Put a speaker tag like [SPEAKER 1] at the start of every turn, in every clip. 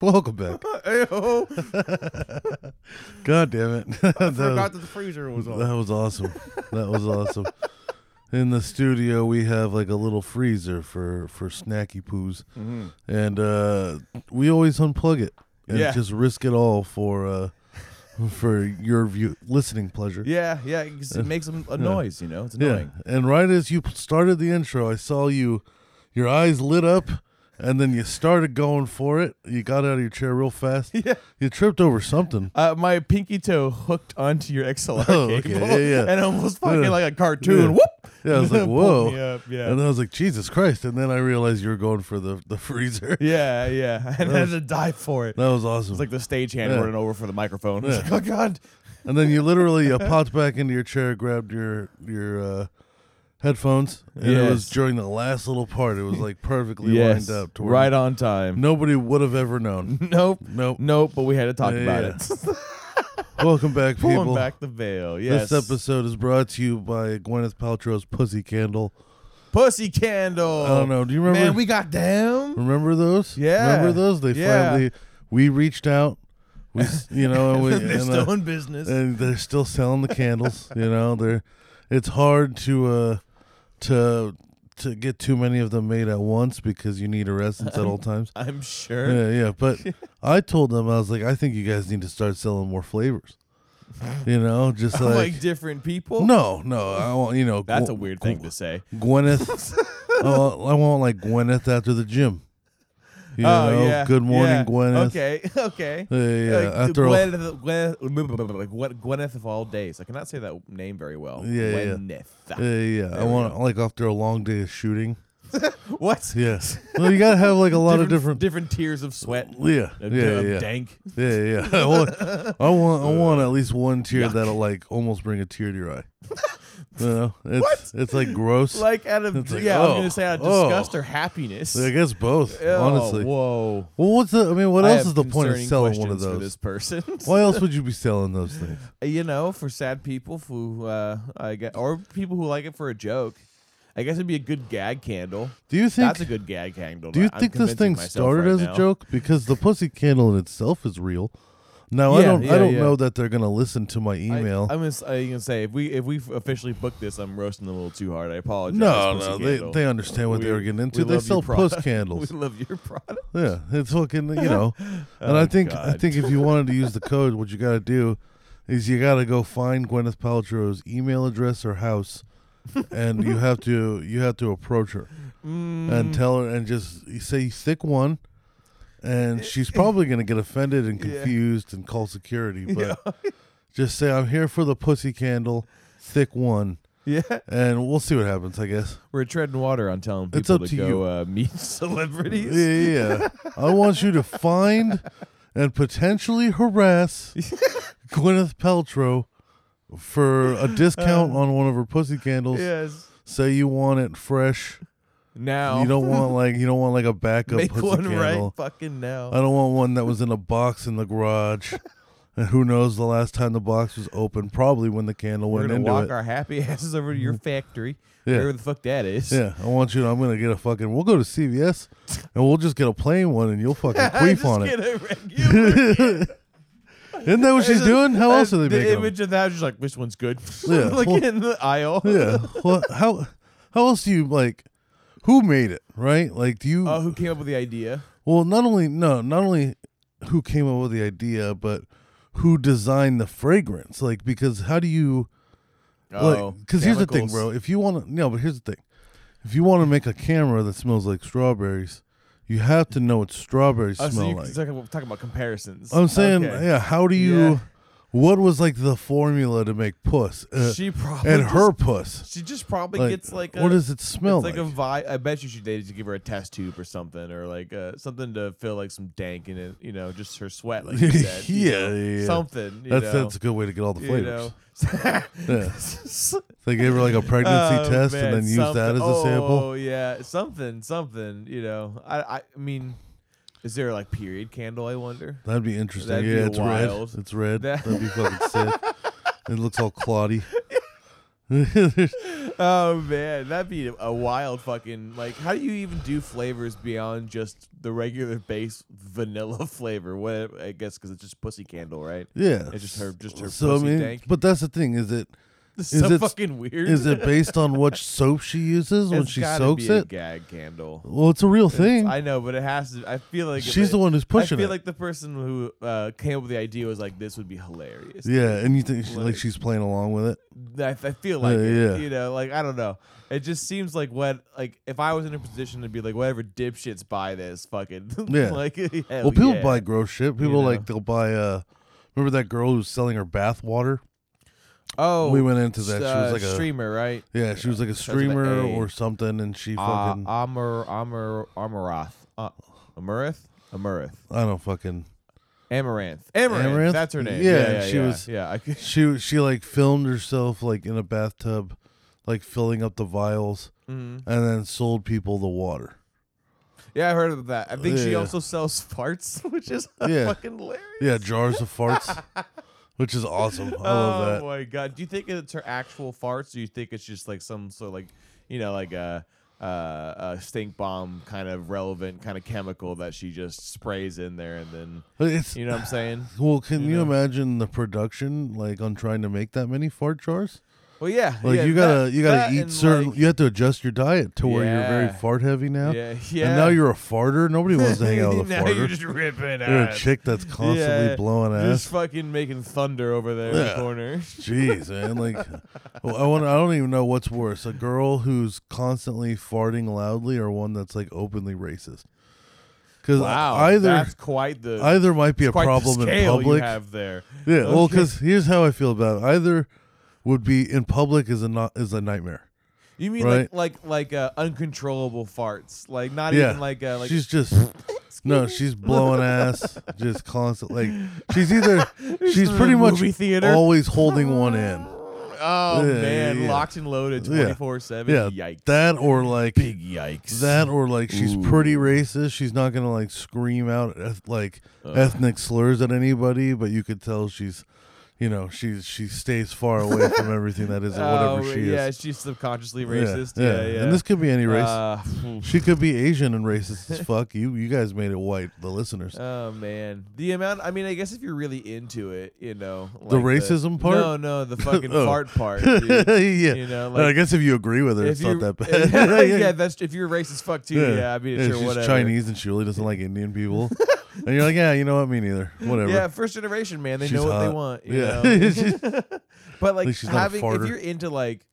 [SPEAKER 1] Welcome back.
[SPEAKER 2] Ayo.
[SPEAKER 1] God damn it. That was-
[SPEAKER 2] Forgot that the freezer was on.
[SPEAKER 1] That was awesome. That was awesome. In the studio, we have like a little freezer for for snacky poos,
[SPEAKER 2] Mm-hmm.
[SPEAKER 1] and uh, we always unplug it and
[SPEAKER 2] Yeah.
[SPEAKER 1] just risk it all for uh, for your view listening pleasure.
[SPEAKER 2] Yeah, yeah, 'cause it makes them a noise, you know? It's
[SPEAKER 1] Yeah.
[SPEAKER 2] annoying.
[SPEAKER 1] And right as you p- started the intro, I saw you, your eyes lit up, and then you started going for it. You got out of your chair real fast.
[SPEAKER 2] Yeah.
[SPEAKER 1] You tripped over something.
[SPEAKER 2] Uh, my pinky toe hooked onto your XLR
[SPEAKER 1] Oh, okay,
[SPEAKER 2] cable,
[SPEAKER 1] yeah, yeah.
[SPEAKER 2] and almost fucking
[SPEAKER 1] Yeah.
[SPEAKER 2] like a cartoon.
[SPEAKER 1] Yeah.
[SPEAKER 2] Whoop!
[SPEAKER 1] Yeah, I was like,
[SPEAKER 2] Pulled
[SPEAKER 1] whoa.
[SPEAKER 2] me up, yeah.
[SPEAKER 1] And I was like, Jesus Christ. And then I realized you were going for the, the freezer.
[SPEAKER 2] Yeah, yeah. And I had to dive for it.
[SPEAKER 1] That was awesome.
[SPEAKER 2] It's like the stagehand
[SPEAKER 1] Yeah.
[SPEAKER 2] running over for the microphone.
[SPEAKER 1] Yeah.
[SPEAKER 2] It's like, oh god.
[SPEAKER 1] and then you literally uh, popped back into your chair, grabbed your your uh, headphones, and it was
[SPEAKER 2] Yes.
[SPEAKER 1] during the last little part. It was like perfectly
[SPEAKER 2] Yes,
[SPEAKER 1] lined up. to where
[SPEAKER 2] right on time.
[SPEAKER 1] Nobody would have ever known.
[SPEAKER 2] Nope,
[SPEAKER 1] Nope.
[SPEAKER 2] nope. But we had to talk
[SPEAKER 1] Yeah,
[SPEAKER 2] about
[SPEAKER 1] yeah.
[SPEAKER 2] it.
[SPEAKER 1] Welcome back,
[SPEAKER 2] Pulling
[SPEAKER 1] people.
[SPEAKER 2] back the veil. Yes.
[SPEAKER 1] This episode is brought to you by Gwyneth Paltrow's Pussy Candle.
[SPEAKER 2] Pussy candle.
[SPEAKER 1] I don't know. Do you remember?
[SPEAKER 2] Oh, Man, we got them.
[SPEAKER 1] remember those?
[SPEAKER 2] Yeah.
[SPEAKER 1] Remember those? They
[SPEAKER 2] Yeah.
[SPEAKER 1] finally we reached out. We s- you know and we
[SPEAKER 2] They're
[SPEAKER 1] and,
[SPEAKER 2] still
[SPEAKER 1] uh,
[SPEAKER 2] in business.
[SPEAKER 1] and they're still selling the candles. You know, they're it's hard to uh to to get too many of them made at once because you need arrestants at all times.
[SPEAKER 2] I'm sure.
[SPEAKER 1] Yeah, yeah. But I told them I was like, I think you guys need to start selling more flavors. You know, just
[SPEAKER 2] like,
[SPEAKER 1] like,
[SPEAKER 2] different people.
[SPEAKER 1] no, no. I want you know.
[SPEAKER 2] That's
[SPEAKER 1] gw-
[SPEAKER 2] a weird thing
[SPEAKER 1] gw-
[SPEAKER 2] to say.
[SPEAKER 1] Gwyneth. oh, I want like Gwyneth after the gym. You know, good morning,
[SPEAKER 2] Oh, yeah.
[SPEAKER 1] Gwyneth.
[SPEAKER 2] Okay, okay.
[SPEAKER 1] Yeah, yeah,
[SPEAKER 2] Like,
[SPEAKER 1] yeah. After all-
[SPEAKER 2] Gwyneth, Gwyneth, like what Gwyneth of all days. I cannot say that name very well.
[SPEAKER 1] Yeah, yeah.
[SPEAKER 2] Gwyneth.
[SPEAKER 1] Yeah, yeah. I
[SPEAKER 2] we
[SPEAKER 1] want like after a long day of shooting.
[SPEAKER 2] What?
[SPEAKER 1] Yes. well, you gotta have like a lot of different.
[SPEAKER 2] different tiers of sweat.
[SPEAKER 1] yeah,
[SPEAKER 2] Uh,
[SPEAKER 1] yeah,
[SPEAKER 2] uh,
[SPEAKER 1] yeah.
[SPEAKER 2] Dank.
[SPEAKER 1] Yeah, yeah. I want, I want, I want at least one tear that'll like almost bring a tear to your eye. you know, it's it's like gross.
[SPEAKER 2] Like out of
[SPEAKER 1] It's like,
[SPEAKER 2] yeah, I was
[SPEAKER 1] oh,
[SPEAKER 2] gonna say out of
[SPEAKER 1] oh.
[SPEAKER 2] disgust or happiness.
[SPEAKER 1] I guess both,
[SPEAKER 2] Oh,
[SPEAKER 1] honestly.
[SPEAKER 2] whoa.
[SPEAKER 1] Well, what's the? I mean, what
[SPEAKER 2] I
[SPEAKER 1] else
[SPEAKER 2] have
[SPEAKER 1] is the point of
[SPEAKER 2] concerning
[SPEAKER 1] selling one of
[SPEAKER 2] questions for
[SPEAKER 1] those?
[SPEAKER 2] this person?
[SPEAKER 1] Why else would you be selling those things?
[SPEAKER 2] you know, for sad people who uh, I guess, or people who like it for a joke. I guess it'd be a good gag candle.
[SPEAKER 1] Do you think
[SPEAKER 2] That's a good gag candle.
[SPEAKER 1] Do you
[SPEAKER 2] I'm
[SPEAKER 1] think this
[SPEAKER 2] convincing
[SPEAKER 1] thing
[SPEAKER 2] myself
[SPEAKER 1] started
[SPEAKER 2] right
[SPEAKER 1] as
[SPEAKER 2] now.
[SPEAKER 1] a joke? Because the pussy candle in itself is real. Now I
[SPEAKER 2] Yeah,
[SPEAKER 1] don't I
[SPEAKER 2] yeah,
[SPEAKER 1] don't
[SPEAKER 2] yeah.
[SPEAKER 1] know that they're gonna listen to my
[SPEAKER 2] I,
[SPEAKER 1] email.
[SPEAKER 2] I'm gonna, s- I'm gonna say if we if we officially book this, I'm roasting them a little too hard. I apologize.
[SPEAKER 1] no,
[SPEAKER 2] Pussy
[SPEAKER 1] no, they,
[SPEAKER 2] Candle.
[SPEAKER 1] they understand what they
[SPEAKER 2] We-
[SPEAKER 1] were getting into.
[SPEAKER 2] we
[SPEAKER 1] They
[SPEAKER 2] love your
[SPEAKER 1] sell puss
[SPEAKER 2] product.
[SPEAKER 1] candles.
[SPEAKER 2] we love your product.
[SPEAKER 1] yeah, it's fucking you know. and I think I
[SPEAKER 2] God.
[SPEAKER 1] think if you wanted to use the code, what you gotta do is you gotta go find Gwyneth Paltrow's email address or house, and you have to you have to approach her
[SPEAKER 2] Mm,
[SPEAKER 1] and tell her and just you say you thick one. And she's probably gonna get offended and confused and call security, but just say I'm here for the pussy candle, thick one,
[SPEAKER 2] Yeah,
[SPEAKER 1] and we'll see what happens. I guess.
[SPEAKER 2] we're treading water on telling people
[SPEAKER 1] It's up
[SPEAKER 2] to,
[SPEAKER 1] to
[SPEAKER 2] go
[SPEAKER 1] you.
[SPEAKER 2] Uh, meet celebrities.
[SPEAKER 1] Yeah, yeah, yeah. I want you to find and potentially harass Gwyneth Paltrow for a discount
[SPEAKER 2] Um,
[SPEAKER 1] on one of her pussy candles.
[SPEAKER 2] Yes.
[SPEAKER 1] Say you want it fresh.
[SPEAKER 2] Now
[SPEAKER 1] You don't want like you don't want like a backup
[SPEAKER 2] make
[SPEAKER 1] pussy
[SPEAKER 2] one right
[SPEAKER 1] candle.
[SPEAKER 2] fucking now.
[SPEAKER 1] I don't want one that was in a box in the garage. And who knows the last time the box was open? Probably when the candle
[SPEAKER 2] we're
[SPEAKER 1] went
[SPEAKER 2] gonna
[SPEAKER 1] into
[SPEAKER 2] walk
[SPEAKER 1] it. Mm.
[SPEAKER 2] our happy asses over to your factory,
[SPEAKER 1] Yeah.
[SPEAKER 2] wherever the fuck that is.
[SPEAKER 1] yeah, I want you. To, I'm gonna get a fucking. We'll go to CVS, and we'll just get a plain one, and you'll fucking
[SPEAKER 2] I
[SPEAKER 1] queef
[SPEAKER 2] just
[SPEAKER 1] on it.
[SPEAKER 2] get a regular.
[SPEAKER 1] Isn't that what she's
[SPEAKER 2] It's a-
[SPEAKER 1] doing? How
[SPEAKER 2] uh,
[SPEAKER 1] else are they
[SPEAKER 2] The
[SPEAKER 1] making them?
[SPEAKER 2] image of that, just like which one's good.
[SPEAKER 1] Yeah,
[SPEAKER 2] like
[SPEAKER 1] well-
[SPEAKER 2] in the aisle.
[SPEAKER 1] Yeah. Well, how how else do you like? Who made it? Right? Like, do you?
[SPEAKER 2] Uh, who came up with the idea?
[SPEAKER 1] well, not only no, not only who came up with the idea, but who designed the fragrance? Like, because how do you? Like, because here's the thing,
[SPEAKER 2] Oh, chemicals.
[SPEAKER 1] bro. If you want to, no, but here's the thing. If you want to make a camera that smells like strawberries, you have to know what strawberries
[SPEAKER 2] Oh, so
[SPEAKER 1] smell
[SPEAKER 2] you
[SPEAKER 1] like.
[SPEAKER 2] talking, talking about comparisons.
[SPEAKER 1] I'm saying,
[SPEAKER 2] Okay.
[SPEAKER 1] yeah. How do you?
[SPEAKER 2] Yeah.
[SPEAKER 1] What was like the formula to make puss? Uh,
[SPEAKER 2] she probably
[SPEAKER 1] and
[SPEAKER 2] just-
[SPEAKER 1] her puss.
[SPEAKER 2] She just probably
[SPEAKER 1] Like,
[SPEAKER 2] gets like a,
[SPEAKER 1] what does it smell
[SPEAKER 2] it's like,
[SPEAKER 1] like?
[SPEAKER 2] a vibe. I bet you she dated to give her a test tube or something, or like uh, something to fill like some dank in it. You know, just her sweat, like you said. you
[SPEAKER 1] Yeah,
[SPEAKER 2] know,
[SPEAKER 1] yeah, yeah.
[SPEAKER 2] something. You
[SPEAKER 1] That's
[SPEAKER 2] know,
[SPEAKER 1] that's a good way to get all the
[SPEAKER 2] you
[SPEAKER 1] flavors.
[SPEAKER 2] know.
[SPEAKER 1] They gave her like a pregnancy
[SPEAKER 2] Oh,
[SPEAKER 1] test
[SPEAKER 2] man,
[SPEAKER 1] and then used that
[SPEAKER 2] something-
[SPEAKER 1] as a sample.
[SPEAKER 2] Oh yeah, something, something. You know, I, I, I mean, is there like period candle? I wonder.
[SPEAKER 1] That'd be interesting.
[SPEAKER 2] That'd
[SPEAKER 1] yeah,
[SPEAKER 2] be
[SPEAKER 1] it's
[SPEAKER 2] wild.
[SPEAKER 1] red. It's red.
[SPEAKER 2] That-
[SPEAKER 1] That- would be fucking sick. It looks all cloddy.
[SPEAKER 2] Oh man, that'd be a wild fucking like. How do you even do flavors beyond just the regular base vanilla flavor? What I guess because it's just pussy candle, right?
[SPEAKER 1] yeah.
[SPEAKER 2] It's just her, just her
[SPEAKER 1] So I
[SPEAKER 2] pussy
[SPEAKER 1] mean,
[SPEAKER 2] dank.
[SPEAKER 1] but that's the thing. Is it
[SPEAKER 2] This
[SPEAKER 1] is
[SPEAKER 2] is so
[SPEAKER 1] it-
[SPEAKER 2] fucking weird.
[SPEAKER 1] is it based on what soap she uses when
[SPEAKER 2] It's
[SPEAKER 1] she
[SPEAKER 2] gotta
[SPEAKER 1] soaks
[SPEAKER 2] be a
[SPEAKER 1] it?
[SPEAKER 2] gag candle.
[SPEAKER 1] Well, it's a real thing.
[SPEAKER 2] I know, but it has to. I feel like if
[SPEAKER 1] She's
[SPEAKER 2] it-
[SPEAKER 1] the one who's pushing
[SPEAKER 2] I feel
[SPEAKER 1] it.
[SPEAKER 2] like the person who uh, came up with the idea was like, "This would be hilarious."
[SPEAKER 1] yeah, and you think she,
[SPEAKER 2] Like-
[SPEAKER 1] like she's playing along with it?
[SPEAKER 2] I, I feel like
[SPEAKER 1] Uh,
[SPEAKER 2] it,
[SPEAKER 1] yeah.
[SPEAKER 2] you know, like I don't know. It just seems like what like if I was in a position to be like whatever dipshits buy this fucking
[SPEAKER 1] Yeah.
[SPEAKER 2] like hell
[SPEAKER 1] well, people
[SPEAKER 2] yeah.
[SPEAKER 1] buy gross shit. People
[SPEAKER 2] know.
[SPEAKER 1] like they'll buy. uh Remember that girl who was selling her bath water?
[SPEAKER 2] oh
[SPEAKER 1] we went into that. She was
[SPEAKER 2] uh,
[SPEAKER 1] like a
[SPEAKER 2] streamer right
[SPEAKER 1] yeah, she was like a
[SPEAKER 2] with an
[SPEAKER 1] streamer
[SPEAKER 2] A.
[SPEAKER 1] or something, and she
[SPEAKER 2] uh,
[SPEAKER 1] fucking
[SPEAKER 2] Amar Amar Amarath uh, Amarith Amarith
[SPEAKER 1] I don't fucking
[SPEAKER 2] Amaranth Amaranth
[SPEAKER 1] Amaranth?
[SPEAKER 2] that's her name
[SPEAKER 1] Yeah,
[SPEAKER 2] yeah,
[SPEAKER 1] and she
[SPEAKER 2] yeah,
[SPEAKER 1] was-
[SPEAKER 2] yeah I could,
[SPEAKER 1] she she like filmed herself like in a bathtub, like filling up the vials,
[SPEAKER 2] Mhm.
[SPEAKER 1] and then sold people the water.
[SPEAKER 2] yeah I heard of that I think she
[SPEAKER 1] Yeah.
[SPEAKER 2] also sells farts which is
[SPEAKER 1] Yeah.
[SPEAKER 2] fucking hilarious
[SPEAKER 1] Yeah, jars of farts, which is awesome. I
[SPEAKER 2] oh
[SPEAKER 1] love that.
[SPEAKER 2] my god! Do you think it's her actual farts? Do you think it's just like some sort of like you know like a uh, a stink bomb kind of relevant kind of chemical that she just sprays in there and then
[SPEAKER 1] But It's
[SPEAKER 2] you know what I'm saying?
[SPEAKER 1] well, can
[SPEAKER 2] you
[SPEAKER 1] you,
[SPEAKER 2] know.
[SPEAKER 1] imagine the production like on trying to make that many fart jars?
[SPEAKER 2] Well, yeah,
[SPEAKER 1] Like
[SPEAKER 2] yeah,
[SPEAKER 1] you gotta
[SPEAKER 2] that-
[SPEAKER 1] you gotta
[SPEAKER 2] that
[SPEAKER 1] eat
[SPEAKER 2] and,
[SPEAKER 1] certain.
[SPEAKER 2] like-
[SPEAKER 1] you have to adjust your diet to where you're
[SPEAKER 2] Yeah.
[SPEAKER 1] very fart heavy now.
[SPEAKER 2] yeah, yeah.
[SPEAKER 1] And now you're a farter. Nobody wants to hang out with a
[SPEAKER 2] now
[SPEAKER 1] farter.
[SPEAKER 2] you're
[SPEAKER 1] You're,
[SPEAKER 2] just ripping
[SPEAKER 1] a
[SPEAKER 2] ass.
[SPEAKER 1] chick that's constantly
[SPEAKER 2] Yeah,
[SPEAKER 1] blowing ass.
[SPEAKER 2] Just fucking making thunder over there in the
[SPEAKER 1] Yeah.
[SPEAKER 2] corner.
[SPEAKER 1] Jeez, man! Like, well, I want. I don't even know what's worse: a girl who's constantly farting loudly, or one that's like openly racist. Because
[SPEAKER 2] Wow,
[SPEAKER 1] either
[SPEAKER 2] that's quite the
[SPEAKER 1] either might be a
[SPEAKER 2] quite the
[SPEAKER 1] problem in
[SPEAKER 2] scale you
[SPEAKER 1] public.
[SPEAKER 2] have there.
[SPEAKER 1] Yeah, well,
[SPEAKER 2] Okay.
[SPEAKER 1] because here's how I feel about it: either would be in public is a not is a nightmare.
[SPEAKER 2] You mean
[SPEAKER 1] Right.
[SPEAKER 2] like like like uh, uncontrollable farts, like not
[SPEAKER 1] yeah,
[SPEAKER 2] even like uh, like
[SPEAKER 1] she's just no, she's blowing ass, just constant. Like she's either she's
[SPEAKER 2] in a
[SPEAKER 1] pretty much
[SPEAKER 2] movie theater.
[SPEAKER 1] always holding one in.
[SPEAKER 2] oh
[SPEAKER 1] Yeah,
[SPEAKER 2] man,
[SPEAKER 1] yeah.
[SPEAKER 2] locked and loaded
[SPEAKER 1] Yeah.
[SPEAKER 2] twenty four seven.
[SPEAKER 1] Yeah,
[SPEAKER 2] Yikes!
[SPEAKER 1] that or like
[SPEAKER 2] Big yikes!
[SPEAKER 1] That or like she's pretty racist. She's not gonna like scream out eth- like ethnic slurs at anybody, but you could tell she's, you know, she's she stays far away from everything that isn't
[SPEAKER 2] oh,
[SPEAKER 1] whatever she
[SPEAKER 2] yeah,
[SPEAKER 1] is.
[SPEAKER 2] she's subconsciously racist. Yeah, yeah.
[SPEAKER 1] And this could be any race.
[SPEAKER 2] Uh, phew.
[SPEAKER 1] she could be Asian and racist as fuck. You you guys made it white, the listeners.
[SPEAKER 2] oh man, the amount. I mean, I guess if you're really into it, you know, like
[SPEAKER 1] racism part?
[SPEAKER 2] No, no, the fucking
[SPEAKER 1] Oh.
[SPEAKER 2] fart part. dude.
[SPEAKER 1] yeah.
[SPEAKER 2] You know,
[SPEAKER 1] I
[SPEAKER 2] like-
[SPEAKER 1] guess if you agree with her,
[SPEAKER 2] If
[SPEAKER 1] it's not
[SPEAKER 2] you-
[SPEAKER 1] that bad.
[SPEAKER 2] yeah, that's if you're racist, fuck too. Yeah, I mean,
[SPEAKER 1] Yeah,
[SPEAKER 2] sure,
[SPEAKER 1] she's
[SPEAKER 2] whatever.
[SPEAKER 1] Chinese and she really doesn't like Indian people. and you're like, yeah, you know what? Me neither. Whatever.
[SPEAKER 2] Yeah, first generation, man. They
[SPEAKER 1] She's
[SPEAKER 2] know what they
[SPEAKER 1] hot.
[SPEAKER 2] want. You
[SPEAKER 1] Yeah.
[SPEAKER 2] Know? but like
[SPEAKER 1] least she's not a
[SPEAKER 2] having, if
[SPEAKER 1] farter.
[SPEAKER 2] you're into like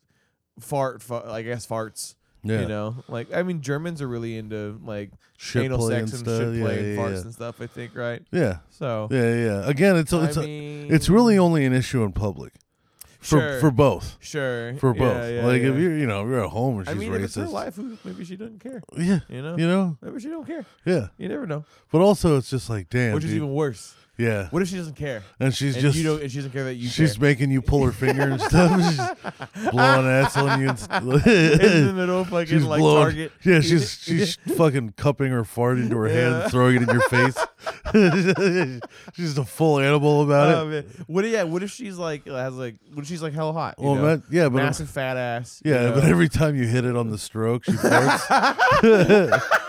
[SPEAKER 2] fart, fart I guess farts.
[SPEAKER 1] Yeah.
[SPEAKER 2] You know, like I mean, Germans are really into like
[SPEAKER 1] Shit
[SPEAKER 2] anal
[SPEAKER 1] play
[SPEAKER 2] sex
[SPEAKER 1] and
[SPEAKER 2] and, shit
[SPEAKER 1] stuff. Yeah,
[SPEAKER 2] play and
[SPEAKER 1] yeah,
[SPEAKER 2] farts
[SPEAKER 1] yeah.
[SPEAKER 2] and stuff. I think right.
[SPEAKER 1] Yeah.
[SPEAKER 2] So
[SPEAKER 1] Yeah, yeah. Again, it's
[SPEAKER 2] I
[SPEAKER 1] it's
[SPEAKER 2] mean,
[SPEAKER 1] it's really only an issue in public for
[SPEAKER 2] Sure.
[SPEAKER 1] for both
[SPEAKER 2] sure
[SPEAKER 1] for
[SPEAKER 2] Yeah,
[SPEAKER 1] both.
[SPEAKER 2] yeah,
[SPEAKER 1] like
[SPEAKER 2] yeah.
[SPEAKER 1] if you're you know if you're at home and
[SPEAKER 2] I
[SPEAKER 1] she's
[SPEAKER 2] mean,
[SPEAKER 1] racist,
[SPEAKER 2] if it's her life, who- maybe she doesn't care.
[SPEAKER 1] yeah,
[SPEAKER 2] You know,
[SPEAKER 1] you know,
[SPEAKER 2] maybe she don't care.
[SPEAKER 1] yeah.
[SPEAKER 2] You never know.
[SPEAKER 1] But also, it's just like damn,
[SPEAKER 2] Which is
[SPEAKER 1] dude.
[SPEAKER 2] even worse.
[SPEAKER 1] yeah.
[SPEAKER 2] What if she doesn't care?
[SPEAKER 1] And she's
[SPEAKER 2] and
[SPEAKER 1] just
[SPEAKER 2] you don't. And she doesn't care that you.
[SPEAKER 1] she's
[SPEAKER 2] care.
[SPEAKER 1] making you pull her finger and stuff, she's blowing ass on you. And
[SPEAKER 2] in the
[SPEAKER 1] st-
[SPEAKER 2] middle, fucking
[SPEAKER 1] she's
[SPEAKER 2] like
[SPEAKER 1] blowing,
[SPEAKER 2] Target.
[SPEAKER 1] yeah. She's she's fucking cupping her fart into her hand,
[SPEAKER 2] Yeah.
[SPEAKER 1] and throwing it in your face. she's a full animal about
[SPEAKER 2] Oh,
[SPEAKER 1] it.
[SPEAKER 2] man. What? Yeah. What if she's like has like? What if she's like hell hot? You
[SPEAKER 1] Well,
[SPEAKER 2] know?
[SPEAKER 1] man, yeah, but
[SPEAKER 2] massive fat ass. you
[SPEAKER 1] Yeah,
[SPEAKER 2] know?
[SPEAKER 1] but every time you hit it on the stroke, she farts.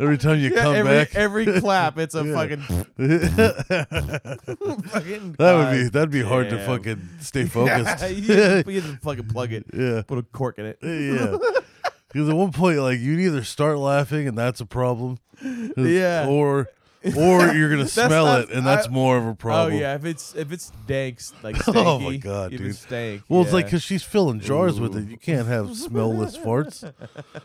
[SPEAKER 1] every time you
[SPEAKER 2] Yeah,
[SPEAKER 1] come
[SPEAKER 2] every,
[SPEAKER 1] back,
[SPEAKER 2] every clap, it's a
[SPEAKER 1] Yeah.
[SPEAKER 2] fucking
[SPEAKER 1] that
[SPEAKER 2] fucking.
[SPEAKER 1] would be that'd be hard to
[SPEAKER 2] damn.
[SPEAKER 1] fucking stay
[SPEAKER 2] Yeah,
[SPEAKER 1] focused.
[SPEAKER 2] you, just- you just fucking plug it.
[SPEAKER 1] yeah,
[SPEAKER 2] Put a cork in it. Oh,
[SPEAKER 1] yeah. Because at one point, like you'd either start laughing and that's a problem,
[SPEAKER 2] Yeah.
[SPEAKER 1] or or you're gonna smell
[SPEAKER 2] not-
[SPEAKER 1] it, and that's
[SPEAKER 2] I-
[SPEAKER 1] more of a problem.
[SPEAKER 2] Oh yeah, if it's if it's dank, s- like stanky,
[SPEAKER 1] Oh, my God,
[SPEAKER 2] if
[SPEAKER 1] dude.
[SPEAKER 2] it's stank.
[SPEAKER 1] Well, it's
[SPEAKER 2] yeah.
[SPEAKER 1] like because she's filling jars with it. You can't have smellless farts.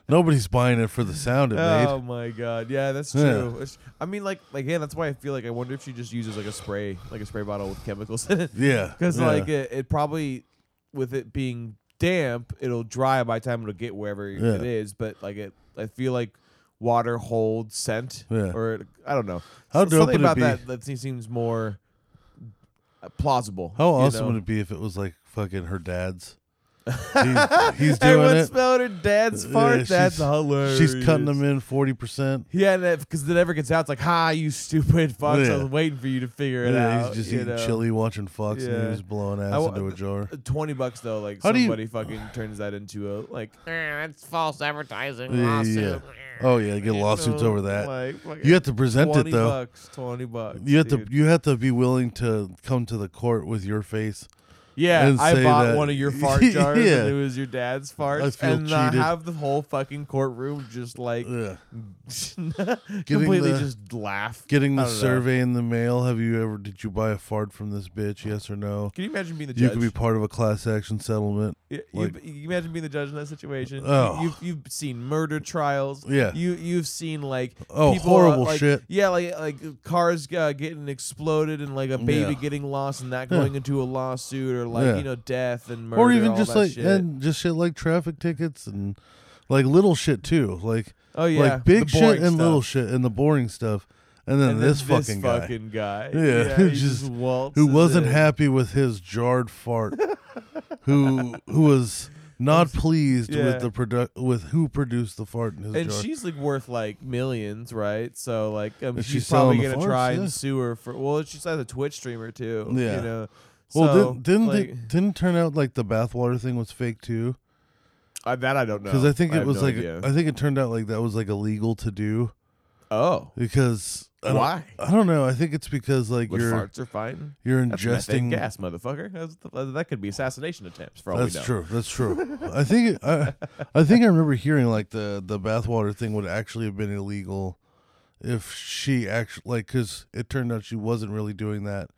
[SPEAKER 1] Nobody's buying it for the sound it
[SPEAKER 2] Oh
[SPEAKER 1] made.
[SPEAKER 2] my god, yeah, that's true.
[SPEAKER 1] Yeah.
[SPEAKER 2] It's- I mean, like, like, yeah, that's why I feel like I wonder if she just uses like a spray, like a spray bottle with chemicals in it,
[SPEAKER 1] Yeah,
[SPEAKER 2] because
[SPEAKER 1] yeah.
[SPEAKER 2] like it, it probably, with it being damp, it'll dry by the time it'll get wherever
[SPEAKER 1] Yeah.
[SPEAKER 2] it is. But like it, I feel like water holds scent,
[SPEAKER 1] Yeah.
[SPEAKER 2] or I don't know.
[SPEAKER 1] How
[SPEAKER 2] So- something
[SPEAKER 1] dope would it
[SPEAKER 2] about
[SPEAKER 1] be-
[SPEAKER 2] that that se- seems more uh, plausible.
[SPEAKER 1] how
[SPEAKER 2] you
[SPEAKER 1] awesome
[SPEAKER 2] know?
[SPEAKER 1] would it be if it was like fucking her dad's? He's, he's doing
[SPEAKER 2] Everyone
[SPEAKER 1] it.
[SPEAKER 2] smelled her dad's
[SPEAKER 1] Yeah,
[SPEAKER 2] fart.
[SPEAKER 1] she's-
[SPEAKER 2] That's hilarious.
[SPEAKER 1] She's cutting them in forty percent.
[SPEAKER 2] Yeah, because it never gets out. It's like, ha, you stupid fox. I
[SPEAKER 1] Yeah.
[SPEAKER 2] was waiting for you to figure it
[SPEAKER 1] Yeah,
[SPEAKER 2] out.
[SPEAKER 1] he's just
[SPEAKER 2] you
[SPEAKER 1] eating
[SPEAKER 2] know?
[SPEAKER 1] chili, watching Fox
[SPEAKER 2] Yeah.
[SPEAKER 1] News, blowing ass
[SPEAKER 2] I wa-
[SPEAKER 1] into a jar.
[SPEAKER 2] 20 bucks, though. Like,
[SPEAKER 1] How do you-
[SPEAKER 2] somebody fucking turns that into a, like,
[SPEAKER 3] Eh, That's false advertising.
[SPEAKER 1] Yeah,
[SPEAKER 3] lawsuit.
[SPEAKER 1] yeah. Oh yeah, get lawsuits over that.
[SPEAKER 2] Like, fucking
[SPEAKER 1] You have to present
[SPEAKER 2] 20
[SPEAKER 1] it though.
[SPEAKER 2] bucks, 20 bucks.
[SPEAKER 1] You have to
[SPEAKER 2] dude.
[SPEAKER 1] you have to be willing to come to the court with your face.
[SPEAKER 2] Yeah,
[SPEAKER 1] and
[SPEAKER 2] I
[SPEAKER 1] say
[SPEAKER 2] bought
[SPEAKER 1] that-
[SPEAKER 2] one of your fart
[SPEAKER 1] Yeah.
[SPEAKER 2] jars, and it was your dad's farts.
[SPEAKER 1] I feel
[SPEAKER 2] and I
[SPEAKER 1] cheated.
[SPEAKER 2] have the whole fucking courtroom just like
[SPEAKER 1] Ugh.
[SPEAKER 2] completely
[SPEAKER 1] the-
[SPEAKER 2] just laugh.
[SPEAKER 1] Getting
[SPEAKER 2] I
[SPEAKER 1] the
[SPEAKER 2] don't know.
[SPEAKER 1] survey in the mail. Have you ever did you buy a fart from this bitch?
[SPEAKER 2] Uh,
[SPEAKER 1] Yes or no?
[SPEAKER 2] Can you imagine being the
[SPEAKER 1] You
[SPEAKER 2] judge?
[SPEAKER 1] could be part of a class action settlement.
[SPEAKER 2] Yeah,
[SPEAKER 1] Like-
[SPEAKER 2] you, you imagine being the judge in that situation. You-
[SPEAKER 1] Oh.
[SPEAKER 2] You've you've seen murder trials.
[SPEAKER 1] Yeah.
[SPEAKER 2] You you've seen like
[SPEAKER 1] Oh,
[SPEAKER 2] people, uh,
[SPEAKER 1] horrible
[SPEAKER 2] like-
[SPEAKER 1] shit.
[SPEAKER 2] Yeah, like like cars uh, getting exploded and like a
[SPEAKER 1] Yeah.
[SPEAKER 2] baby getting lost and that
[SPEAKER 1] Yeah.
[SPEAKER 2] going into a lawsuit or like
[SPEAKER 1] Yeah.
[SPEAKER 2] you know death and murder
[SPEAKER 1] Or even
[SPEAKER 2] all
[SPEAKER 1] just
[SPEAKER 2] that
[SPEAKER 1] like
[SPEAKER 2] shit.
[SPEAKER 1] and just shit like traffic tickets and like little shit too. Like
[SPEAKER 2] oh yeah,
[SPEAKER 1] like big
[SPEAKER 2] the
[SPEAKER 1] shit
[SPEAKER 2] boring
[SPEAKER 1] and little
[SPEAKER 2] stuff.
[SPEAKER 1] shit and the boring stuff. And then,
[SPEAKER 2] And then
[SPEAKER 1] this, fucking guy
[SPEAKER 2] fucking guy.
[SPEAKER 1] Yeah,
[SPEAKER 2] he
[SPEAKER 1] just-
[SPEAKER 2] just, waltzes
[SPEAKER 1] who wasn't
[SPEAKER 2] in.
[SPEAKER 1] happy with his jarred fart. who who was not pleased
[SPEAKER 2] Yeah.
[SPEAKER 1] with the produ- with who produced the fart in his
[SPEAKER 2] And
[SPEAKER 1] jar.
[SPEAKER 2] she's like worth like millions, right? So like, um,
[SPEAKER 1] Is she
[SPEAKER 2] she's probably
[SPEAKER 1] selling the
[SPEAKER 2] gonna
[SPEAKER 1] farts?
[SPEAKER 2] try
[SPEAKER 1] Yeah.
[SPEAKER 2] and sue her for. Well, she's like a Twitch streamer too.
[SPEAKER 1] Yeah.
[SPEAKER 2] You know.
[SPEAKER 1] Well,
[SPEAKER 2] so,
[SPEAKER 1] didn't didn't,
[SPEAKER 2] like,
[SPEAKER 1] they, didn't turn out like the bathwater thing was fake too?
[SPEAKER 2] I, that I don't know.
[SPEAKER 1] Because I think it
[SPEAKER 2] have
[SPEAKER 1] was
[SPEAKER 2] no
[SPEAKER 1] like
[SPEAKER 2] idea.
[SPEAKER 1] I think it turned out like that was like illegal to do
[SPEAKER 2] oh,
[SPEAKER 1] because I don't,
[SPEAKER 2] Why?
[SPEAKER 1] I don't know. I think it's because like
[SPEAKER 2] with
[SPEAKER 1] you're
[SPEAKER 2] farts are fine.
[SPEAKER 1] you're
[SPEAKER 2] That's methane
[SPEAKER 1] ingesting.
[SPEAKER 2] gas, motherfucker. That's the- that could be assassination attempts for all we
[SPEAKER 1] That's
[SPEAKER 2] know.
[SPEAKER 1] true. That's true. I think it- I I think I remember hearing like the the bathwater thing would actually have been illegal if she actually like because it turned out she wasn't really doing that,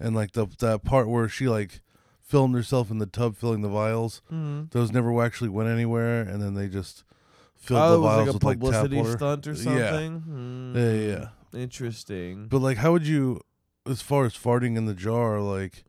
[SPEAKER 1] and like the that part where she like filmed herself in the tub filling the vials.
[SPEAKER 2] Mm-hmm.
[SPEAKER 1] Those never actually went anywhere, and then they just filled
[SPEAKER 2] Oh,
[SPEAKER 1] the
[SPEAKER 2] it was
[SPEAKER 1] vials
[SPEAKER 2] like a
[SPEAKER 1] with like tap
[SPEAKER 2] publicity
[SPEAKER 1] water.
[SPEAKER 2] stunt or
[SPEAKER 1] Yeah.
[SPEAKER 2] something. Hmm,
[SPEAKER 1] Yeah, yeah, yeah.
[SPEAKER 2] Interesting.
[SPEAKER 1] But like, how would you, as far as farting in the jar, like,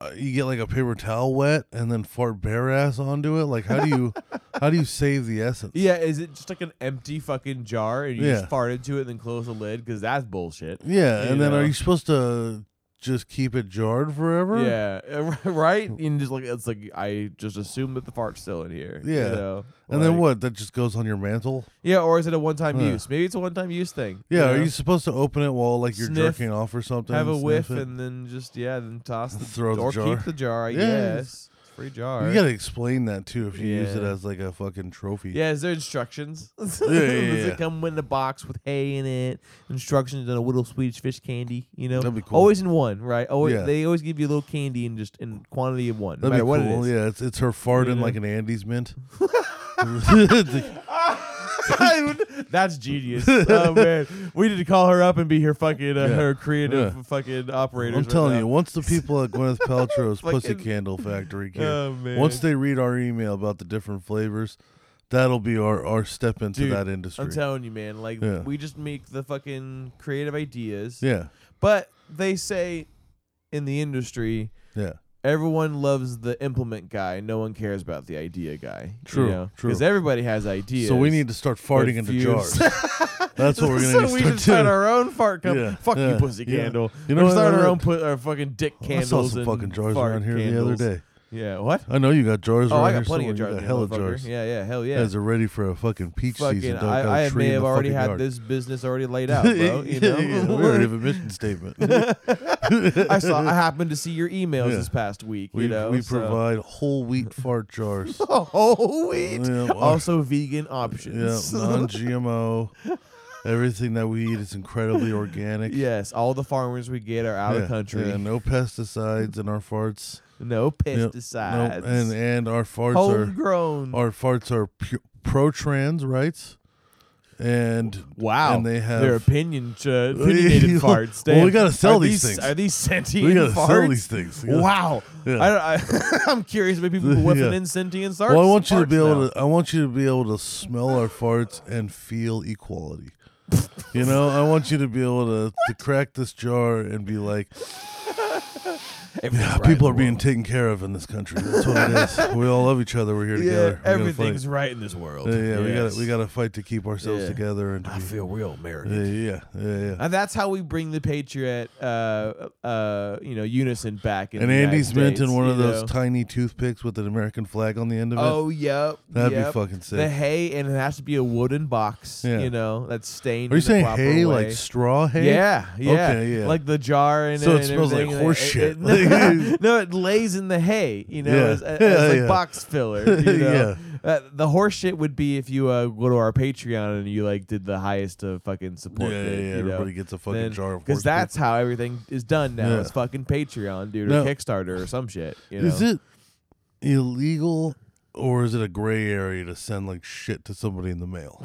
[SPEAKER 1] uh, you get like a paper towel wet and then fart bare ass onto it? Like, how do you, how do you save the essence?
[SPEAKER 2] Yeah, is it just like an empty fucking jar and you
[SPEAKER 1] Yeah.
[SPEAKER 2] just fart into it and then close the lid? Because that's bullshit.
[SPEAKER 1] Yeah, and
[SPEAKER 2] You
[SPEAKER 1] then are
[SPEAKER 2] know.
[SPEAKER 1] you supposed to just keep it jarred forever?
[SPEAKER 2] Yeah, right. And just like it's like I just assume that the fart's still in here. you
[SPEAKER 1] Yeah.
[SPEAKER 2] know?
[SPEAKER 1] And then
[SPEAKER 2] Like-
[SPEAKER 1] what? That just goes on your mantle?
[SPEAKER 2] Yeah, or is it a one-time
[SPEAKER 1] Yeah.
[SPEAKER 2] use? Maybe it's a one-time use thing.
[SPEAKER 1] Yeah. Are
[SPEAKER 2] know?
[SPEAKER 1] you supposed to open it while like you're
[SPEAKER 2] Sniff,
[SPEAKER 1] jerking off or something?
[SPEAKER 2] have a
[SPEAKER 1] sniff
[SPEAKER 2] whiff
[SPEAKER 1] it?
[SPEAKER 2] and then just yeah, then toss the
[SPEAKER 1] Throw the
[SPEAKER 2] or
[SPEAKER 1] jar.
[SPEAKER 2] keep the jar. I
[SPEAKER 1] Yeah.
[SPEAKER 2] guess it's a free jar.
[SPEAKER 1] you gotta explain that too if you use it
[SPEAKER 2] Yeah.
[SPEAKER 1] as like a fucking trophy.
[SPEAKER 2] yeah, is there instructions? Does
[SPEAKER 1] yeah.
[SPEAKER 2] it come in a box with hay in it? Instructions on a little Swedish fish candy. You know,
[SPEAKER 1] That'd be cool.
[SPEAKER 2] always in one, right? Always,
[SPEAKER 1] Yeah.
[SPEAKER 2] They always give you a little candy in just in quantity of one, no
[SPEAKER 1] That'd be
[SPEAKER 2] matter what
[SPEAKER 1] cool.
[SPEAKER 2] it is.
[SPEAKER 1] Yeah, it's it's her fart in
[SPEAKER 2] know?
[SPEAKER 1] like an Andes mint.
[SPEAKER 2] That's genius. oh man, we need to call her up and be her fucking uh,
[SPEAKER 1] Yeah.
[SPEAKER 2] her creative
[SPEAKER 1] Yeah.
[SPEAKER 2] fucking operator.
[SPEAKER 1] I'm telling you, once the people at Gwyneth Paltrow's Pussy
[SPEAKER 2] Fucking-
[SPEAKER 1] Candle Factory care,
[SPEAKER 2] Oh, man.
[SPEAKER 1] once they read our email about the different flavors, that'll be our, our step into
[SPEAKER 2] Dude,
[SPEAKER 1] that industry.
[SPEAKER 2] I'm telling you, man. Like
[SPEAKER 1] Yeah.
[SPEAKER 2] we just make the fucking creative ideas.
[SPEAKER 1] yeah,
[SPEAKER 2] But they say in the industry,
[SPEAKER 1] yeah,
[SPEAKER 2] everyone loves the implement guy. No one cares about the idea guy.
[SPEAKER 1] True, true.
[SPEAKER 2] Because everybody has ideas.
[SPEAKER 1] So we need to start farting into
[SPEAKER 2] few-
[SPEAKER 1] jars. That's what we're
[SPEAKER 2] so
[SPEAKER 1] gonna
[SPEAKER 2] we
[SPEAKER 1] need to
[SPEAKER 2] just
[SPEAKER 1] start
[SPEAKER 2] start
[SPEAKER 1] doing.
[SPEAKER 2] our own fart company.
[SPEAKER 1] Yeah,
[SPEAKER 2] Fuck
[SPEAKER 1] yeah,
[SPEAKER 2] you, pussy
[SPEAKER 1] yeah.
[SPEAKER 2] candle.
[SPEAKER 1] You
[SPEAKER 2] You
[SPEAKER 1] know
[SPEAKER 2] know,
[SPEAKER 1] what,
[SPEAKER 2] we start
[SPEAKER 1] I-
[SPEAKER 2] our own put our fucking dick
[SPEAKER 1] I
[SPEAKER 2] candles.
[SPEAKER 1] saw some
[SPEAKER 2] and
[SPEAKER 1] fucking jars
[SPEAKER 2] fart
[SPEAKER 1] around here
[SPEAKER 2] candles.
[SPEAKER 1] the other day.
[SPEAKER 2] Yeah, what?
[SPEAKER 1] I know you got jars
[SPEAKER 2] Oh,
[SPEAKER 1] around
[SPEAKER 2] I
[SPEAKER 1] here
[SPEAKER 2] got plenty of
[SPEAKER 1] somewhere.
[SPEAKER 2] jars.
[SPEAKER 1] You got hella
[SPEAKER 2] motherfucker.
[SPEAKER 1] jars.
[SPEAKER 2] Yeah, yeah, hell yeah.
[SPEAKER 1] You guys are ready for a fucking peach
[SPEAKER 2] Fucking,
[SPEAKER 1] season. Don't got
[SPEAKER 2] I,
[SPEAKER 1] a
[SPEAKER 2] I
[SPEAKER 1] tree
[SPEAKER 2] may
[SPEAKER 1] in
[SPEAKER 2] have
[SPEAKER 1] the
[SPEAKER 2] already
[SPEAKER 1] fucking
[SPEAKER 2] had
[SPEAKER 1] yard.
[SPEAKER 2] this business already laid out, bro. You
[SPEAKER 1] Yeah,
[SPEAKER 2] know,
[SPEAKER 1] yeah, we already have a mission statement.
[SPEAKER 2] I saw. I happened to see your emails
[SPEAKER 1] Yeah.
[SPEAKER 2] this past week.
[SPEAKER 1] we
[SPEAKER 2] you know,
[SPEAKER 1] we
[SPEAKER 2] so-
[SPEAKER 1] provide whole wheat fart jars. uh,
[SPEAKER 2] Oh wait!
[SPEAKER 1] Yeah, well-
[SPEAKER 2] also, vegan
[SPEAKER 1] Yeah,
[SPEAKER 2] options.
[SPEAKER 1] non-GMO. Everything that we eat is incredibly organic.
[SPEAKER 2] yes, all the farmers we get are out
[SPEAKER 1] Yeah,
[SPEAKER 2] of country.
[SPEAKER 1] yeah, no pesticides in our farts.
[SPEAKER 2] No
[SPEAKER 1] Yep,
[SPEAKER 2] pesticides.
[SPEAKER 1] No, and and our farts
[SPEAKER 2] homegrown.
[SPEAKER 1] are our farts are pu- pro-trans rights. and
[SPEAKER 2] Wow.
[SPEAKER 1] and they have
[SPEAKER 2] their opinion uh, opinionated farts.
[SPEAKER 1] Well, we
[SPEAKER 2] Damn.
[SPEAKER 1] gotta sell
[SPEAKER 2] Are
[SPEAKER 1] these things.
[SPEAKER 2] Are these sentient
[SPEAKER 1] we gotta
[SPEAKER 2] farts?
[SPEAKER 1] sell these things. We gotta-
[SPEAKER 2] Wow.
[SPEAKER 1] Yeah.
[SPEAKER 2] I don't, I, I'm curious about people whiffing
[SPEAKER 1] Yeah.
[SPEAKER 2] in sentient farts.
[SPEAKER 1] Well, I want you to be
[SPEAKER 2] farts
[SPEAKER 1] able
[SPEAKER 2] now.
[SPEAKER 1] to. I want you to be able to smell our farts and feel equality. you know, I want you to be able to, to crack this jar and be like,
[SPEAKER 2] Everything's
[SPEAKER 1] "Ah,
[SPEAKER 2] right
[SPEAKER 1] people are
[SPEAKER 2] in the
[SPEAKER 1] being taken care of in this country. That's what it is. We all love each other. We're here
[SPEAKER 2] world.
[SPEAKER 1] together.
[SPEAKER 2] Yeah,
[SPEAKER 1] We gotta
[SPEAKER 2] everything's
[SPEAKER 1] fight.
[SPEAKER 2] right in this world.
[SPEAKER 1] Yeah, yeah, we
[SPEAKER 2] Yes.
[SPEAKER 1] gotta we gotta fight to keep ourselves
[SPEAKER 2] Yeah.
[SPEAKER 1] together and to
[SPEAKER 2] I
[SPEAKER 1] be,
[SPEAKER 2] feel real American.
[SPEAKER 1] yeah, yeah, yeah, yeah.
[SPEAKER 2] And that's how we bring the Patriot, uh, uh, you know, unison back. In
[SPEAKER 1] And
[SPEAKER 2] the United
[SPEAKER 1] Andy's mint
[SPEAKER 2] States,
[SPEAKER 1] in one
[SPEAKER 2] you
[SPEAKER 1] of those
[SPEAKER 2] know?
[SPEAKER 1] tiny toothpicks with an American flag on the end of it.
[SPEAKER 2] oh yep,
[SPEAKER 1] That'd be
[SPEAKER 2] yep.
[SPEAKER 1] fucking sick.
[SPEAKER 2] The hay, and it has to be a wooden box.
[SPEAKER 1] Yeah.
[SPEAKER 2] You know, that's stained.
[SPEAKER 1] Are you
[SPEAKER 2] in the
[SPEAKER 1] saying
[SPEAKER 2] proper
[SPEAKER 1] hay
[SPEAKER 2] way.
[SPEAKER 1] like straw hay?
[SPEAKER 2] Yeah, yeah.
[SPEAKER 1] Okay, yeah.
[SPEAKER 2] Like the jar and
[SPEAKER 1] So it
[SPEAKER 2] and
[SPEAKER 1] smells like
[SPEAKER 2] everything,
[SPEAKER 1] horse
[SPEAKER 2] it-
[SPEAKER 1] shit.
[SPEAKER 2] it- no, no, it lays in the hay, you know,
[SPEAKER 1] Yeah.
[SPEAKER 2] as, as
[SPEAKER 1] Yeah,
[SPEAKER 2] like
[SPEAKER 1] yeah.
[SPEAKER 2] box filler. You know?
[SPEAKER 1] Yeah.
[SPEAKER 2] Uh, the horse shit would be if you uh, go to our Patreon and you like did the highest uh, fucking
[SPEAKER 1] yeah,
[SPEAKER 2] support.
[SPEAKER 1] yeah, yeah.
[SPEAKER 2] bid, you know?
[SPEAKER 1] Everybody gets a fucking jar of horse
[SPEAKER 2] because that's how everything is done now.
[SPEAKER 1] Yeah.
[SPEAKER 2] It's fucking Patreon, dude,
[SPEAKER 1] No.
[SPEAKER 2] or Kickstarter or some shit. You know?
[SPEAKER 1] Is it illegal or is it a gray area to send like shit to somebody in the mail?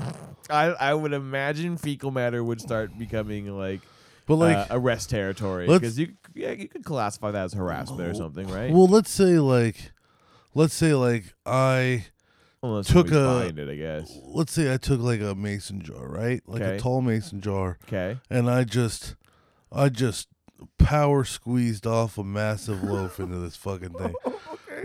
[SPEAKER 2] I I would imagine fecal matter would start becoming like.
[SPEAKER 1] But like,
[SPEAKER 2] uh, arrest territory
[SPEAKER 1] let's-
[SPEAKER 2] because you yeah, you could classify that as harassment or something, right?
[SPEAKER 1] well, let's say like, let's say like I
[SPEAKER 2] Unless
[SPEAKER 1] took
[SPEAKER 2] took
[SPEAKER 1] a-
[SPEAKER 2] behind it, I guess.
[SPEAKER 1] let's say I took like a mason jar, right? Like
[SPEAKER 2] Okay.
[SPEAKER 1] a tall mason jar,
[SPEAKER 2] Okay.
[SPEAKER 1] and I just I just power squeezed off a massive loaf into this fucking thing.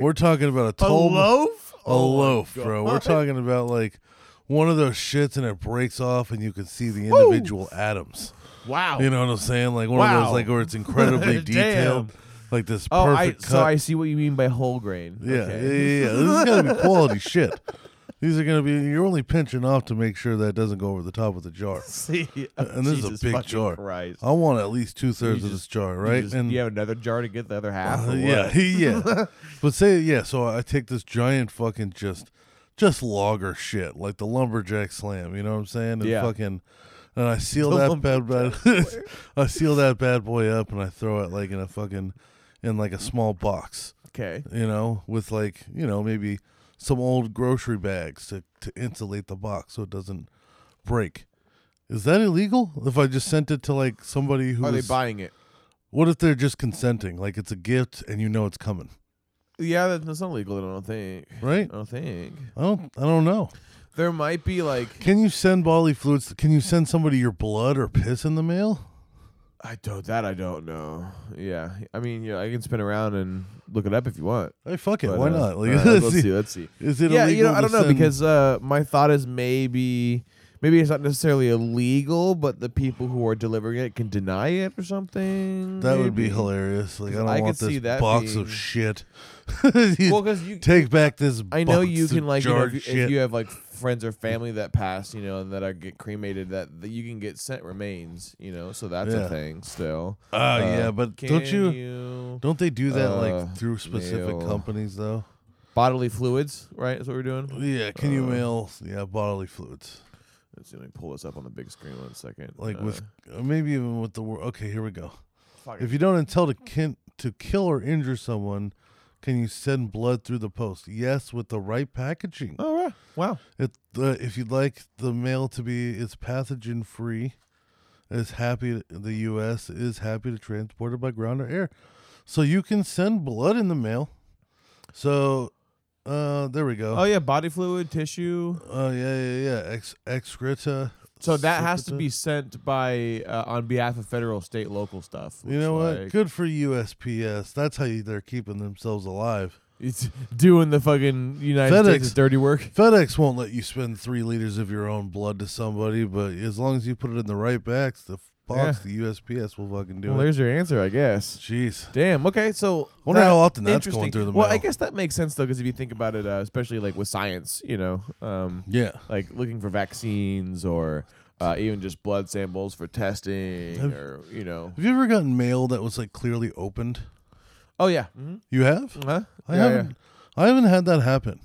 [SPEAKER 1] We're talking about a tall
[SPEAKER 2] loaf? Oh
[SPEAKER 1] a loaf, Oh bro. We're talking about like one of those shits and it breaks off and you can see the individual atoms.
[SPEAKER 2] Wow.
[SPEAKER 1] You know what I'm saying? Like one of
[SPEAKER 2] Wow.
[SPEAKER 1] those like where it's incredibly
[SPEAKER 2] Damn.
[SPEAKER 1] detailed. Like this
[SPEAKER 2] oh, I,
[SPEAKER 1] perfect cut.
[SPEAKER 2] so I see what you mean by whole grain.
[SPEAKER 1] yeah,
[SPEAKER 2] Okay.
[SPEAKER 1] yeah, yeah, yeah. This is gonna be quality shit. These are gonna be you're only pinching off to make sure that doesn't go over the top of the jar.
[SPEAKER 2] See, oh,
[SPEAKER 1] And this is a
[SPEAKER 2] Jesus
[SPEAKER 1] big
[SPEAKER 2] fucking
[SPEAKER 1] jar.
[SPEAKER 2] Christ.
[SPEAKER 1] I want at least two thirds
[SPEAKER 2] You
[SPEAKER 1] of this
[SPEAKER 2] just-
[SPEAKER 1] jar, right?
[SPEAKER 2] You, just- you have another jar to get the other half.
[SPEAKER 1] Uh,
[SPEAKER 2] or
[SPEAKER 1] yeah,
[SPEAKER 2] what?
[SPEAKER 1] yeah. but say yeah, so I take this giant fucking just just logger shit, like the lumberjack slam, you know what I'm saying? And
[SPEAKER 2] Yeah.
[SPEAKER 1] fucking and I seal
[SPEAKER 2] The
[SPEAKER 1] that bad bad I seal that bad boy up and I throw it like in a fucking in like a small box,
[SPEAKER 2] Okay.
[SPEAKER 1] you know, with like, you know, maybe some old grocery bags to, to insulate the box so it doesn't break. Is that illegal? If I just sent it to like somebody who
[SPEAKER 2] Are they
[SPEAKER 1] was-
[SPEAKER 2] buying it?
[SPEAKER 1] what if they're just consenting? Like it's a gift and you know it's coming,
[SPEAKER 2] Yeah, that- that's not legal. I don't think.
[SPEAKER 1] right?
[SPEAKER 2] I don't think
[SPEAKER 1] I don't. I don't know.
[SPEAKER 2] there might be like
[SPEAKER 1] Can you send bodily fluids? Can you send somebody your blood or piss in the mail?
[SPEAKER 2] I don't that I don't know. Yeah, I mean, yeah, I can spin around and look it up if you want.
[SPEAKER 1] Hey, fuck it.
[SPEAKER 2] but,
[SPEAKER 1] Why
[SPEAKER 2] uh,
[SPEAKER 1] not? Like,
[SPEAKER 2] all right,
[SPEAKER 1] let's
[SPEAKER 2] let's
[SPEAKER 1] see.
[SPEAKER 2] see. Let's see.
[SPEAKER 1] Is it
[SPEAKER 2] yeah,
[SPEAKER 1] illegal?
[SPEAKER 2] you know, I
[SPEAKER 1] to
[SPEAKER 2] don't know
[SPEAKER 1] send-
[SPEAKER 2] because uh, my thought is maybe maybe it's not necessarily illegal, but the people who are delivering it can deny it or something.
[SPEAKER 1] that would be
[SPEAKER 2] maybe.
[SPEAKER 1] hilarious. Like I
[SPEAKER 2] 'Cause
[SPEAKER 1] don't
[SPEAKER 2] I could
[SPEAKER 1] want this
[SPEAKER 2] see that
[SPEAKER 1] box
[SPEAKER 2] being-
[SPEAKER 1] of shit.
[SPEAKER 2] Well, because you,
[SPEAKER 1] Take back this.
[SPEAKER 2] I know
[SPEAKER 1] box
[SPEAKER 2] you
[SPEAKER 1] of
[SPEAKER 2] can like you know,
[SPEAKER 1] jarred
[SPEAKER 2] if, you,
[SPEAKER 1] shit.
[SPEAKER 2] if you have like friends or family that pass, you know, and that are get cremated, that, that you can get sent remains, you know, so that's a
[SPEAKER 1] Yeah.
[SPEAKER 2] thing still.
[SPEAKER 1] Ah, yeah, but
[SPEAKER 2] uh, can
[SPEAKER 1] don't you-
[SPEAKER 2] you
[SPEAKER 1] don't they do that
[SPEAKER 2] uh,
[SPEAKER 1] like through specific
[SPEAKER 2] mail.
[SPEAKER 1] companies though?
[SPEAKER 2] bodily fluids? Right, is what we're doing.
[SPEAKER 1] Yeah. Can you
[SPEAKER 2] Uh,
[SPEAKER 1] mail? Yeah, bodily fluids.
[SPEAKER 2] Let's see, let me pull this up on the big screen one second.
[SPEAKER 1] Like
[SPEAKER 2] Uh,
[SPEAKER 1] with maybe even with the word. Okay, here we go.
[SPEAKER 2] fuck it.
[SPEAKER 1] If you don't intend to kin- to kill or injure someone, can you send blood through the post? Yes, with the right packaging.
[SPEAKER 2] oh yeah, wow,
[SPEAKER 1] If uh, if you'd like the mail to be is pathogen free, is happy the U.S. is happy to transport it by ground or air, so you can send blood in the mail. So, uh, there we go.
[SPEAKER 2] oh yeah, body fluid, tissue.
[SPEAKER 1] Oh, yeah, yeah, yeah. Ex- excreta.
[SPEAKER 2] So that has to
[SPEAKER 1] secreta.
[SPEAKER 2] be sent by uh, on behalf of federal, state, local stuff.
[SPEAKER 1] You know
[SPEAKER 2] which,
[SPEAKER 1] what?
[SPEAKER 2] like,
[SPEAKER 1] Good for USPS. That's how you, they're keeping themselves alive.
[SPEAKER 2] It's doing the fucking United States'
[SPEAKER 1] FedEx.
[SPEAKER 2] dirty work.
[SPEAKER 1] FedEx won't let you spend three liters of your own blood to somebody, but as long as you put it in the right box, the f- box, the USPS will fucking do
[SPEAKER 2] Well,
[SPEAKER 1] it.
[SPEAKER 2] there's your answer, I guess.
[SPEAKER 1] Jeez.
[SPEAKER 2] Damn. Okay. So
[SPEAKER 1] Wonder
[SPEAKER 2] that-
[SPEAKER 1] how often that's
[SPEAKER 2] interesting.
[SPEAKER 1] going through the
[SPEAKER 2] Well, I
[SPEAKER 1] mail.
[SPEAKER 2] guess that makes sense though, because if you think about it, uh, especially like with science, you know, um,
[SPEAKER 1] Yeah.
[SPEAKER 2] like looking for vaccines or uh, even just blood samples for testing,
[SPEAKER 1] Have-
[SPEAKER 2] or you know,
[SPEAKER 1] Have you ever gotten mail that was like clearly opened?
[SPEAKER 2] oh yeah, mm-hmm.
[SPEAKER 1] You have?
[SPEAKER 2] huh?
[SPEAKER 1] I
[SPEAKER 2] yeah,
[SPEAKER 1] haven't. I haven't had that happen.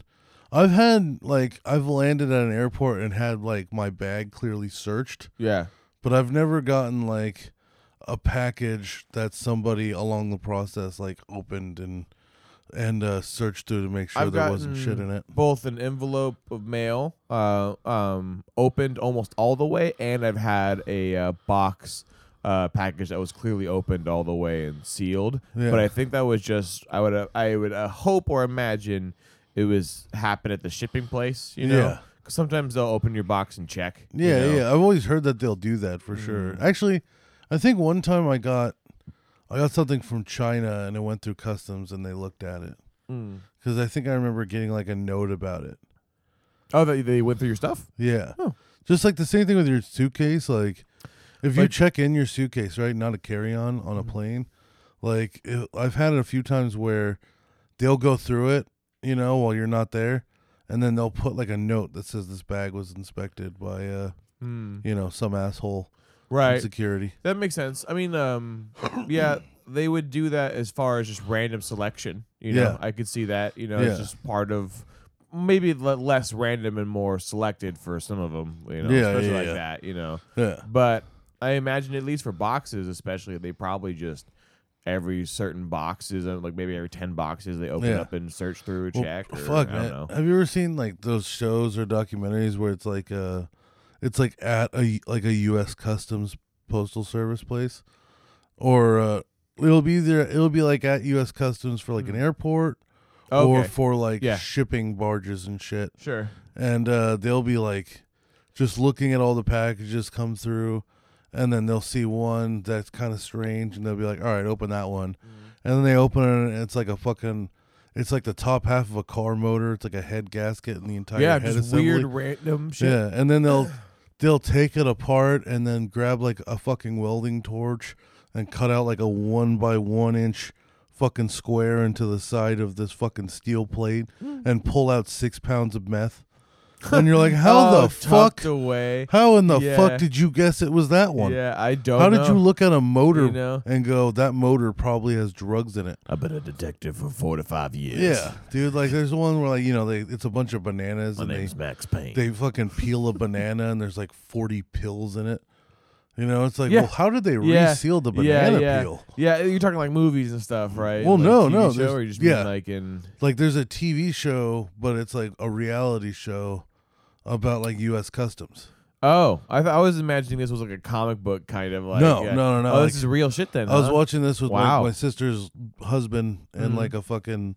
[SPEAKER 1] I've had like I've landed at an airport and had like my bag clearly searched,
[SPEAKER 2] yeah.
[SPEAKER 1] but I've never gotten like a package that somebody along the process like opened and and uh, search through to make sure
[SPEAKER 2] I've
[SPEAKER 1] there wasn't
[SPEAKER 2] gotten
[SPEAKER 1] shit in it.
[SPEAKER 2] Both an envelope of mail, uh, um, opened almost all the way, and I've had a uh, box uh, package that was clearly opened all the way and sealed.
[SPEAKER 1] Yeah.
[SPEAKER 2] But I think that was just I would uh, I would uh, hope or imagine it was happened at the shipping place. You know,
[SPEAKER 1] Yeah.
[SPEAKER 2] 'Cause sometimes they'll open your box and check. you
[SPEAKER 1] Yeah,
[SPEAKER 2] know? Mm.
[SPEAKER 1] yeah. I've always heard that they'll do that for sure. Actually, I think one time I got I got something from China and it went through customs and they looked at it.
[SPEAKER 2] Mm.
[SPEAKER 1] Cuz I think I remember getting like a note about it.
[SPEAKER 2] Oh, they, they went through your stuff.
[SPEAKER 1] Yeah.
[SPEAKER 2] Oh.
[SPEAKER 1] Just like the same thing with your suitcase like if you
[SPEAKER 2] Like- Mm.
[SPEAKER 1] check in your suitcase, right, not a carry-on on a plane, like it, I've had it a few times where they'll go through it, you know, while you're not there, and then they'll put like a note that says this bag was inspected by uh,
[SPEAKER 2] Hmm.
[SPEAKER 1] you know, some asshole from
[SPEAKER 2] Right.
[SPEAKER 1] security.
[SPEAKER 2] That makes sense. I mean, um, yeah, they would do that as far as just random selection. You know,
[SPEAKER 1] Yeah.
[SPEAKER 2] I could see that. You know,
[SPEAKER 1] Yeah.
[SPEAKER 2] it's just part of maybe le- less random and more selected for some of them. You know,
[SPEAKER 1] Yeah,
[SPEAKER 2] especially
[SPEAKER 1] yeah,
[SPEAKER 2] like
[SPEAKER 1] yeah.
[SPEAKER 2] that. You know,
[SPEAKER 1] Yeah.
[SPEAKER 2] but I imagine at least for boxes, especially, they probably just every certain boxes, uh, like maybe every ten boxes, they open
[SPEAKER 1] Yeah.
[SPEAKER 2] up and search through,
[SPEAKER 1] Well,
[SPEAKER 2] check. Or,
[SPEAKER 1] fuck,
[SPEAKER 2] I don't
[SPEAKER 1] man.
[SPEAKER 2] know.
[SPEAKER 1] Have you ever seen like those shows or documentaries where it's like uh it's like at a like a U.S. Customs Postal Service place, or uh, it'll be there. It'll be like at U.S. Customs for like an airport, or
[SPEAKER 2] Hmm. Okay.
[SPEAKER 1] for like
[SPEAKER 2] Yeah.
[SPEAKER 1] shipping barges and shit,
[SPEAKER 2] Sure.
[SPEAKER 1] and uh, they'll be like just looking at all the packages come through. And then they'll see one that's kind of strange, and they'll be like, "All right, open that one."
[SPEAKER 2] Mm-hmm.
[SPEAKER 1] And then they open it, and it's like a fucking, it's like the top half of a car motor. It's like a head gasket and the entire
[SPEAKER 2] Yeah,
[SPEAKER 1] head
[SPEAKER 2] just
[SPEAKER 1] assembly.
[SPEAKER 2] weird random shit.
[SPEAKER 1] Yeah, and then they'll they'll take it apart and then grab like a fucking welding torch and cut out like a one by one inch fucking square into the side of this fucking steel plate
[SPEAKER 2] Hmm.
[SPEAKER 1] and pull out six pounds of meth. And you're like, how
[SPEAKER 2] Oh,
[SPEAKER 1] the fuck?
[SPEAKER 2] tucked away?
[SPEAKER 1] How in the
[SPEAKER 2] Yeah.
[SPEAKER 1] fuck did you guess it was that one?
[SPEAKER 2] Yeah, I don't.
[SPEAKER 1] How did you
[SPEAKER 2] know.
[SPEAKER 1] look at a motor
[SPEAKER 2] You know?
[SPEAKER 1] and go, that motor probably has drugs in it?
[SPEAKER 2] I've been a detective for four to five years.
[SPEAKER 1] Yeah, dude. Like, there's one where like you know they it's a bunch of bananas and they
[SPEAKER 2] Max Payne.
[SPEAKER 1] they fucking peel a banana and there's like 40 pills in it. You know, it's like,
[SPEAKER 2] Yeah.
[SPEAKER 1] well, how did they
[SPEAKER 2] yeah.
[SPEAKER 1] reseal the
[SPEAKER 2] yeah,
[SPEAKER 1] banana
[SPEAKER 2] yeah.
[SPEAKER 1] peel? Mm.
[SPEAKER 2] Yeah, you're talking like movies and stuff, right?
[SPEAKER 1] Well,
[SPEAKER 2] Like
[SPEAKER 1] no,
[SPEAKER 2] TV
[SPEAKER 1] no,
[SPEAKER 2] Show,
[SPEAKER 1] there's-
[SPEAKER 2] or you just mean
[SPEAKER 1] yeah.
[SPEAKER 2] like in
[SPEAKER 1] Like, there's a TV show, but it's like a reality show about like U.S. Customs.
[SPEAKER 2] oh, I th- I was imagining this was like a comic book kind of like
[SPEAKER 1] No,
[SPEAKER 2] yeah.
[SPEAKER 1] no, no, no,
[SPEAKER 2] Oh,
[SPEAKER 1] like-
[SPEAKER 2] this is real shit then.
[SPEAKER 1] I was
[SPEAKER 2] huh?
[SPEAKER 1] watching this with
[SPEAKER 2] Uh-huh. Wow. Mm-hmm.
[SPEAKER 1] my, my sister's husband and like a fucking.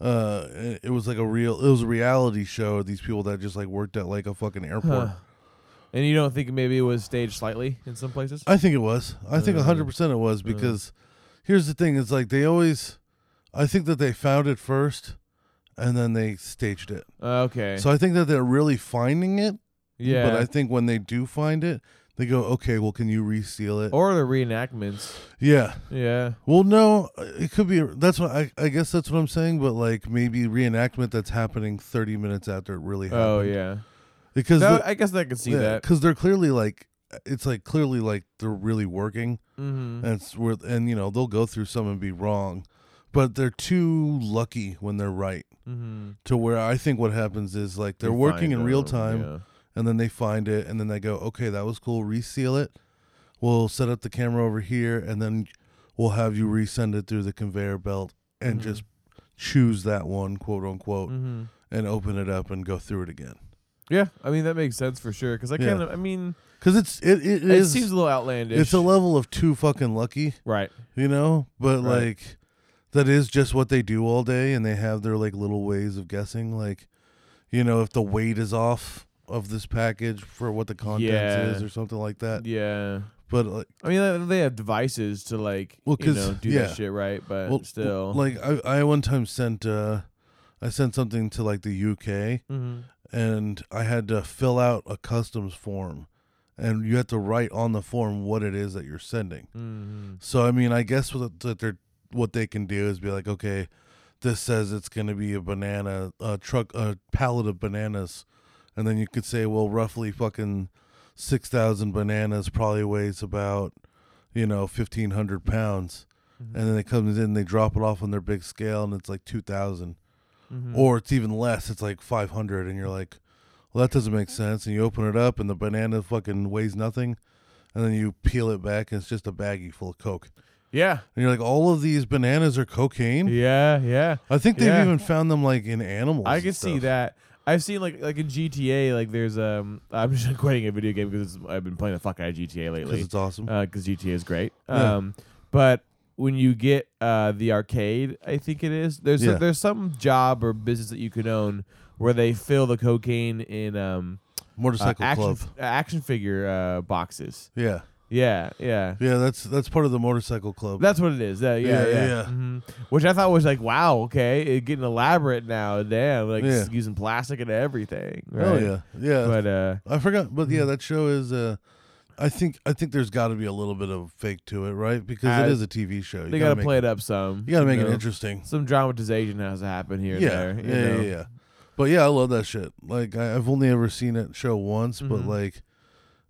[SPEAKER 1] Uh, it- it was like a real, it was a reality show. of These people that just like worked at like a fucking airport.
[SPEAKER 2] Huh. and you don't think maybe it was staged slightly in some places?
[SPEAKER 1] I think it was. I think
[SPEAKER 2] Uh,
[SPEAKER 1] hundred percent it was because here's the thing: it's like they always. I think that they found it first, and then they staged it.
[SPEAKER 2] Uh, okay,
[SPEAKER 1] So I think that they're really finding it.
[SPEAKER 2] yeah,
[SPEAKER 1] But I think when they do find it, they go, okay, well, can you reseal it?
[SPEAKER 2] or the reenactments.
[SPEAKER 1] yeah.
[SPEAKER 2] Yeah,
[SPEAKER 1] Well, no, it could be. That's what I, I guess that's what I'm saying. But like maybe reenactment that's happening 30 minutes after it really happened.
[SPEAKER 2] oh yeah.
[SPEAKER 1] Because
[SPEAKER 2] That-
[SPEAKER 1] the-
[SPEAKER 2] I guess I could see
[SPEAKER 1] yeah,
[SPEAKER 2] that.
[SPEAKER 1] 'cause they're clearly like, it's like clearly like they're really working.
[SPEAKER 2] Mm-hmm.
[SPEAKER 1] And it's worth, and you know, they'll go through some and be wrong. But they're too lucky when they're right
[SPEAKER 2] Mm-hmm.
[SPEAKER 1] to where I think what happens is like they're working in real time. and then they find it and then they go okay that was cool reseal it we'll set up the camera over here and then we'll have you resend it through the conveyor belt and just choose that one quote unquote
[SPEAKER 2] Mm-hmm.
[SPEAKER 1] and open it up and go through it again
[SPEAKER 2] Yeah, I mean that makes sense for sure. Because I
[SPEAKER 1] Yeah.
[SPEAKER 2] kind of, I mean,
[SPEAKER 1] because it's it, it
[SPEAKER 2] it,
[SPEAKER 1] is
[SPEAKER 2] seems a little outlandish.
[SPEAKER 1] it's a level of too fucking lucky
[SPEAKER 2] right.
[SPEAKER 1] you know but
[SPEAKER 2] Right.
[SPEAKER 1] like that is just what they do all day and they have their like little ways of guessing like you know if the weight is off of this package for what the contents
[SPEAKER 2] Yeah.
[SPEAKER 1] is or something like that
[SPEAKER 2] Yeah,
[SPEAKER 1] but like
[SPEAKER 2] I mean uh, they have devices to like
[SPEAKER 1] Well,
[SPEAKER 2] you
[SPEAKER 1] 'cause-
[SPEAKER 2] know do
[SPEAKER 1] yeah.
[SPEAKER 2] that shit right, but
[SPEAKER 1] Well,
[SPEAKER 2] Uh, still,
[SPEAKER 1] like I, I one time sent uh i sent something to like the uk
[SPEAKER 2] mm-hmm.
[SPEAKER 1] and i had to fill out a customs form and you had to write on the form what it is that you're sending
[SPEAKER 2] Mm-hmm.
[SPEAKER 1] so i mean i guess what that they're what they can do is be like okay this says it's going to be a banana a truck a pallet of bananas and then you could say well roughly fucking 6000 bananas probably weighs about you know 1500 pounds and then it comes in they drop it off on their big scale and it's like 2000 or it's even less it's like 500 and you're like well that doesn't make sense and you open it up and the banana fucking weighs nothing and then you peel it back and it's just a baggie full of coke
[SPEAKER 2] Yeah.
[SPEAKER 1] And you're like, all of these bananas are cocaine.
[SPEAKER 2] Yeah. Yeah.
[SPEAKER 1] I think they've
[SPEAKER 2] Yeah.
[SPEAKER 1] even found them like in animals.
[SPEAKER 2] I
[SPEAKER 1] and
[SPEAKER 2] can see
[SPEAKER 1] stuff.
[SPEAKER 2] that. I've seen like like in GTA, like there's um I'm just quitting a video game because I've been playing the fuck out of GTA
[SPEAKER 1] because
[SPEAKER 2] lately.
[SPEAKER 1] it's awesome.
[SPEAKER 2] because GTA is great.
[SPEAKER 1] Yeah.
[SPEAKER 2] Um, but when you get uh, the arcade, I think it is there's
[SPEAKER 1] Yeah.
[SPEAKER 2] there's some job or business that you can own where they fill the cocaine in um uh,
[SPEAKER 1] Motorcycle
[SPEAKER 2] action
[SPEAKER 1] club.
[SPEAKER 2] uh, action figure uh, boxes.
[SPEAKER 1] Yeah,
[SPEAKER 2] Yeah, yeah.
[SPEAKER 1] yeah. That's that's part of the motorcycle club.
[SPEAKER 2] That's what it is. Uh, yeah, yeah.
[SPEAKER 1] Yeah, yeah.
[SPEAKER 2] Mhm. Which I thought was like, wow, okay, it getting elaborate now. Damn, like
[SPEAKER 1] Yeah.
[SPEAKER 2] s- using plastic and everything. Right?
[SPEAKER 1] oh yeah, yeah.
[SPEAKER 2] But uh,
[SPEAKER 1] I forgot, but yeah, that show is. Uh, I think I think there's got to be a little bit of fake to it, right? Because
[SPEAKER 2] Uh,
[SPEAKER 1] it is a TV show. You
[SPEAKER 2] they gotta,
[SPEAKER 1] make
[SPEAKER 2] play it up some.
[SPEAKER 1] You gotta make
[SPEAKER 2] you
[SPEAKER 1] it
[SPEAKER 2] know?
[SPEAKER 1] interesting.
[SPEAKER 2] Some dramatization has to happen here
[SPEAKER 1] yeah,
[SPEAKER 2] and there. you
[SPEAKER 1] yeah,
[SPEAKER 2] know?
[SPEAKER 1] yeah, yeah. But yeah, I love that shit. Like I, I've only ever seen that show once, but
[SPEAKER 2] Mhm.
[SPEAKER 1] like,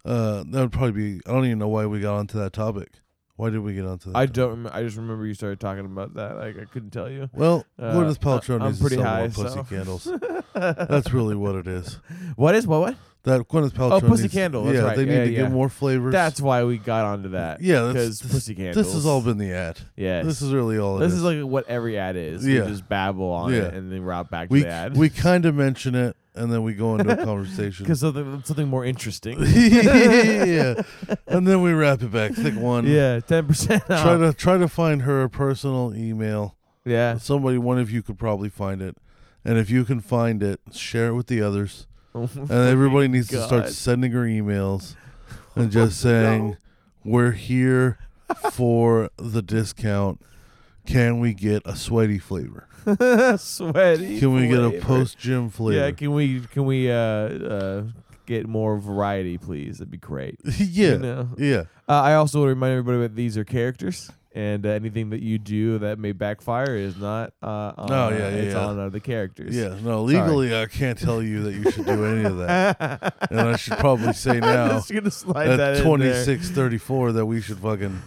[SPEAKER 1] uh, that would probably be. I don't even know why we got onto that topic. Why did we get onto that?
[SPEAKER 2] I
[SPEAKER 1] topic?
[SPEAKER 2] don't. Rem- I just remember you started talking about that. Like I couldn't tell you.
[SPEAKER 1] Well,
[SPEAKER 2] Uh,
[SPEAKER 1] Gwyneth Paltrow
[SPEAKER 2] I- I'm
[SPEAKER 1] needs
[SPEAKER 2] pretty
[SPEAKER 1] to sell
[SPEAKER 2] high,
[SPEAKER 1] more pussy
[SPEAKER 2] so.
[SPEAKER 1] candles. That's really what it is.
[SPEAKER 2] What is what? What?
[SPEAKER 1] That Gwyneth Paltrow.
[SPEAKER 2] Oh, pussy
[SPEAKER 1] needs-
[SPEAKER 2] candle, that's
[SPEAKER 1] yeah,
[SPEAKER 2] right.
[SPEAKER 1] they need
[SPEAKER 2] Yeah,
[SPEAKER 1] to
[SPEAKER 2] yeah.
[SPEAKER 1] get more flavors.
[SPEAKER 2] That's why we got onto that.
[SPEAKER 1] yeah. That's
[SPEAKER 2] because
[SPEAKER 1] this-
[SPEAKER 2] pussy candles.
[SPEAKER 1] This has all been the ad.
[SPEAKER 2] Yeah.
[SPEAKER 1] This is really all. it
[SPEAKER 2] This is like what every ad is.
[SPEAKER 1] Yeah.
[SPEAKER 2] You just babble on
[SPEAKER 1] Yeah.
[SPEAKER 2] it and then route back
[SPEAKER 1] we
[SPEAKER 2] to the ad.
[SPEAKER 1] we kind of mention it and then we go into a conversation.
[SPEAKER 2] because something something more interesting.
[SPEAKER 1] yeah, and then we wrap it back. Thick one.
[SPEAKER 2] yeah, ten percent off.
[SPEAKER 1] Try to try to find her personal email.
[SPEAKER 2] yeah,
[SPEAKER 1] Somebody, one of you could probably find it, and if you can find it, share it with the others. And everybody needs to start
[SPEAKER 2] Oh God.
[SPEAKER 1] sending her emails and just saying, "We're here for the discount. Can we get a sweaty flavor?
[SPEAKER 2] sweaty.
[SPEAKER 1] Can we get a
[SPEAKER 2] flavor.
[SPEAKER 1] post gym flavor?
[SPEAKER 2] Yeah, can we can we uh, uh get more variety, please? That'd be great.
[SPEAKER 1] yeah,
[SPEAKER 2] you know.
[SPEAKER 1] yeah,
[SPEAKER 2] Uh, I also want to remind everybody that these are characters, and uh, anything that you do that may backfire is not. Uh, on,
[SPEAKER 1] No, Oh, yeah, yeah,
[SPEAKER 2] it's
[SPEAKER 1] yeah.
[SPEAKER 2] on uh, the characters.
[SPEAKER 1] yeah. No, legally, I can't tell you that you should do any of that, and I should probably say now.
[SPEAKER 2] I'm just gonna slide that
[SPEAKER 1] at
[SPEAKER 2] in
[SPEAKER 1] twenty
[SPEAKER 2] there.
[SPEAKER 1] six thirty four that we should fucking,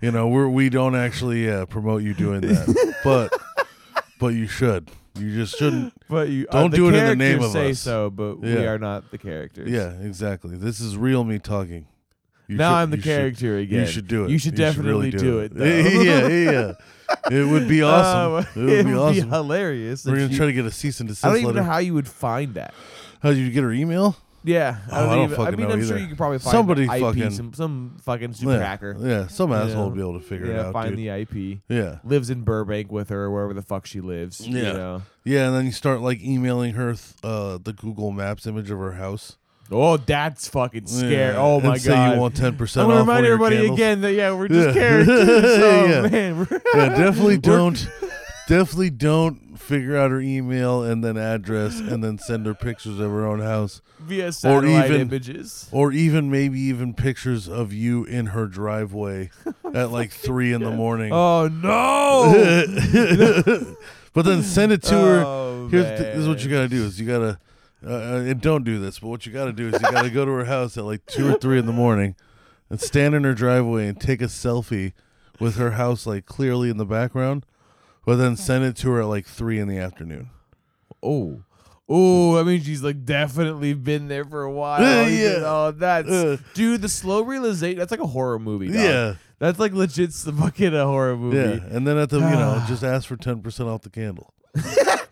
[SPEAKER 1] you know, we're we don't actually uh, promote you doing that, but but you should. You just shouldn't.
[SPEAKER 2] But you
[SPEAKER 1] Don't
[SPEAKER 2] uh,
[SPEAKER 1] do it in the
[SPEAKER 2] characters
[SPEAKER 1] name of
[SPEAKER 2] say
[SPEAKER 1] us.
[SPEAKER 2] so, but we
[SPEAKER 1] Yeah.
[SPEAKER 2] are not the characters.
[SPEAKER 1] Yeah, exactly. This is real me talking. You
[SPEAKER 2] now
[SPEAKER 1] should-
[SPEAKER 2] I'm the
[SPEAKER 1] you should-
[SPEAKER 2] character again.
[SPEAKER 1] You should do it.
[SPEAKER 2] You should
[SPEAKER 1] really
[SPEAKER 2] definitely do it. though.
[SPEAKER 1] yeah, yeah, yeah. It would be
[SPEAKER 2] Um,
[SPEAKER 1] awesome. it would be awesome.
[SPEAKER 2] hilarious.
[SPEAKER 1] We're
[SPEAKER 2] if
[SPEAKER 1] gonna
[SPEAKER 2] you-
[SPEAKER 1] try to get a cease and desist
[SPEAKER 2] I don't even
[SPEAKER 1] letter.
[SPEAKER 2] know how you would find that.
[SPEAKER 1] how did you get her email?
[SPEAKER 2] Yeah,
[SPEAKER 1] Oh, I don't
[SPEAKER 2] even, I
[SPEAKER 1] fucking
[SPEAKER 2] mean,
[SPEAKER 1] know
[SPEAKER 2] I'm sure
[SPEAKER 1] either.
[SPEAKER 2] you could probably find
[SPEAKER 1] Somebody
[SPEAKER 2] the IP,
[SPEAKER 1] fucking-
[SPEAKER 2] some, some fucking super
[SPEAKER 1] yeah,
[SPEAKER 2] hacker.
[SPEAKER 1] Yeah, some
[SPEAKER 2] You
[SPEAKER 1] asshole
[SPEAKER 2] know?
[SPEAKER 1] would be able to figure
[SPEAKER 2] yeah,
[SPEAKER 1] it out,
[SPEAKER 2] find
[SPEAKER 1] dude.
[SPEAKER 2] the IP.
[SPEAKER 1] yeah,
[SPEAKER 2] Lives in Burbank with her, wherever the fuck she lives. you
[SPEAKER 1] Yeah.
[SPEAKER 2] know?
[SPEAKER 1] yeah, and then you start like emailing her th- uh, the Google Maps image of her house.
[SPEAKER 2] Oh, that's fucking scary.
[SPEAKER 1] Yeah,
[SPEAKER 2] Oh
[SPEAKER 1] and
[SPEAKER 2] my
[SPEAKER 1] say
[SPEAKER 2] god.
[SPEAKER 1] you want ten percent.
[SPEAKER 2] I'm gonna remind everybody again that yeah, we're just
[SPEAKER 1] Yeah.
[SPEAKER 2] characters. Oh
[SPEAKER 1] Yeah.
[SPEAKER 2] man, we're-
[SPEAKER 1] Yeah, definitely don't, definitely don't figure out her email and then address and then send her pictures of her own house,
[SPEAKER 2] via satellite
[SPEAKER 1] even-
[SPEAKER 2] images.
[SPEAKER 1] or even maybe even pictures of you in her driveway at like three in the morning.
[SPEAKER 2] Oh no.
[SPEAKER 1] but then send it to
[SPEAKER 2] Oh,
[SPEAKER 1] her. Here's the, this is what
[SPEAKER 2] man.
[SPEAKER 1] you gotta do: is you gotta. Uh, uh, and don't do this, but what you got to do is you got to go to her house at like two or three in the morning, and stand in her driveway and take a selfie with her house like clearly in the background, but then send it to her at like three in the afternoon.
[SPEAKER 2] Oh. Oh, I mean, she's like definitely been there for a while.
[SPEAKER 1] Yeah,
[SPEAKER 2] You've been-
[SPEAKER 1] yeah.
[SPEAKER 2] Oh, that's
[SPEAKER 1] Uh.
[SPEAKER 2] dude. The slow realization. That's like a horror movie. Dog.
[SPEAKER 1] Yeah.
[SPEAKER 2] that's like legit the fucking a horror movie.
[SPEAKER 1] Yeah, and then at the you know just ask for ten percent off the candle,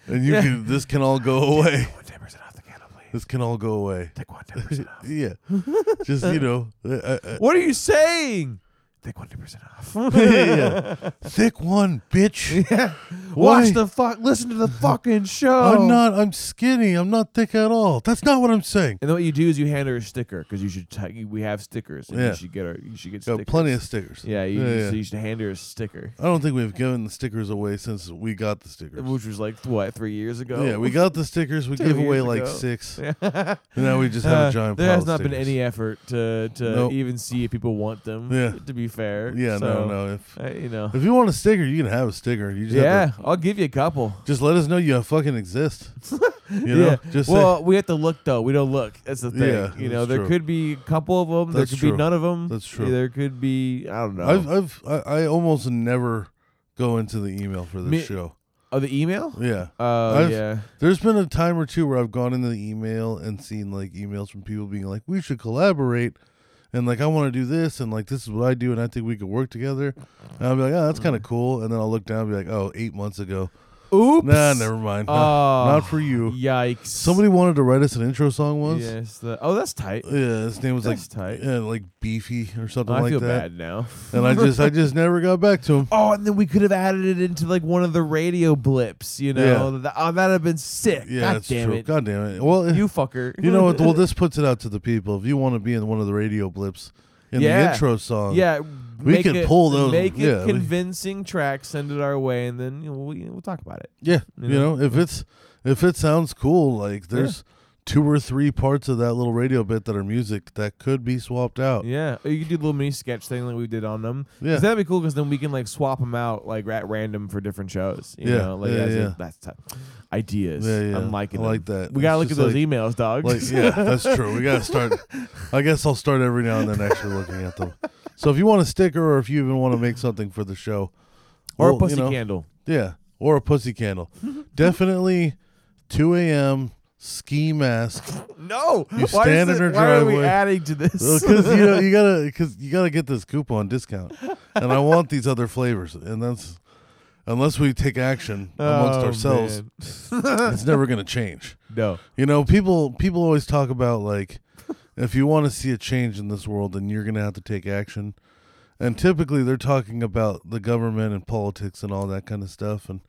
[SPEAKER 1] and you can this can all go away.
[SPEAKER 2] One ten percent off the candle, please.
[SPEAKER 1] This can all go away.
[SPEAKER 2] Take one ten percent off.
[SPEAKER 1] Yeah, just you know, uh, uh,
[SPEAKER 2] What are you saying? Take one ten percent off.
[SPEAKER 1] yeah. thick one, bitch. Why?
[SPEAKER 2] Watch the fuck. Listen to the fucking show.
[SPEAKER 1] I'm not. I'm skinny. I'm not thick at all. That's not what I'm saying.
[SPEAKER 2] And then what you do is you hand her a sticker because you should. T- you- we have stickers. And
[SPEAKER 1] Yeah.
[SPEAKER 2] You should get her. You should get
[SPEAKER 1] Got
[SPEAKER 2] stickers.
[SPEAKER 1] plenty of stickers.
[SPEAKER 2] Yeah. You,
[SPEAKER 1] yeah.
[SPEAKER 2] So you should hand her a sticker,
[SPEAKER 1] I don't think we've given the stickers away since we got the stickers.
[SPEAKER 2] which was like what three years ago.
[SPEAKER 1] Yeah, we got the stickers. We
[SPEAKER 2] Two
[SPEAKER 1] gave away
[SPEAKER 2] years
[SPEAKER 1] like
[SPEAKER 2] ago.
[SPEAKER 1] six.
[SPEAKER 2] Yeah.
[SPEAKER 1] And now we just have
[SPEAKER 2] Uh,
[SPEAKER 1] a giant.
[SPEAKER 2] There
[SPEAKER 1] pile
[SPEAKER 2] has
[SPEAKER 1] of
[SPEAKER 2] not been
[SPEAKER 1] stickers.
[SPEAKER 2] any effort to to
[SPEAKER 1] Nope.
[SPEAKER 2] even see if people want them.
[SPEAKER 1] Yeah.
[SPEAKER 2] To be fair.
[SPEAKER 1] Yeah,
[SPEAKER 2] So,
[SPEAKER 1] no, no. If
[SPEAKER 2] uh, you know.
[SPEAKER 1] if you want a sticker, you can have a sticker. You just
[SPEAKER 2] Yeah,
[SPEAKER 1] have
[SPEAKER 2] I'll give you a couple.
[SPEAKER 1] to, just let us know you fucking exist. You know,
[SPEAKER 2] yeah.
[SPEAKER 1] just say-
[SPEAKER 2] well, we have to look though. We don't look. That's the thing.
[SPEAKER 1] Yeah,
[SPEAKER 2] you know,
[SPEAKER 1] that's
[SPEAKER 2] there
[SPEAKER 1] true.
[SPEAKER 2] could be a couple of them.
[SPEAKER 1] That's
[SPEAKER 2] there could be
[SPEAKER 1] true.
[SPEAKER 2] none of them.
[SPEAKER 1] That's true.
[SPEAKER 2] There could be. I don't know.
[SPEAKER 1] I've I've I, I almost never go into the email for this
[SPEAKER 2] Me-
[SPEAKER 1] show.
[SPEAKER 2] oh, the email.
[SPEAKER 1] Yeah.
[SPEAKER 2] Oh
[SPEAKER 1] I've-
[SPEAKER 2] yeah.
[SPEAKER 1] There's been a time or two where I've gone into the email and seen like emails from people being like, "We should collaborate," and like I want to do this and like this is what I do and I think we could work together. And I'll be like, oh, that's kind of cool. And then I'll look down and be like, oh, eight months ago.
[SPEAKER 2] Oops.
[SPEAKER 1] Nah, never mind. Nah,
[SPEAKER 2] Oh.
[SPEAKER 1] not for you.
[SPEAKER 2] Yikes.
[SPEAKER 1] Somebody wanted to write us an intro song once. Yeah,
[SPEAKER 2] Yes. The, oh, that's tight.
[SPEAKER 1] his name was
[SPEAKER 2] That's
[SPEAKER 1] like
[SPEAKER 2] tight.
[SPEAKER 1] yeah, like Beefy or something
[SPEAKER 2] I
[SPEAKER 1] like
[SPEAKER 2] feel
[SPEAKER 1] that.
[SPEAKER 2] bad now.
[SPEAKER 1] And I just I just never got back to him.
[SPEAKER 2] Oh, and then we could have added it into like one of the radio blips, you know?
[SPEAKER 1] Yeah.
[SPEAKER 2] Th- oh, that'd have been sick.
[SPEAKER 1] Yeah,
[SPEAKER 2] God
[SPEAKER 1] that's
[SPEAKER 2] damn
[SPEAKER 1] true.
[SPEAKER 2] it.
[SPEAKER 1] God damn it. Well,
[SPEAKER 2] You fucker.
[SPEAKER 1] You know what? Well, this puts it out to the people. If you want to be in one of the radio blips in the
[SPEAKER 2] Yeah.
[SPEAKER 1] intro song,
[SPEAKER 2] yeah.
[SPEAKER 1] We
[SPEAKER 2] make
[SPEAKER 1] could
[SPEAKER 2] it-
[SPEAKER 1] pull those-
[SPEAKER 2] Make
[SPEAKER 1] yeah,
[SPEAKER 2] a
[SPEAKER 1] we-
[SPEAKER 2] convincing track, send it our way, and then you know, we, we'll talk about it.
[SPEAKER 1] yeah.
[SPEAKER 2] You
[SPEAKER 1] You know, if it's if it sounds cool, like
[SPEAKER 2] Yeah.
[SPEAKER 1] there's two or three parts of that little radio bit that are music that could be swapped out.
[SPEAKER 2] Yeah, or you could do a little mini sketch thing like we did on them.
[SPEAKER 1] Yeah.
[SPEAKER 2] 'Cause that'd be cool because then we can like swap them out like at random for different shows. You
[SPEAKER 1] Yeah,
[SPEAKER 2] know, like
[SPEAKER 1] yeah,
[SPEAKER 2] as in-
[SPEAKER 1] yeah.
[SPEAKER 2] that's t- ideas.
[SPEAKER 1] Yeah, yeah,
[SPEAKER 2] I'm liking.
[SPEAKER 1] I like
[SPEAKER 2] them.
[SPEAKER 1] that.
[SPEAKER 2] We
[SPEAKER 1] It's
[SPEAKER 2] gotta look at
[SPEAKER 1] just
[SPEAKER 2] those
[SPEAKER 1] like-
[SPEAKER 2] emails, dog.
[SPEAKER 1] Like, yeah, that's true. We gotta start. I guess I'll start every now and then actually looking at them. So if you want a sticker, or if you even want to make something for the show,
[SPEAKER 2] or
[SPEAKER 1] well,
[SPEAKER 2] a pussy
[SPEAKER 1] you know,
[SPEAKER 2] candle.
[SPEAKER 1] Yeah, or a pussy candle. Definitely, 2 a.m. ski mask.
[SPEAKER 2] No,
[SPEAKER 1] You
[SPEAKER 2] why,
[SPEAKER 1] stand
[SPEAKER 2] is
[SPEAKER 1] in her
[SPEAKER 2] it- why are we
[SPEAKER 1] driveway.
[SPEAKER 2] adding to this?
[SPEAKER 1] because you know you gotta because you gotta get this coupon discount, and I want these other flavors, and that's unless we take action amongst
[SPEAKER 2] Oh,
[SPEAKER 1] ourselves,
[SPEAKER 2] man.
[SPEAKER 1] it's never gonna change.
[SPEAKER 2] no,
[SPEAKER 1] You know, people people always talk about like if you want to see a change in this world, then you're gonna have to take action, and typically they're talking about the government and politics and all that kind of stuff, and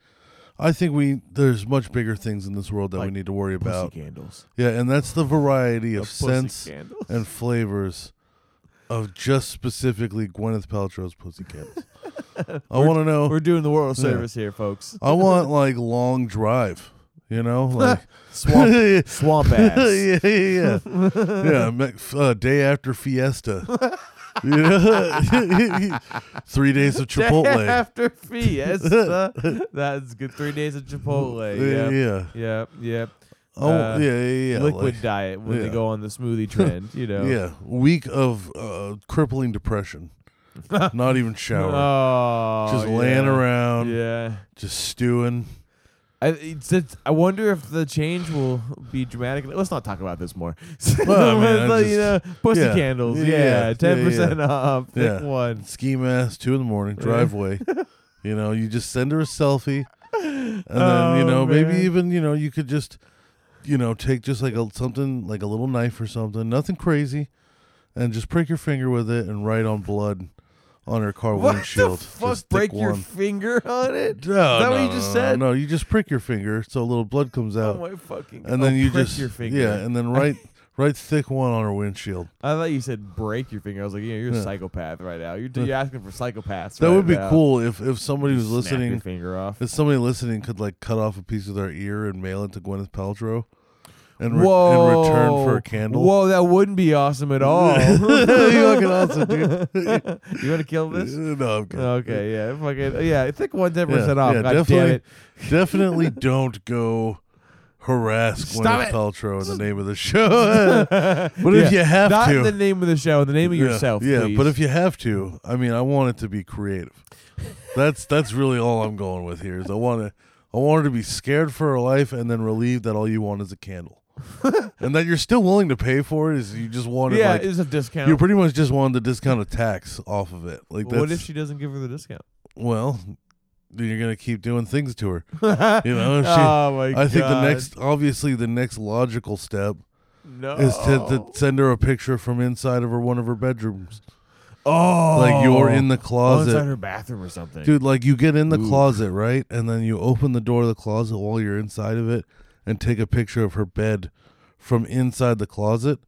[SPEAKER 1] I think we there's much bigger things in this world that we
[SPEAKER 2] Like
[SPEAKER 1] need to worry about.
[SPEAKER 2] pussy candles.
[SPEAKER 1] Yeah, and that's the variety of
[SPEAKER 2] pussy
[SPEAKER 1] scents
[SPEAKER 2] candles.
[SPEAKER 1] and flavors of just specifically Gwyneth Paltrow's pussy candles. I want to know.
[SPEAKER 2] We're doing the world a
[SPEAKER 1] Yeah.
[SPEAKER 2] service here, folks.
[SPEAKER 1] I want like long drive. You know, like
[SPEAKER 2] Swamp,
[SPEAKER 1] yeah,
[SPEAKER 2] swamp ass.
[SPEAKER 1] yeah, yeah, yeah. yeah me- f- uh, day after fiesta. Yeah. Three days of
[SPEAKER 2] Day
[SPEAKER 1] Chipotle.
[SPEAKER 2] after fiesta. That's good. Three days of Chipotle.
[SPEAKER 1] Yeah,
[SPEAKER 2] Yep.
[SPEAKER 1] yeah.
[SPEAKER 2] Yep. Yep.
[SPEAKER 1] Oh,
[SPEAKER 2] Uh,
[SPEAKER 1] yeah, yeah, yeah.
[SPEAKER 2] liquid
[SPEAKER 1] like-
[SPEAKER 2] diet when
[SPEAKER 1] yeah.
[SPEAKER 2] they go on the smoothie trend, you know.
[SPEAKER 1] Yeah, week of uh, crippling depression. Not even shower.
[SPEAKER 2] Oh,
[SPEAKER 1] just laying
[SPEAKER 2] yeah.
[SPEAKER 1] around.
[SPEAKER 2] Yeah.
[SPEAKER 1] Just stewing.
[SPEAKER 2] I, it's, it's, I wonder if the change will be dramatic. Let's not talk about this more.
[SPEAKER 1] Well, I mean, I
[SPEAKER 2] Like, you know,
[SPEAKER 1] just-
[SPEAKER 2] pussy
[SPEAKER 1] yeah.
[SPEAKER 2] candles.
[SPEAKER 1] Yeah, yeah,
[SPEAKER 2] Yeah,
[SPEAKER 1] yeah,
[SPEAKER 2] ten percent off. Pick
[SPEAKER 1] Yeah.
[SPEAKER 2] one.
[SPEAKER 1] ski mask, two in the morning, driveway. you know, you just send her a selfie, and then you
[SPEAKER 2] Oh,
[SPEAKER 1] know maybe
[SPEAKER 2] man.
[SPEAKER 1] even you know you could just you know take just like a something like a little knife or something, nothing crazy, and just prick your finger with it and write on blood on her car
[SPEAKER 2] What
[SPEAKER 1] windshield.
[SPEAKER 2] the fuck?
[SPEAKER 1] Just stick
[SPEAKER 2] Break your
[SPEAKER 1] one.
[SPEAKER 2] finger on it?
[SPEAKER 1] No,
[SPEAKER 2] Is that
[SPEAKER 1] no,
[SPEAKER 2] what you
[SPEAKER 1] no,
[SPEAKER 2] just
[SPEAKER 1] no,
[SPEAKER 2] said?
[SPEAKER 1] No, you just prick your finger so a little blood comes
[SPEAKER 2] Oh
[SPEAKER 1] out,
[SPEAKER 2] my fucking!
[SPEAKER 1] and
[SPEAKER 2] oh,
[SPEAKER 1] then you
[SPEAKER 2] prick
[SPEAKER 1] just
[SPEAKER 2] your finger.
[SPEAKER 1] yeah, and then write write thick one on her windshield.
[SPEAKER 2] I thought you said break your finger. I was like, yeah, you're a psychopath right now. You're, you're asking for psychopaths.
[SPEAKER 1] That
[SPEAKER 2] right
[SPEAKER 1] would be
[SPEAKER 2] now.
[SPEAKER 1] cool if if somebody was
[SPEAKER 2] Snap your
[SPEAKER 1] listening
[SPEAKER 2] finger off.
[SPEAKER 1] If somebody listening could like cut off a piece of their ear and mail it to Gwyneth Paltrow, and, re- in
[SPEAKER 2] Whoa.
[SPEAKER 1] return for a candle.
[SPEAKER 2] Whoa, that wouldn't be awesome at all.
[SPEAKER 1] you
[SPEAKER 2] you
[SPEAKER 1] fucking awesome, dude.
[SPEAKER 2] want to kill this?
[SPEAKER 1] no, I'm good.
[SPEAKER 2] Okay, yeah, fucking, yeah. Think one ten
[SPEAKER 1] Yeah,
[SPEAKER 2] percent off.
[SPEAKER 1] yeah,
[SPEAKER 2] God damn
[SPEAKER 1] definitely,
[SPEAKER 2] it.
[SPEAKER 1] definitely don't go harass
[SPEAKER 2] Stop
[SPEAKER 1] Gwyneth
[SPEAKER 2] it.
[SPEAKER 1] Paltrow in the name of the show. but if
[SPEAKER 2] Yeah,
[SPEAKER 1] you have
[SPEAKER 2] not
[SPEAKER 1] to,
[SPEAKER 2] in the name of the show, in the name of
[SPEAKER 1] yeah,
[SPEAKER 2] yourself.
[SPEAKER 1] Yeah,
[SPEAKER 2] please.
[SPEAKER 1] but if you have to, I mean, I want it to be creative. That's that's really all I'm going with here. Is I want to. I want her to be scared for her life and then relieved that all you want is a candle. and that you're still willing to pay for it is you just wanted
[SPEAKER 2] yeah,
[SPEAKER 1] like
[SPEAKER 2] it's a discount.
[SPEAKER 1] you pretty much just wanted the discount of tax off of it. Like that's
[SPEAKER 2] what if she doesn't give her the discount?
[SPEAKER 1] well, then you're gonna keep doing things to her.
[SPEAKER 2] you know,
[SPEAKER 1] You know, if she,
[SPEAKER 2] oh my god!
[SPEAKER 1] I think the next obviously the next logical step
[SPEAKER 2] no.
[SPEAKER 1] is to, to send her a picture from inside of her one of her bedrooms.
[SPEAKER 2] oh,
[SPEAKER 1] Like you're in the
[SPEAKER 2] oh, it's
[SPEAKER 1] closet.
[SPEAKER 2] at her bathroom or something,
[SPEAKER 1] Dude, like you get in the
[SPEAKER 2] Ooh.
[SPEAKER 1] closet, right? And then you open the door of the closet while you're inside of it and take a picture of her bed from inside the closet.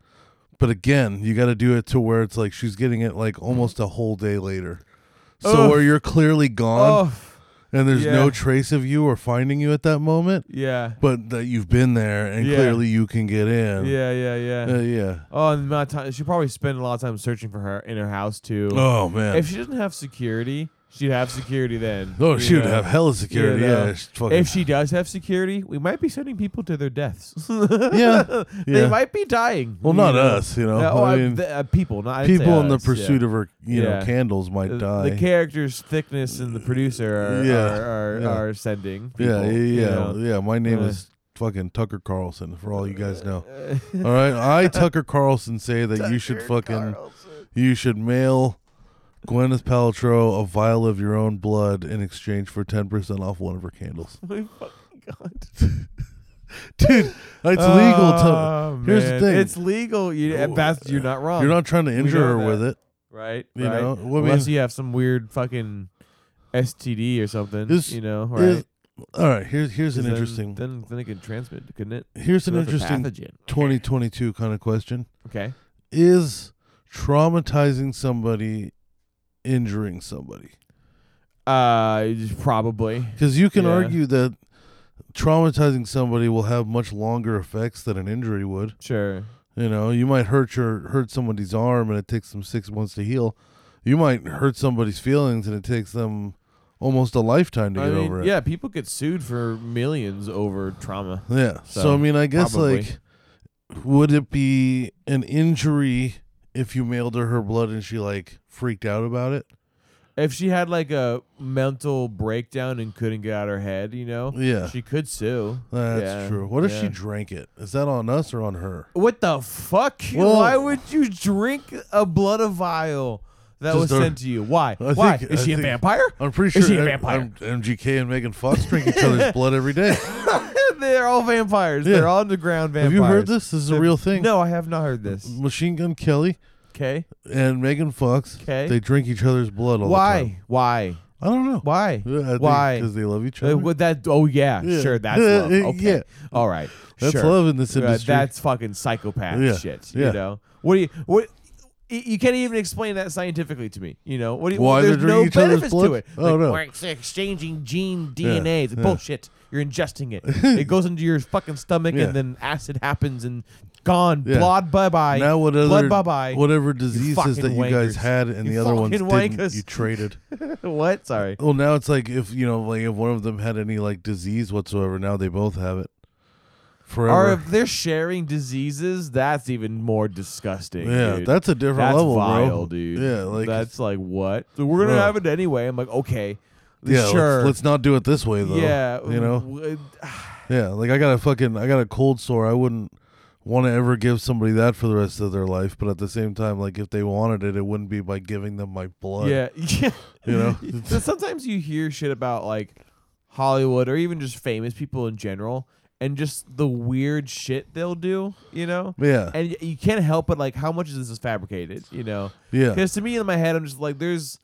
[SPEAKER 1] But again, you got to do it to where it's like she's getting it like almost a whole day later. So
[SPEAKER 2] Ugh.
[SPEAKER 1] where you're clearly gone
[SPEAKER 2] Oh,
[SPEAKER 1] and there's
[SPEAKER 2] yeah.
[SPEAKER 1] no trace of you or finding you at that moment,
[SPEAKER 2] yeah,
[SPEAKER 1] but that you've been there and
[SPEAKER 2] Yeah.
[SPEAKER 1] clearly you can get in.
[SPEAKER 2] yeah, yeah, yeah.
[SPEAKER 1] Uh, yeah.
[SPEAKER 2] Oh, and the amount of time she probably spent a lot of time searching for her in her house too.
[SPEAKER 1] Oh man.
[SPEAKER 2] If she doesn't have security, she'd have security then.
[SPEAKER 1] oh,
[SPEAKER 2] you
[SPEAKER 1] she would
[SPEAKER 2] know?
[SPEAKER 1] have hella security.
[SPEAKER 2] know.
[SPEAKER 1] Yeah. she's fucking-
[SPEAKER 2] If she does have security, we might be sending people to their deaths.
[SPEAKER 1] yeah.
[SPEAKER 2] They
[SPEAKER 1] yeah.
[SPEAKER 2] might be dying.
[SPEAKER 1] Well,
[SPEAKER 2] you
[SPEAKER 1] not
[SPEAKER 2] know?
[SPEAKER 1] us, you know.
[SPEAKER 2] Uh, oh,
[SPEAKER 1] I
[SPEAKER 2] I-
[SPEAKER 1] mean-
[SPEAKER 2] the- uh, people, not I'd say
[SPEAKER 1] people in the
[SPEAKER 2] us,
[SPEAKER 1] pursuit
[SPEAKER 2] yeah.
[SPEAKER 1] of her, you know,
[SPEAKER 2] Yeah.
[SPEAKER 1] candles might
[SPEAKER 2] Uh,
[SPEAKER 1] die.
[SPEAKER 2] The character's thickness and the producer are
[SPEAKER 1] Yeah,
[SPEAKER 2] are, are,
[SPEAKER 1] yeah.
[SPEAKER 2] are sending.
[SPEAKER 1] yeah, yeah,
[SPEAKER 2] people, you
[SPEAKER 1] yeah,
[SPEAKER 2] know?
[SPEAKER 1] yeah. My name
[SPEAKER 2] Uh,
[SPEAKER 1] is fucking Tucker Carlson. For all you guys know, all right, I Tucker Carlson say that you should fucking You should mail Gwyneth Paltrow a vial of your own blood in exchange for ten percent off one of her candles.
[SPEAKER 2] My fucking god.
[SPEAKER 1] Dude, it's legal.
[SPEAKER 2] Oh,
[SPEAKER 1] To, here's the
[SPEAKER 2] man.
[SPEAKER 1] thing: uh,
[SPEAKER 2] It's legal. You, at best, you're not wrong.
[SPEAKER 1] you're not trying to injure
[SPEAKER 2] know
[SPEAKER 1] her
[SPEAKER 2] that.
[SPEAKER 1] with it.
[SPEAKER 2] right.
[SPEAKER 1] you
[SPEAKER 2] right.
[SPEAKER 1] know, well, I
[SPEAKER 2] unless
[SPEAKER 1] mean-
[SPEAKER 2] you have some weird fucking STD or something.
[SPEAKER 1] Is-
[SPEAKER 2] you know, right?
[SPEAKER 1] Is- all right, here's here's
[SPEAKER 2] 'Cause
[SPEAKER 1] an
[SPEAKER 2] then-
[SPEAKER 1] interesting
[SPEAKER 2] Then then it could transmit, couldn't it?
[SPEAKER 1] here's an
[SPEAKER 2] So that's a
[SPEAKER 1] interesting
[SPEAKER 2] pathogen.
[SPEAKER 1] 2022 kind of question:
[SPEAKER 2] Okay.
[SPEAKER 1] Is traumatizing somebody injuring somebody?
[SPEAKER 2] Uh, probably.
[SPEAKER 1] Because you can
[SPEAKER 2] Yeah.
[SPEAKER 1] argue that traumatizing somebody will have much longer effects than an injury would.
[SPEAKER 2] Sure.
[SPEAKER 1] You know, you might hurt your hurt somebody's arm and it takes them six months to heal. You might hurt somebody's feelings and it takes them almost a lifetime to
[SPEAKER 2] I
[SPEAKER 1] get
[SPEAKER 2] mean,
[SPEAKER 1] over it.
[SPEAKER 2] yeah, people get sued for millions over trauma.
[SPEAKER 1] Yeah. So,
[SPEAKER 2] So,
[SPEAKER 1] I mean, I guess
[SPEAKER 2] probably.
[SPEAKER 1] like, would it be an injury if you mailed her her blood and she like freaked out about it?
[SPEAKER 2] If she had like a mental breakdown and couldn't get out of her head, you know,
[SPEAKER 1] Yeah.
[SPEAKER 2] she could sue.
[SPEAKER 1] That's
[SPEAKER 2] Yeah,
[SPEAKER 1] true. What if she
[SPEAKER 2] yeah.
[SPEAKER 1] drank it? Is that on us or on her?
[SPEAKER 2] What the fuck?
[SPEAKER 1] Well-
[SPEAKER 2] Why would you drink a blood of vial that
[SPEAKER 1] Just
[SPEAKER 2] was
[SPEAKER 1] a-
[SPEAKER 2] sent to you? Why?
[SPEAKER 1] I
[SPEAKER 2] Why
[SPEAKER 1] think-
[SPEAKER 2] is
[SPEAKER 1] I
[SPEAKER 2] she
[SPEAKER 1] think-
[SPEAKER 2] a vampire?
[SPEAKER 1] I'm pretty sure
[SPEAKER 2] Is she a
[SPEAKER 1] M-
[SPEAKER 2] vampire?
[SPEAKER 1] M- MGK and Megan Fox drink each other's blood every day.
[SPEAKER 2] They're all vampires.
[SPEAKER 1] Yeah.
[SPEAKER 2] They're all underground
[SPEAKER 1] Have
[SPEAKER 2] vampires.
[SPEAKER 1] you heard this? This is a
[SPEAKER 2] They're-
[SPEAKER 1] real thing.
[SPEAKER 2] No, I have not heard this.
[SPEAKER 1] Machine Gun Kelly
[SPEAKER 2] Okay.
[SPEAKER 1] and Megan Fox.
[SPEAKER 2] 'Kay.
[SPEAKER 1] They drink each other's blood all the time.
[SPEAKER 2] Why? Why?
[SPEAKER 1] I don't know.
[SPEAKER 2] Why? Why?
[SPEAKER 1] Because they love each
[SPEAKER 2] Uh,
[SPEAKER 1] other.
[SPEAKER 2] well, that oh yeah,
[SPEAKER 1] Yeah.
[SPEAKER 2] sure that's love.
[SPEAKER 1] Yeah.
[SPEAKER 2] Okay. All right.
[SPEAKER 1] That's
[SPEAKER 2] sure.
[SPEAKER 1] love in this
[SPEAKER 2] Uh,
[SPEAKER 1] industry.
[SPEAKER 2] that's fucking psychopath
[SPEAKER 1] Yeah.
[SPEAKER 2] shit.
[SPEAKER 1] Yeah.
[SPEAKER 2] You know what? Do you what? y- You can't even explain that scientifically to me. You know what? Do you,
[SPEAKER 1] Why they're
[SPEAKER 2] there's
[SPEAKER 1] drinking
[SPEAKER 2] no
[SPEAKER 1] each other's
[SPEAKER 2] benefits
[SPEAKER 1] blood?
[SPEAKER 2] to it.
[SPEAKER 1] Oh,
[SPEAKER 2] Like,
[SPEAKER 1] no.
[SPEAKER 3] We're ex- exchanging gene
[SPEAKER 1] Yeah,
[SPEAKER 3] DNA.
[SPEAKER 1] yeah.
[SPEAKER 2] Bullshit. You're ingesting it. it goes into your fucking stomach,
[SPEAKER 1] Yeah.
[SPEAKER 2] and then acid happens, and gone.
[SPEAKER 1] Yeah.
[SPEAKER 2] Blood bye bye.
[SPEAKER 1] now what other
[SPEAKER 2] blood bye bye.
[SPEAKER 1] whatever diseases
[SPEAKER 2] fucking
[SPEAKER 1] that you guys
[SPEAKER 2] wankers.
[SPEAKER 1] had and
[SPEAKER 2] You
[SPEAKER 1] the other ones
[SPEAKER 2] fucking
[SPEAKER 1] didn't,
[SPEAKER 2] wankers.
[SPEAKER 1] you traded.
[SPEAKER 2] what? Sorry.
[SPEAKER 1] well, now it's like if you know, like if one of them had any like disease whatsoever, now they both have it
[SPEAKER 2] Or
[SPEAKER 1] forever.
[SPEAKER 2] if they're sharing diseases, that's even more disgusting.
[SPEAKER 1] yeah,
[SPEAKER 2] dude.
[SPEAKER 1] that's a different
[SPEAKER 2] That's
[SPEAKER 1] level,
[SPEAKER 2] vile,
[SPEAKER 1] bro.
[SPEAKER 2] dude.
[SPEAKER 1] Yeah, like
[SPEAKER 2] that's like what? So we're gonna
[SPEAKER 1] Bro.
[SPEAKER 2] have it anyway. I'm like, okay,
[SPEAKER 1] yeah. let's-
[SPEAKER 2] sure.
[SPEAKER 1] Let's, not do it this way though.
[SPEAKER 2] yeah,
[SPEAKER 1] you know.
[SPEAKER 2] w- uh,
[SPEAKER 1] Yeah, like I got a fucking I got a cold sore. I wouldn't want to ever give somebody that for the rest of their life. But at the same time, like if they wanted it, it wouldn't be by giving them my blood.
[SPEAKER 2] yeah, yeah.
[SPEAKER 1] You know?
[SPEAKER 2] So sometimes you hear shit about like Hollywood or even just famous people in general, and just the weird shit they'll do. You know,
[SPEAKER 1] Yeah.
[SPEAKER 2] and y- you can't help but like how much of this is fabricated. You know,
[SPEAKER 1] Yeah.
[SPEAKER 2] Because to me, in my head, I'm just like, there's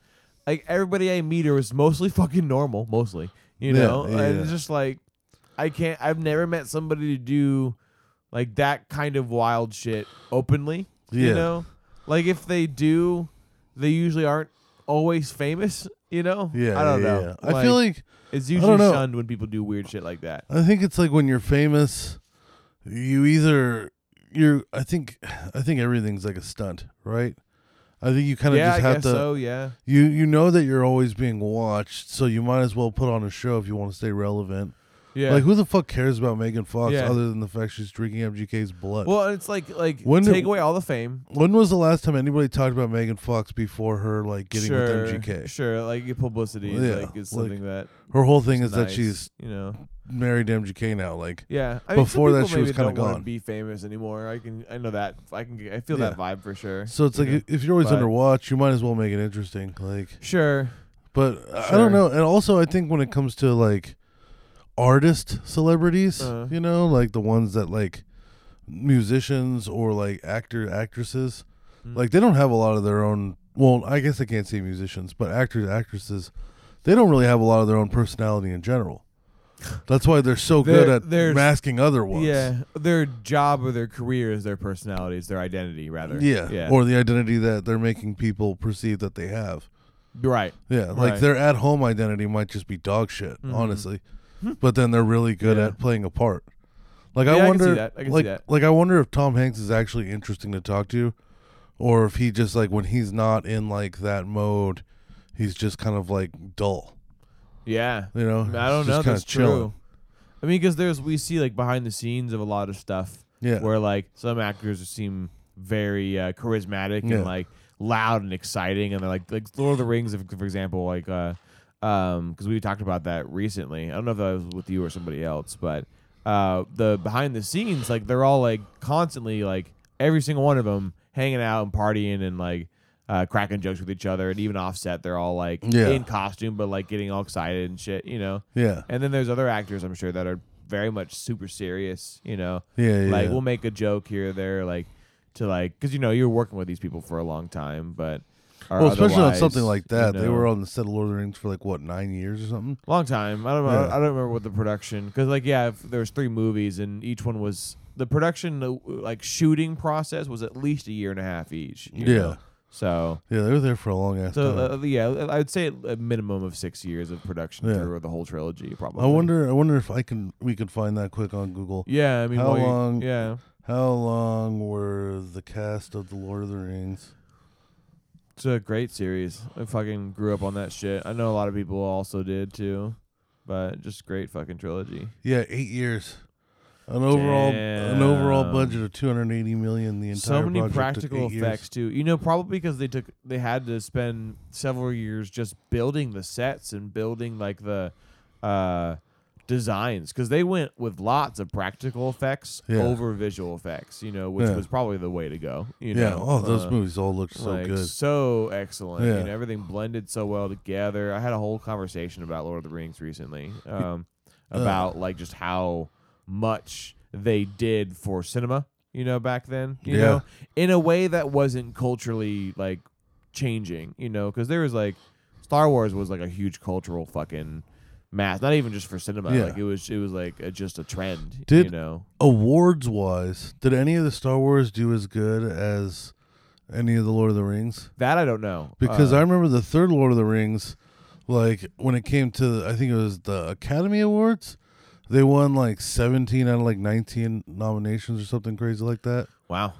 [SPEAKER 2] like everybody I meet are is mostly fucking normal, mostly. You
[SPEAKER 1] Yeah,
[SPEAKER 2] know,
[SPEAKER 1] yeah,
[SPEAKER 2] and
[SPEAKER 1] yeah.
[SPEAKER 2] it's just like I can't. I've never met somebody to do like that kind of wild shit openly.
[SPEAKER 1] Yeah.
[SPEAKER 2] You know, like if they do, they usually aren't always famous. You know.
[SPEAKER 1] Yeah,
[SPEAKER 2] I don't
[SPEAKER 1] yeah,
[SPEAKER 2] know.
[SPEAKER 1] yeah. I feel like
[SPEAKER 2] it's
[SPEAKER 1] don't
[SPEAKER 2] usually
[SPEAKER 1] know.
[SPEAKER 2] shunned when people do weird shit like that.
[SPEAKER 1] I think it's like when you're famous, you either you're. I think I think everything's like a stunt, right? I think you kind of
[SPEAKER 2] yeah,
[SPEAKER 1] just
[SPEAKER 2] I
[SPEAKER 1] have
[SPEAKER 2] guess
[SPEAKER 1] to.
[SPEAKER 2] so. Yeah.
[SPEAKER 1] You you know that you're always being watched, so you might as well put on a show if you want to stay relevant.
[SPEAKER 2] Yeah.
[SPEAKER 1] Like who the fuck cares about Megan Fox
[SPEAKER 2] Yeah.
[SPEAKER 1] other than the fact she's drinking MGK's blood?
[SPEAKER 2] well, it's like like
[SPEAKER 1] When did-
[SPEAKER 2] take away all the fame,
[SPEAKER 1] when was the last time anybody talked about Megan Fox before her like getting
[SPEAKER 2] sure,
[SPEAKER 1] with MGK?
[SPEAKER 2] Sure, like publicity, is,
[SPEAKER 1] Yeah,
[SPEAKER 2] like is
[SPEAKER 1] like,
[SPEAKER 2] something that
[SPEAKER 1] Her whole thing is that
[SPEAKER 2] nice,
[SPEAKER 1] she's
[SPEAKER 2] you know
[SPEAKER 1] married to MGK now. Like
[SPEAKER 2] yeah. I
[SPEAKER 1] Before
[SPEAKER 2] mean, some
[SPEAKER 1] that,
[SPEAKER 2] people
[SPEAKER 1] she was
[SPEAKER 2] maybe
[SPEAKER 1] kinda
[SPEAKER 2] don't wanna
[SPEAKER 1] gone.
[SPEAKER 2] Be famous anymore? I can I know that I can I feel
[SPEAKER 1] Yeah.
[SPEAKER 2] that vibe for sure.
[SPEAKER 1] so, it's like
[SPEAKER 2] Yeah.
[SPEAKER 1] if you're always
[SPEAKER 2] But-
[SPEAKER 1] under watch, you might as well make it interesting. Like
[SPEAKER 2] Sure,
[SPEAKER 1] But I don't
[SPEAKER 2] Sure.
[SPEAKER 1] know. And also, I think when it comes to like artist celebrities,
[SPEAKER 2] Uh.
[SPEAKER 1] you know, like the ones that like musicians or like actor actresses,
[SPEAKER 2] Mm.
[SPEAKER 1] like they don't have a lot of their own. Well, I guess I can't say musicians, but actors actresses, they don't really have a lot of their own personality in general. That's why they're so good
[SPEAKER 2] There-
[SPEAKER 1] at
[SPEAKER 2] there's-
[SPEAKER 1] masking other ones.
[SPEAKER 2] yeah. Their job or their career is their personality, is their identity rather.
[SPEAKER 1] Yeah.
[SPEAKER 2] yeah.
[SPEAKER 1] Or the identity that they're making people perceive that they have.
[SPEAKER 2] right.
[SPEAKER 1] Yeah, like
[SPEAKER 2] Right. Mm-hmm.
[SPEAKER 1] their at home identity might just be dog shit, honestly. But then they're really good
[SPEAKER 2] Hmm. Yeah.
[SPEAKER 1] at playing a part. Like
[SPEAKER 2] Yeah, I
[SPEAKER 1] I
[SPEAKER 2] can
[SPEAKER 1] wonder,
[SPEAKER 2] see that. I can see
[SPEAKER 1] like,
[SPEAKER 2] that.
[SPEAKER 1] like I wonder if Tom Hanks is actually interesting to talk to, or if he just like when he's not in like that mode, he's just kind of like dull.
[SPEAKER 2] Yeah.
[SPEAKER 1] You know,
[SPEAKER 2] I don't
[SPEAKER 1] He's just
[SPEAKER 2] know.
[SPEAKER 1] kinda
[SPEAKER 2] That's
[SPEAKER 1] chilling.
[SPEAKER 2] true. I mean, because there's we see like behind the scenes of a lot of stuff.
[SPEAKER 1] Yeah.
[SPEAKER 2] Where like some actors seem very uh, charismatic
[SPEAKER 1] Yeah.
[SPEAKER 2] and like loud and exciting, and they're like like Lord of the Rings, if, for example, like uh, um, because we talked about that recently. I don't know if that was with you or somebody else, but uh, the behind the scenes, like they're all like constantly like every single one of them hanging out and partying and like uh, cracking jokes with each other, and even Offset, they're all like
[SPEAKER 1] Yeah.
[SPEAKER 2] in costume, but like getting all excited and shit, you know.
[SPEAKER 1] Yeah.
[SPEAKER 2] And then there's other actors I'm sure that are very much super serious, you know.
[SPEAKER 1] Yeah, yeah,
[SPEAKER 2] Like
[SPEAKER 1] yeah.
[SPEAKER 2] we'll make a joke here or there, like to like because you know you're working with these people for a long time, but are
[SPEAKER 1] Well, especially on something
[SPEAKER 2] otherwise,
[SPEAKER 1] like that,
[SPEAKER 2] you
[SPEAKER 1] they
[SPEAKER 2] know-
[SPEAKER 1] were on the set of Lord of the Rings for like what nine years or something.
[SPEAKER 2] long time. I don't know.
[SPEAKER 1] Yeah.
[SPEAKER 2] I don't remember what the production because like yeah, if there was three movies and each one was the production uh, like shooting process was at least a year and a half each. you
[SPEAKER 1] Yeah.
[SPEAKER 2] know? So
[SPEAKER 1] Yeah, they were there for a long ass time.
[SPEAKER 2] so uh, yeah, I would say a minimum of six years of production
[SPEAKER 1] Yeah.
[SPEAKER 2] through the whole trilogy. Probably.
[SPEAKER 1] I wonder. I wonder if I can. We could find that quick on Google.
[SPEAKER 2] Yeah, I mean,
[SPEAKER 1] How
[SPEAKER 2] while you-
[SPEAKER 1] long-
[SPEAKER 2] Yeah,
[SPEAKER 1] How long were the cast of the Lord of the Rings?
[SPEAKER 2] it's a great series. I fucking grew up on that shit. I know a lot of people also did too, but just great fucking trilogy.
[SPEAKER 1] Yeah, eight years. An overall an overall
[SPEAKER 2] Damn.
[SPEAKER 1] budget of two hundred eighty million. The entire
[SPEAKER 2] so many
[SPEAKER 1] project
[SPEAKER 2] practical
[SPEAKER 1] took eight
[SPEAKER 2] effects too. You know, probably because they took they had to spend several years just building the sets and building like the uh designs because they went with lots of practical effects
[SPEAKER 1] Yeah.
[SPEAKER 2] over visual effects. You know, which
[SPEAKER 1] Yeah.
[SPEAKER 2] was probably the way to go. You
[SPEAKER 1] Years. Yeah.
[SPEAKER 2] know,
[SPEAKER 1] oh, those
[SPEAKER 2] Uh,
[SPEAKER 1] movies all looked so
[SPEAKER 2] like,
[SPEAKER 1] good.
[SPEAKER 2] so excellent.
[SPEAKER 1] Yeah.
[SPEAKER 2] You know, everything blended so well together. I had a whole conversation about Lord of the Rings recently, um,
[SPEAKER 1] uh.
[SPEAKER 2] about like just how much they did for cinema. You know, back then. You
[SPEAKER 1] Yeah.
[SPEAKER 2] know, in a way that wasn't culturally like changing. You know, because there was like Star Wars was like a huge cultural fucking mass. Not even just for cinema.
[SPEAKER 1] Yeah.
[SPEAKER 2] Like it was. It was like a, just a trend. you
[SPEAKER 1] Did-
[SPEAKER 2] know?
[SPEAKER 1] Awards wise, did any of the Star Wars do as good as any of the Lord of the Rings?
[SPEAKER 2] That I don't know
[SPEAKER 1] Because
[SPEAKER 2] Uh,
[SPEAKER 1] I remember the third Lord of the Rings, like when it came to I think it was the Academy Awards, they won like seventeen out of like nineteen nominations or something crazy like that.
[SPEAKER 2] wow.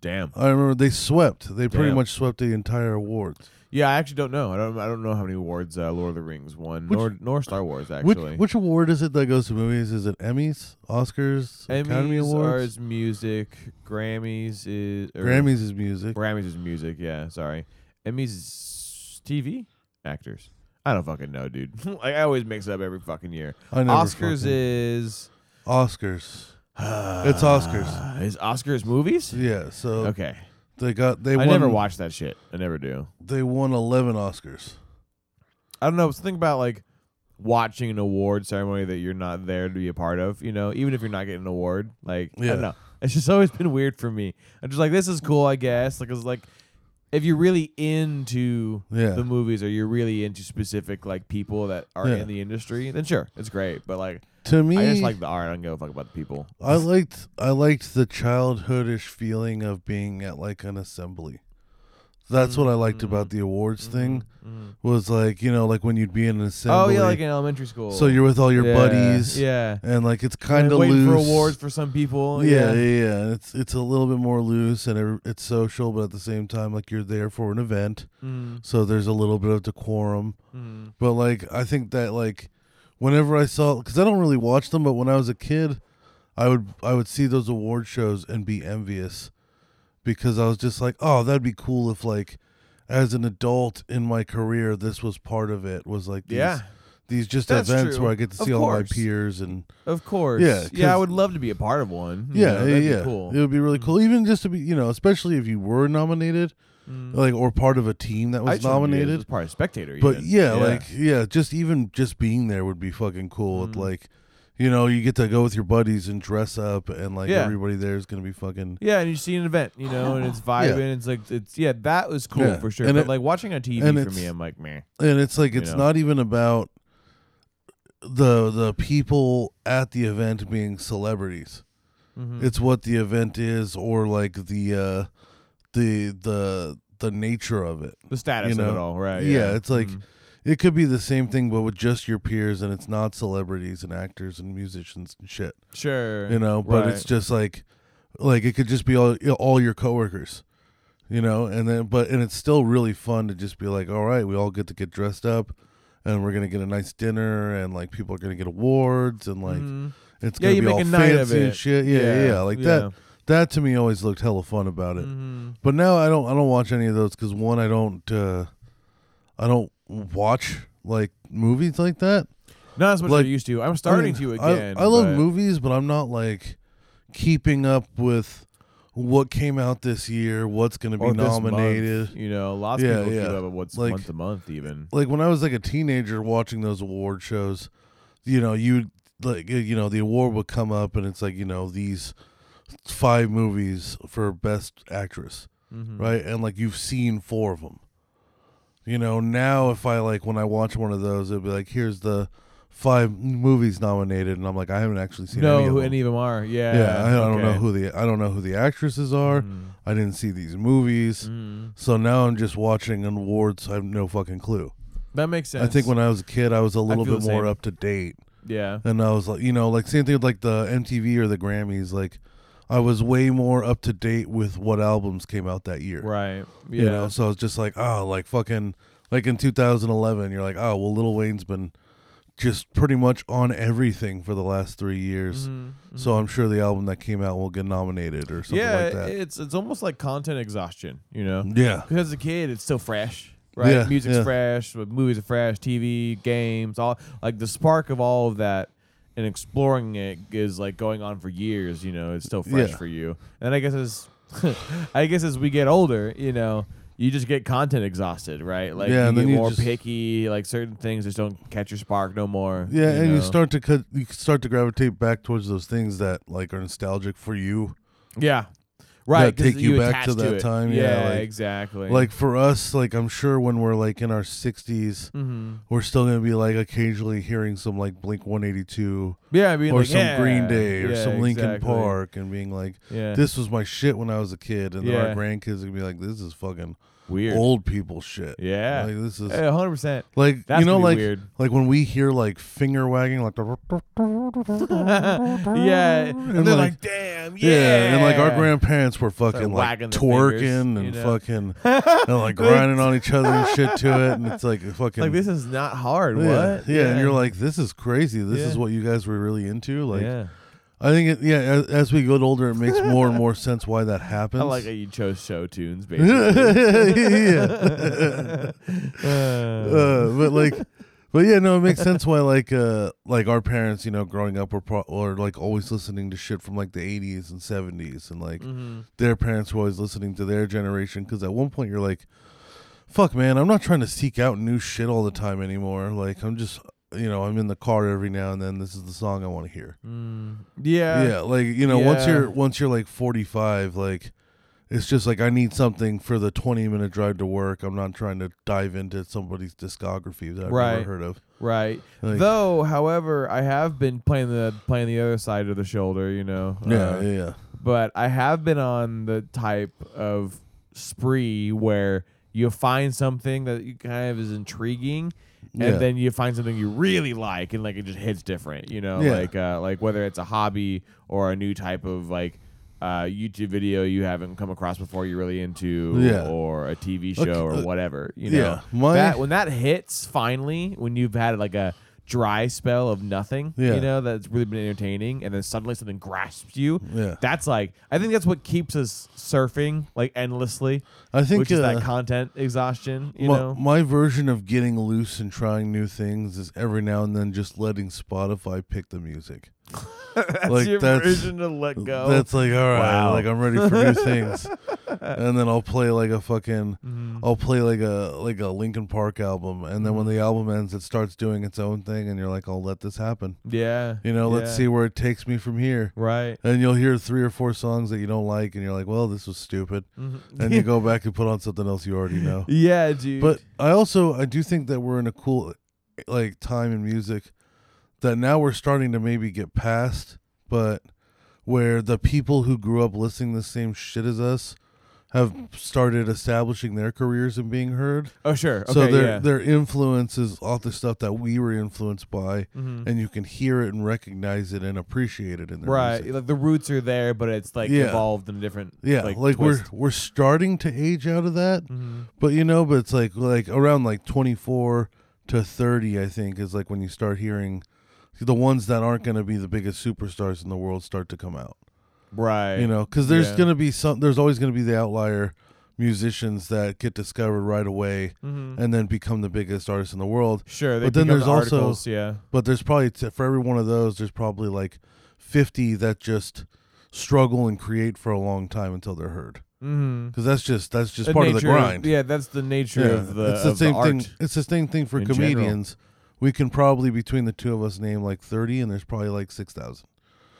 [SPEAKER 2] Damn.
[SPEAKER 1] I remember they swept. They pretty
[SPEAKER 2] Damn.
[SPEAKER 1] much swept the entire awards.
[SPEAKER 2] Yeah, I actually don't know. I don't. I don't know how many awards uh, Lord of the Rings won,
[SPEAKER 1] Which-
[SPEAKER 2] nor nor Star Wars actually.
[SPEAKER 1] Which which award is it that goes to movies? Is it Emmys, Oscars, Academy
[SPEAKER 2] Emmys are
[SPEAKER 1] Awards?
[SPEAKER 2] is music. Grammys is or-
[SPEAKER 1] Grammys is music.
[SPEAKER 2] Grammys is music. Yeah, sorry. Emmys is TV actors. I don't fucking know, dude. I always mix it up every fucking year.
[SPEAKER 1] I never
[SPEAKER 2] Oscars
[SPEAKER 1] fucking-
[SPEAKER 2] is
[SPEAKER 1] Oscars. it's Oscars.
[SPEAKER 2] uh, is Oscars movies.
[SPEAKER 1] Yeah. So
[SPEAKER 2] Okay,
[SPEAKER 1] they got they
[SPEAKER 2] I
[SPEAKER 1] won.
[SPEAKER 2] never watch that shit. I never do.
[SPEAKER 1] They won eleven Oscars.
[SPEAKER 2] I don't know. It's the thing about like watching an award ceremony that you're not there to be a part of. You know, even if you're not getting an award, like I
[SPEAKER 1] Yeah.
[SPEAKER 2] don't know. It's just always been weird for me. I'm just like, this is cool, I guess. Like, it's like if you're really into
[SPEAKER 1] Yeah.
[SPEAKER 2] the movies or you're really into specific like people that are
[SPEAKER 1] Yeah.
[SPEAKER 2] in the industry, then sure, it's great. But like,
[SPEAKER 1] To me,
[SPEAKER 2] I just like the art. I don't give a fuck about the people.
[SPEAKER 1] I liked I liked the childhoodish feeling of being at like an assembly. That's what I liked about
[SPEAKER 2] Mm-hmm.
[SPEAKER 1] the awards thing. Was like you know like when you'd be in an
[SPEAKER 2] Oh
[SPEAKER 1] assembly.
[SPEAKER 2] yeah, like in elementary school.
[SPEAKER 1] so you're with all your
[SPEAKER 2] Yeah,
[SPEAKER 1] buddies.
[SPEAKER 2] Yeah.
[SPEAKER 1] And like it's
[SPEAKER 2] And
[SPEAKER 1] kind of
[SPEAKER 2] waiting
[SPEAKER 1] loose.
[SPEAKER 2] for awards for some people.
[SPEAKER 1] yeah, yeah, yeah. And It's it's a little bit more loose and it- it's social, but at the same time, like you're there for an event,
[SPEAKER 2] Mm,
[SPEAKER 1] so there's a little bit of decorum.
[SPEAKER 2] mm.
[SPEAKER 1] But like I think that like whenever I saw, because I don't really watch them, but when I was a kid, I would I would see those award shows and be envious because I was just like, oh, that'd be cool if like as an adult in my career, this was part of it. Was like these,
[SPEAKER 2] Yeah.
[SPEAKER 1] these just
[SPEAKER 2] That's
[SPEAKER 1] events
[SPEAKER 2] true.
[SPEAKER 1] where I get to
[SPEAKER 2] Of
[SPEAKER 1] see all my
[SPEAKER 2] course.
[SPEAKER 1] peers and.
[SPEAKER 2] Of course.
[SPEAKER 1] Yeah,
[SPEAKER 2] Yeah, I
[SPEAKER 1] 'cause-
[SPEAKER 2] would love to be a part of one. you
[SPEAKER 1] Yeah,
[SPEAKER 2] know,
[SPEAKER 1] yeah,
[SPEAKER 2] that'd
[SPEAKER 1] yeah.
[SPEAKER 2] Be cool.
[SPEAKER 1] It would be really cool, even just to be, you know, especially if you were nominated,
[SPEAKER 2] Mm.
[SPEAKER 1] like or part of a team that
[SPEAKER 2] I
[SPEAKER 1] was
[SPEAKER 2] just wanna be a-
[SPEAKER 1] nominated.
[SPEAKER 2] as part of spectator.
[SPEAKER 1] But
[SPEAKER 2] even.
[SPEAKER 1] yeah, like yeah, just even just being there would be fucking cool.
[SPEAKER 2] Mm.
[SPEAKER 1] With like, you know, you get to go with your buddies and dress up, and like
[SPEAKER 2] Yeah.
[SPEAKER 1] everybody there is gonna be fucking.
[SPEAKER 2] yeah, and you see an event, you know, and it's vibing. It's like it's yeah, that was cool
[SPEAKER 1] Yeah,
[SPEAKER 2] for sure.
[SPEAKER 1] and
[SPEAKER 2] but
[SPEAKER 1] it-
[SPEAKER 2] like watching on TV
[SPEAKER 1] and
[SPEAKER 2] for
[SPEAKER 1] it's-
[SPEAKER 2] me, I'm like meh.
[SPEAKER 1] And it's like it's
[SPEAKER 2] know.
[SPEAKER 1] not even about the the people at the event being celebrities.
[SPEAKER 2] Mm. Mm-hmm.
[SPEAKER 1] It's what the event is, or like the uh, the the the nature of it.
[SPEAKER 2] The status
[SPEAKER 1] you know,
[SPEAKER 2] of it all, right? Hmm. Mm-hmm.
[SPEAKER 1] Yeah, it's like it could be the same thing, but with just your peers, and it's not celebrities and actors and musicians and shit,
[SPEAKER 2] sure,
[SPEAKER 1] you know. But
[SPEAKER 2] right.
[SPEAKER 1] it's just like, like it could just be all all your coworkers, you know. And then, but and it's still really fun to just be like, all right, we all get to get dressed up, and we're gonna get a nice dinner, and like people are gonna get awards, and like uh, it's
[SPEAKER 2] Mm-hmm.
[SPEAKER 1] gonna
[SPEAKER 2] Yeah, you
[SPEAKER 1] be
[SPEAKER 2] make
[SPEAKER 1] all
[SPEAKER 2] a night
[SPEAKER 1] fancy
[SPEAKER 2] of
[SPEAKER 1] and
[SPEAKER 2] it.
[SPEAKER 1] shit. Yeah, yeah,
[SPEAKER 2] Yeah,
[SPEAKER 1] yeah. like
[SPEAKER 2] yeah.
[SPEAKER 1] that. That to me always looked hella fun about it.
[SPEAKER 2] Mm-hmm.
[SPEAKER 1] But now I don't I don't watch any of those because one I don't uh, I don't watch like movies like that.
[SPEAKER 2] not as much
[SPEAKER 1] like-
[SPEAKER 2] as I used to. I'm starting
[SPEAKER 1] I mean,
[SPEAKER 2] to
[SPEAKER 1] I-
[SPEAKER 2] again.
[SPEAKER 1] I, love
[SPEAKER 2] but-
[SPEAKER 1] movies, but I'm not like keeping up with what came out this year, what's going to be
[SPEAKER 2] Or this month,
[SPEAKER 1] nominated.
[SPEAKER 2] you know, lots
[SPEAKER 1] Yeah,
[SPEAKER 2] of people
[SPEAKER 1] yeah.
[SPEAKER 2] keep up with what's
[SPEAKER 1] Like-
[SPEAKER 2] month to month even.
[SPEAKER 1] Like when I was like a teenager watching those award shows, you know, you like you know the award would come up and it's like you know these five movies for best actress,
[SPEAKER 2] Mm-hmm.
[SPEAKER 1] right? And like you've seen four of them. You know, now if I like when I watch one of those, it'd be like here's the five movies nominated, and I'm like I haven't actually seen
[SPEAKER 2] No,
[SPEAKER 1] any of
[SPEAKER 2] who
[SPEAKER 1] them.
[SPEAKER 2] any of them are? Yeah,
[SPEAKER 1] Yeah, I don't
[SPEAKER 2] okay. Mm-hmm.
[SPEAKER 1] know who the I don't know who the actresses are. I didn't see these movies, so now I'm just watching an awards. I have no fucking clue.
[SPEAKER 2] That makes sense.
[SPEAKER 1] I think when I was a kid, I was a little
[SPEAKER 2] feel
[SPEAKER 1] bit
[SPEAKER 2] the
[SPEAKER 1] more
[SPEAKER 2] same.
[SPEAKER 1] up to date,
[SPEAKER 2] yeah,
[SPEAKER 1] and I was like, you know, like same thing with like the MTV or the Grammys. Like, I was way more up to date with what albums came out that year.
[SPEAKER 2] right, yeah,
[SPEAKER 1] You know, so I was just like, oh, like fucking, like in 2011, you're like, oh, well, Little Wayne's been just pretty much on everything for the last three years. So I'm sure the album that came out will get nominated or something
[SPEAKER 2] Mm-hmm, yeah.
[SPEAKER 1] like that.
[SPEAKER 2] it's it's almost like content exhaustion, you know.
[SPEAKER 1] yeah.
[SPEAKER 2] Because as a kid, it's still fresh, right?
[SPEAKER 1] Yeah,
[SPEAKER 2] Music's
[SPEAKER 1] yeah.
[SPEAKER 2] fresh, but movies are fresh, TV, games, all like the spark of all of that and exploring it is like going on for years. You know, it's still fresh
[SPEAKER 1] Yeah.
[SPEAKER 2] for you. And I guess as I guess as we get older, you know. You just get content exhausted, right? Like
[SPEAKER 1] Yeah,
[SPEAKER 2] you
[SPEAKER 1] and then
[SPEAKER 2] get
[SPEAKER 1] you
[SPEAKER 2] more
[SPEAKER 1] just-
[SPEAKER 2] picky. Like certain things just don't catch your spark no more.
[SPEAKER 1] Yeah, and you
[SPEAKER 2] know?
[SPEAKER 1] start to cut, you start to gravitate back towards those things that like are nostalgic for you.
[SPEAKER 2] Yeah. Right. 'cause
[SPEAKER 1] take you back
[SPEAKER 2] attach
[SPEAKER 1] to that
[SPEAKER 2] it.
[SPEAKER 1] time, yeah, like-
[SPEAKER 2] exactly.
[SPEAKER 1] Like for us, like I'm sure when we're like in our 60s,
[SPEAKER 2] Mm-hmm.
[SPEAKER 1] we're still gonna be like occasionally hearing some like Blink 182
[SPEAKER 2] yeah, I mean,
[SPEAKER 1] or
[SPEAKER 2] like,
[SPEAKER 1] some
[SPEAKER 2] yeah,
[SPEAKER 1] Green Day or
[SPEAKER 2] yeah,
[SPEAKER 1] some Linkin
[SPEAKER 2] exactly.
[SPEAKER 1] Park and being like,
[SPEAKER 2] Yeah.
[SPEAKER 1] this was my shit when I was a kid, and then
[SPEAKER 2] Yeah.
[SPEAKER 1] our grandkids would be like, this is fucking
[SPEAKER 2] Weird.
[SPEAKER 1] old people shit.
[SPEAKER 2] Yeah.
[SPEAKER 1] like this is
[SPEAKER 2] Hey, 100%.
[SPEAKER 1] like
[SPEAKER 2] That's
[SPEAKER 1] you know
[SPEAKER 2] gonna be
[SPEAKER 1] like
[SPEAKER 2] weird.
[SPEAKER 1] like when we hear like finger wagging like the
[SPEAKER 2] Yeah. And, they're like,
[SPEAKER 1] like-
[SPEAKER 2] damn, yeah.
[SPEAKER 1] Yeah. and like our grandparents were fucking like,
[SPEAKER 2] Like wagging their
[SPEAKER 1] twerking
[SPEAKER 2] fingers,
[SPEAKER 1] and
[SPEAKER 2] you know?
[SPEAKER 1] fucking and like grinding on each other and shit to it, and it's like fucking
[SPEAKER 2] Like, this is not hard.
[SPEAKER 1] yeah,
[SPEAKER 2] What?
[SPEAKER 1] Yeah, and you're like, this is crazy. This is
[SPEAKER 2] Yeah.
[SPEAKER 1] what you guys were really into. Like,
[SPEAKER 2] yeah.
[SPEAKER 1] I think it, yeah, as, as we get older, it makes more and more sense why that happens.
[SPEAKER 2] I like that you chose show tunes, basically. Uh,
[SPEAKER 1] yeah. uh, but like but yeah no it makes sense why like uh like our parents you know growing up were pro- or like always listening to shit from like the 80s and 70s and like
[SPEAKER 2] Mm. mm-hmm.
[SPEAKER 1] their parents were always listening to their generation because at one point you're like fuck man i'm not trying to seek out new shit all the time anymore like i'm just you know i'm in the car every now and then this is the song i want to hear
[SPEAKER 2] yeah.
[SPEAKER 1] yeah like you know once
[SPEAKER 2] yeah.
[SPEAKER 1] you're once you're like 45 like it's just like i need something for the 20 minute drive to work i'm not trying to dive into somebody's discography that i've
[SPEAKER 2] Right.
[SPEAKER 1] never heard of
[SPEAKER 2] Right.
[SPEAKER 1] Like- uh,
[SPEAKER 2] Though, however, I have been playing the playing the other side of the shoulder, you know.
[SPEAKER 1] yeah
[SPEAKER 2] Uh,
[SPEAKER 1] yeah, yeah
[SPEAKER 2] but I have been on the type of spree where you find something that you kind of is intriguing, and
[SPEAKER 1] Yeah.
[SPEAKER 2] then you find something you really like, and like it just hits different, you know,
[SPEAKER 1] Yeah.
[SPEAKER 2] like uh, like whether it's a hobby or a new type of like. Uh, YouTube video you haven't come across before you're really into,
[SPEAKER 1] Yeah.
[SPEAKER 2] or a TV show or
[SPEAKER 1] uh,
[SPEAKER 2] whatever. You know,
[SPEAKER 1] yeah, my-
[SPEAKER 2] that when that hits finally, when you've had like a dry spell of nothing,
[SPEAKER 1] Yeah.
[SPEAKER 2] you know, that's really been entertaining, and then suddenly something grasps you.
[SPEAKER 1] Yeah.
[SPEAKER 2] That's like I think that's what keeps us surfing like endlessly.
[SPEAKER 1] I think,
[SPEAKER 2] which is
[SPEAKER 1] uh,
[SPEAKER 2] that content exhaustion, you
[SPEAKER 1] my,
[SPEAKER 2] know.
[SPEAKER 1] my version of getting loose and trying new things is every now and then just letting spotify pick the music that's like
[SPEAKER 2] Your version to let go.
[SPEAKER 1] That's like all right,
[SPEAKER 2] Wow.
[SPEAKER 1] like I'm ready for new things, and then I'll play like a fucking,
[SPEAKER 2] Mm-hmm.
[SPEAKER 1] I'll play like a like a Linkin Park album, and then when
[SPEAKER 2] Mm-hmm.
[SPEAKER 1] the album ends, it starts doing its own thing, and you're like, I'll let this happen,
[SPEAKER 2] yeah.
[SPEAKER 1] you know, let's
[SPEAKER 2] yeah.
[SPEAKER 1] see where it takes me from here.
[SPEAKER 2] Right.
[SPEAKER 1] And you'll hear three or four songs that you don't like, and you're like, well, this was stupid, and you go back and put on something else you already know.
[SPEAKER 2] Yeah, dude.
[SPEAKER 1] Mm-hmm. But I also I do think that we're in a cool like time in music that now we're starting to maybe get past, but where the people who grew up listening to the same shit as us have started establishing their careers and being heard.
[SPEAKER 2] oh sure. Okay.
[SPEAKER 1] so their
[SPEAKER 2] yeah.
[SPEAKER 1] their influence is all the stuff that we were influenced by
[SPEAKER 2] Mm-hmm.
[SPEAKER 1] and you can hear it and recognize it and appreciate it in their
[SPEAKER 2] right.
[SPEAKER 1] music.
[SPEAKER 2] Like the roots are there, but it's like
[SPEAKER 1] Yeah.
[SPEAKER 2] evolved in a different.
[SPEAKER 1] Yeah, like,
[SPEAKER 2] Like,
[SPEAKER 1] we're
[SPEAKER 2] twist. Mm-hmm.
[SPEAKER 1] we're starting to age out of that, but you know, but it's like like around like twenty four to thirty, I think, is like when you start hearing the ones that aren't going to be the biggest superstars in the world start to come out.
[SPEAKER 2] right.
[SPEAKER 1] You know, because there's
[SPEAKER 2] Yeah.
[SPEAKER 1] going to be some. There's always going to be the outlier musicians that get discovered right away
[SPEAKER 2] Mm-hmm.
[SPEAKER 1] and then become the biggest artists in the world.
[SPEAKER 2] Sure. They
[SPEAKER 1] but then
[SPEAKER 2] become
[SPEAKER 1] there's
[SPEAKER 2] the
[SPEAKER 1] also
[SPEAKER 2] articles, yeah.
[SPEAKER 1] but there's probably t- for every one of those, there's probably like fifty that just struggle and create for a long time until they're heard.
[SPEAKER 2] Mm-hmm.
[SPEAKER 1] Because that's just that's just part of the grind.
[SPEAKER 2] Yeah, that's the nature
[SPEAKER 1] Yeah,
[SPEAKER 2] of the,
[SPEAKER 1] it's the
[SPEAKER 2] of
[SPEAKER 1] same
[SPEAKER 2] art.
[SPEAKER 1] thing. It's the same thing for
[SPEAKER 2] in general.
[SPEAKER 1] comedians. We can probably between the two of us name like thirty, and there's probably like six thousand.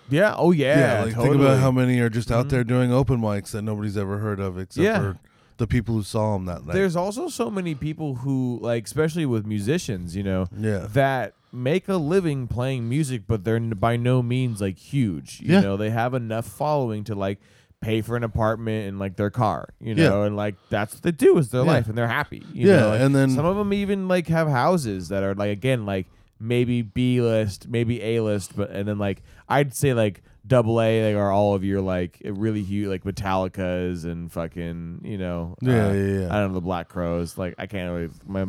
[SPEAKER 2] Yeah. Oh yeah.
[SPEAKER 1] like
[SPEAKER 2] totally.
[SPEAKER 1] think about how many are just out
[SPEAKER 2] Mhm.
[SPEAKER 1] there doing open mics that nobody's ever heard of, except
[SPEAKER 2] Yeah.
[SPEAKER 1] for the people who saw them that night.
[SPEAKER 2] There's also so many people who like, especially with musicians, you know,
[SPEAKER 1] yeah,
[SPEAKER 2] that make a living playing music, but they're n- by no means like huge. You
[SPEAKER 1] Yeah.
[SPEAKER 2] know, they have enough following to like pay for an apartment and like their car, you
[SPEAKER 1] Yeah.
[SPEAKER 2] know, and like that's what they do is their
[SPEAKER 1] Yeah.
[SPEAKER 2] life and they're happy. you
[SPEAKER 1] Yeah,
[SPEAKER 2] know, like,
[SPEAKER 1] and then-
[SPEAKER 2] some of them even like have houses that are like again like maybe B list, maybe A list, but and then like I'd say like double A like are all of your like really huge like Metallica's and fucking you know
[SPEAKER 1] Yeah,
[SPEAKER 2] uh,
[SPEAKER 1] yeah, yeah.
[SPEAKER 2] I don't know the Black Crows like I can't really my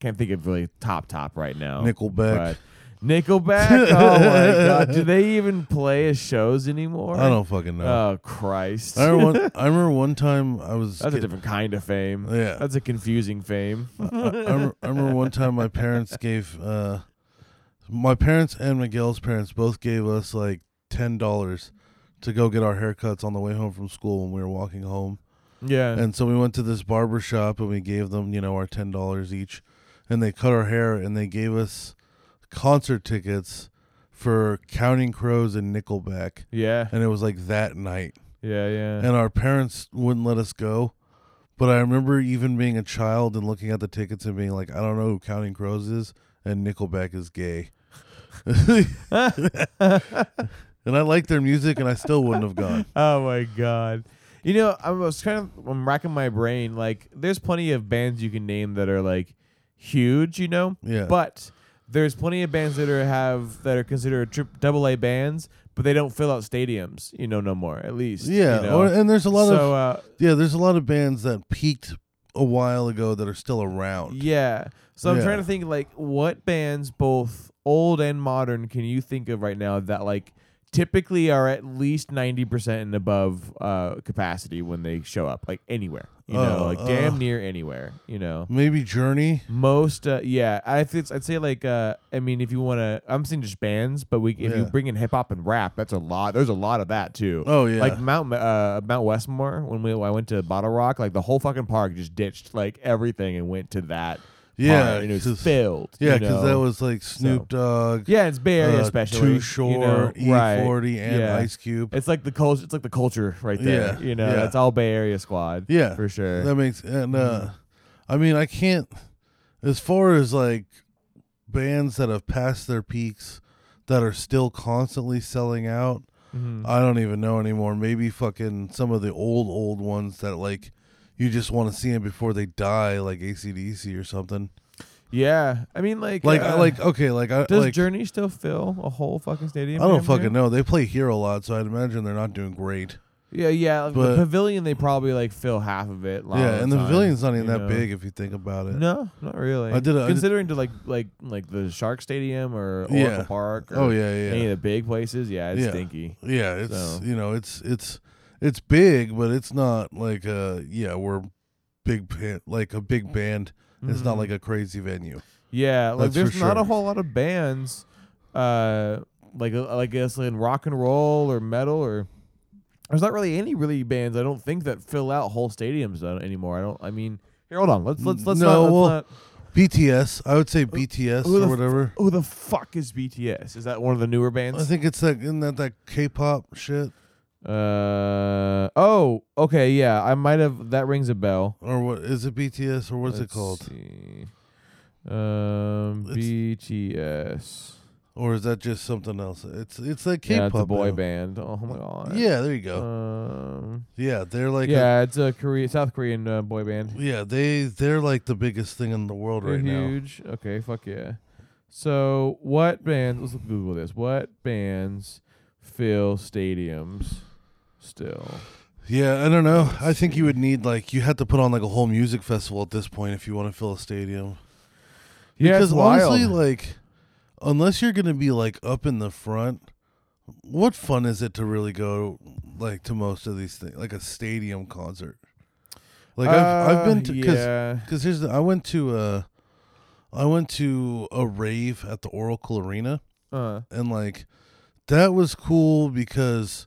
[SPEAKER 2] can't think of really top top right now.
[SPEAKER 1] Nickelback.
[SPEAKER 2] But Nickelback. oh my god, do they even play as shows anymore?
[SPEAKER 1] I don't fucking know.
[SPEAKER 2] Oh Christ,
[SPEAKER 1] I remember, one, I remember one time I was.
[SPEAKER 2] that's a
[SPEAKER 1] get-
[SPEAKER 2] different kind of fame.
[SPEAKER 1] Yeah.
[SPEAKER 2] that's a confusing fame.
[SPEAKER 1] I, I remember, I remember one time my parents gave uh, my parents and Miguel's parents both gave us like ten dollars to go get our haircuts on the way home from school when we were walking home.
[SPEAKER 2] yeah,
[SPEAKER 1] And so we went to this barber shop and we gave them, you know, our ten dollars each, and they cut our hair and they gave us concert tickets for Counting Crows and Nickelback,
[SPEAKER 2] yeah,
[SPEAKER 1] and it was like that night.
[SPEAKER 2] yeah, yeah.
[SPEAKER 1] and our parents wouldn't let us go. But I remember even being a child and looking at the tickets and being like, I don't know who Counting Crows is, and Nickelback is gay. and I like their music, and I still wouldn't have gone.
[SPEAKER 2] oh my god. You know, I was kind of I'm racking my brain. Like, there's plenty of bands you can name that are like huge, you know.
[SPEAKER 1] Yeah.
[SPEAKER 2] But there's plenty of bands that are have that are considered tri- double A bands, but they don't fill out stadiums, you know, no more. At least. you
[SPEAKER 1] Yeah,
[SPEAKER 2] know?
[SPEAKER 1] or, and there's a lot
[SPEAKER 2] so,
[SPEAKER 1] of
[SPEAKER 2] uh,
[SPEAKER 1] yeah, there's a lot of bands that peaked a while ago that are still around.
[SPEAKER 2] yeah. So I'm
[SPEAKER 1] Yeah.
[SPEAKER 2] trying to think like what bands, both old and modern, can you think of right now that like typically are at least 90% and above uh capacity when they show up like anywhere you know
[SPEAKER 1] Oh,
[SPEAKER 2] like
[SPEAKER 1] uh,
[SPEAKER 2] damn near anywhere you know
[SPEAKER 1] Maybe Journey.
[SPEAKER 2] Most, uh, yeah, I think it's- I'd say like, uh, I mean, if you want to, I'm seeing just bands, but we if
[SPEAKER 1] Yeah.
[SPEAKER 2] you bring in hip hop and rap, that's a lot. There's a lot of that too.
[SPEAKER 1] Oh, yeah.
[SPEAKER 2] like Mount uh, Mount Westmore when we I went to Bottle Rock, like the whole fucking park just ditched like everything and went to that.
[SPEAKER 1] Yeah,
[SPEAKER 2] park, and it was
[SPEAKER 1] 'cause-
[SPEAKER 2] filled.
[SPEAKER 1] Yeah,
[SPEAKER 2] you
[SPEAKER 1] because
[SPEAKER 2] know?
[SPEAKER 1] that was like Snoop Dogg.
[SPEAKER 2] yeah, it's Bay Area
[SPEAKER 1] uh,
[SPEAKER 2] especially.
[SPEAKER 1] Too
[SPEAKER 2] you know,
[SPEAKER 1] Short,
[SPEAKER 2] right,
[SPEAKER 1] E40, and
[SPEAKER 2] yeah.
[SPEAKER 1] Ice Cube.
[SPEAKER 2] It's like the culture. It's like the culture right there.
[SPEAKER 1] Yeah,
[SPEAKER 2] You know,
[SPEAKER 1] yeah.
[SPEAKER 2] that's all Bay Area squad.
[SPEAKER 1] Yeah,
[SPEAKER 2] for sure. Mm-hmm.
[SPEAKER 1] That makes and uh, I mean I can't as far as like bands that have passed their peaks that are still constantly selling out.
[SPEAKER 2] Mhm.
[SPEAKER 1] I don't even know anymore. Maybe fucking some of the old old ones that like you just want to see them before they die, like ACDC or something.
[SPEAKER 2] Yeah, I mean, like,
[SPEAKER 1] Like
[SPEAKER 2] uh,
[SPEAKER 1] like okay, like I
[SPEAKER 2] Does
[SPEAKER 1] like
[SPEAKER 2] Journey still fill a whole fucking stadium?
[SPEAKER 1] I don't
[SPEAKER 2] down there?
[SPEAKER 1] fucking know. They play here a lot, so I'd imagine they're not doing great.
[SPEAKER 2] Yeah, yeah. like the
[SPEAKER 1] But-
[SPEAKER 2] pavilion, they probably like fill half of it. a lot
[SPEAKER 1] yeah,
[SPEAKER 2] of
[SPEAKER 1] and the
[SPEAKER 2] time,
[SPEAKER 1] pavilion's not even
[SPEAKER 2] you
[SPEAKER 1] that
[SPEAKER 2] know.
[SPEAKER 1] big if you think about it.
[SPEAKER 2] No, not really.
[SPEAKER 1] I did a- I did-
[SPEAKER 2] considering to like like like the Shark Stadium or Oracle
[SPEAKER 1] Yeah.
[SPEAKER 2] Park. Or
[SPEAKER 1] Oh yeah, yeah.
[SPEAKER 2] any of the big places. Yeah, it's
[SPEAKER 1] Yeah.
[SPEAKER 2] stinky.
[SPEAKER 1] Yeah, it's
[SPEAKER 2] So-
[SPEAKER 1] you know, it's it's it's big, but it's not like uh yeah, we're big band, like a big band. It's not
[SPEAKER 2] Mhm.
[SPEAKER 1] like a crazy venue.
[SPEAKER 2] Yeah, like
[SPEAKER 1] That's for
[SPEAKER 2] there's not a
[SPEAKER 1] sure.
[SPEAKER 2] whole lot of bands, uh, like uh, I guess in rock and roll or metal or there's not really any really bands I don't think that fill out whole stadiums uh, anymore. I don't. I mean, here, hold on. Let's let's let's
[SPEAKER 1] No,
[SPEAKER 2] not.
[SPEAKER 1] well,
[SPEAKER 2] Let's not
[SPEAKER 1] BTS, I would say BTS
[SPEAKER 2] who the
[SPEAKER 1] or
[SPEAKER 2] f-
[SPEAKER 1] whatever.
[SPEAKER 2] who the fuck is BTS? Is that one of the newer bands?
[SPEAKER 1] I think it's that isn't that that K-pop shit
[SPEAKER 2] Uh oh, okay, yeah. I might have that rings a bell.
[SPEAKER 1] or what is it BTS or what's
[SPEAKER 2] Let's
[SPEAKER 1] it called?
[SPEAKER 2] see. Um
[SPEAKER 1] It's-
[SPEAKER 2] BTS.
[SPEAKER 1] Or is that just something else? It's it's like
[SPEAKER 2] Yeah,
[SPEAKER 1] K-pop
[SPEAKER 2] it's a boy
[SPEAKER 1] now.
[SPEAKER 2] band. Oh my god.
[SPEAKER 1] Yeah, there you go.
[SPEAKER 2] Um
[SPEAKER 1] yeah, they're like yeah.
[SPEAKER 2] Yeah, it's a Korea South Korean uh, boy band.
[SPEAKER 1] yeah, they they're like the biggest thing in the world
[SPEAKER 2] They're
[SPEAKER 1] right now.
[SPEAKER 2] huge. Okay, fuck yeah. So, what bands Let's Google this. What bands fill stadiums still?
[SPEAKER 1] Yeah, I don't know. I
[SPEAKER 2] Let's
[SPEAKER 1] think
[SPEAKER 2] see.
[SPEAKER 1] you would need like you had to put on like a whole music festival at this point if you want to fill a stadium.
[SPEAKER 2] Yeah,
[SPEAKER 1] because
[SPEAKER 2] it's wild.
[SPEAKER 1] honestly, like unless you're gonna be like up in the front, what fun is it to really go like to most of these things, like a stadium concert? Like I've I've
[SPEAKER 2] Uh,
[SPEAKER 1] been to because
[SPEAKER 2] yeah.
[SPEAKER 1] because here's the, I went to uh I went to a rave at the Oracle Arena
[SPEAKER 2] Uh,
[SPEAKER 1] and like that was cool because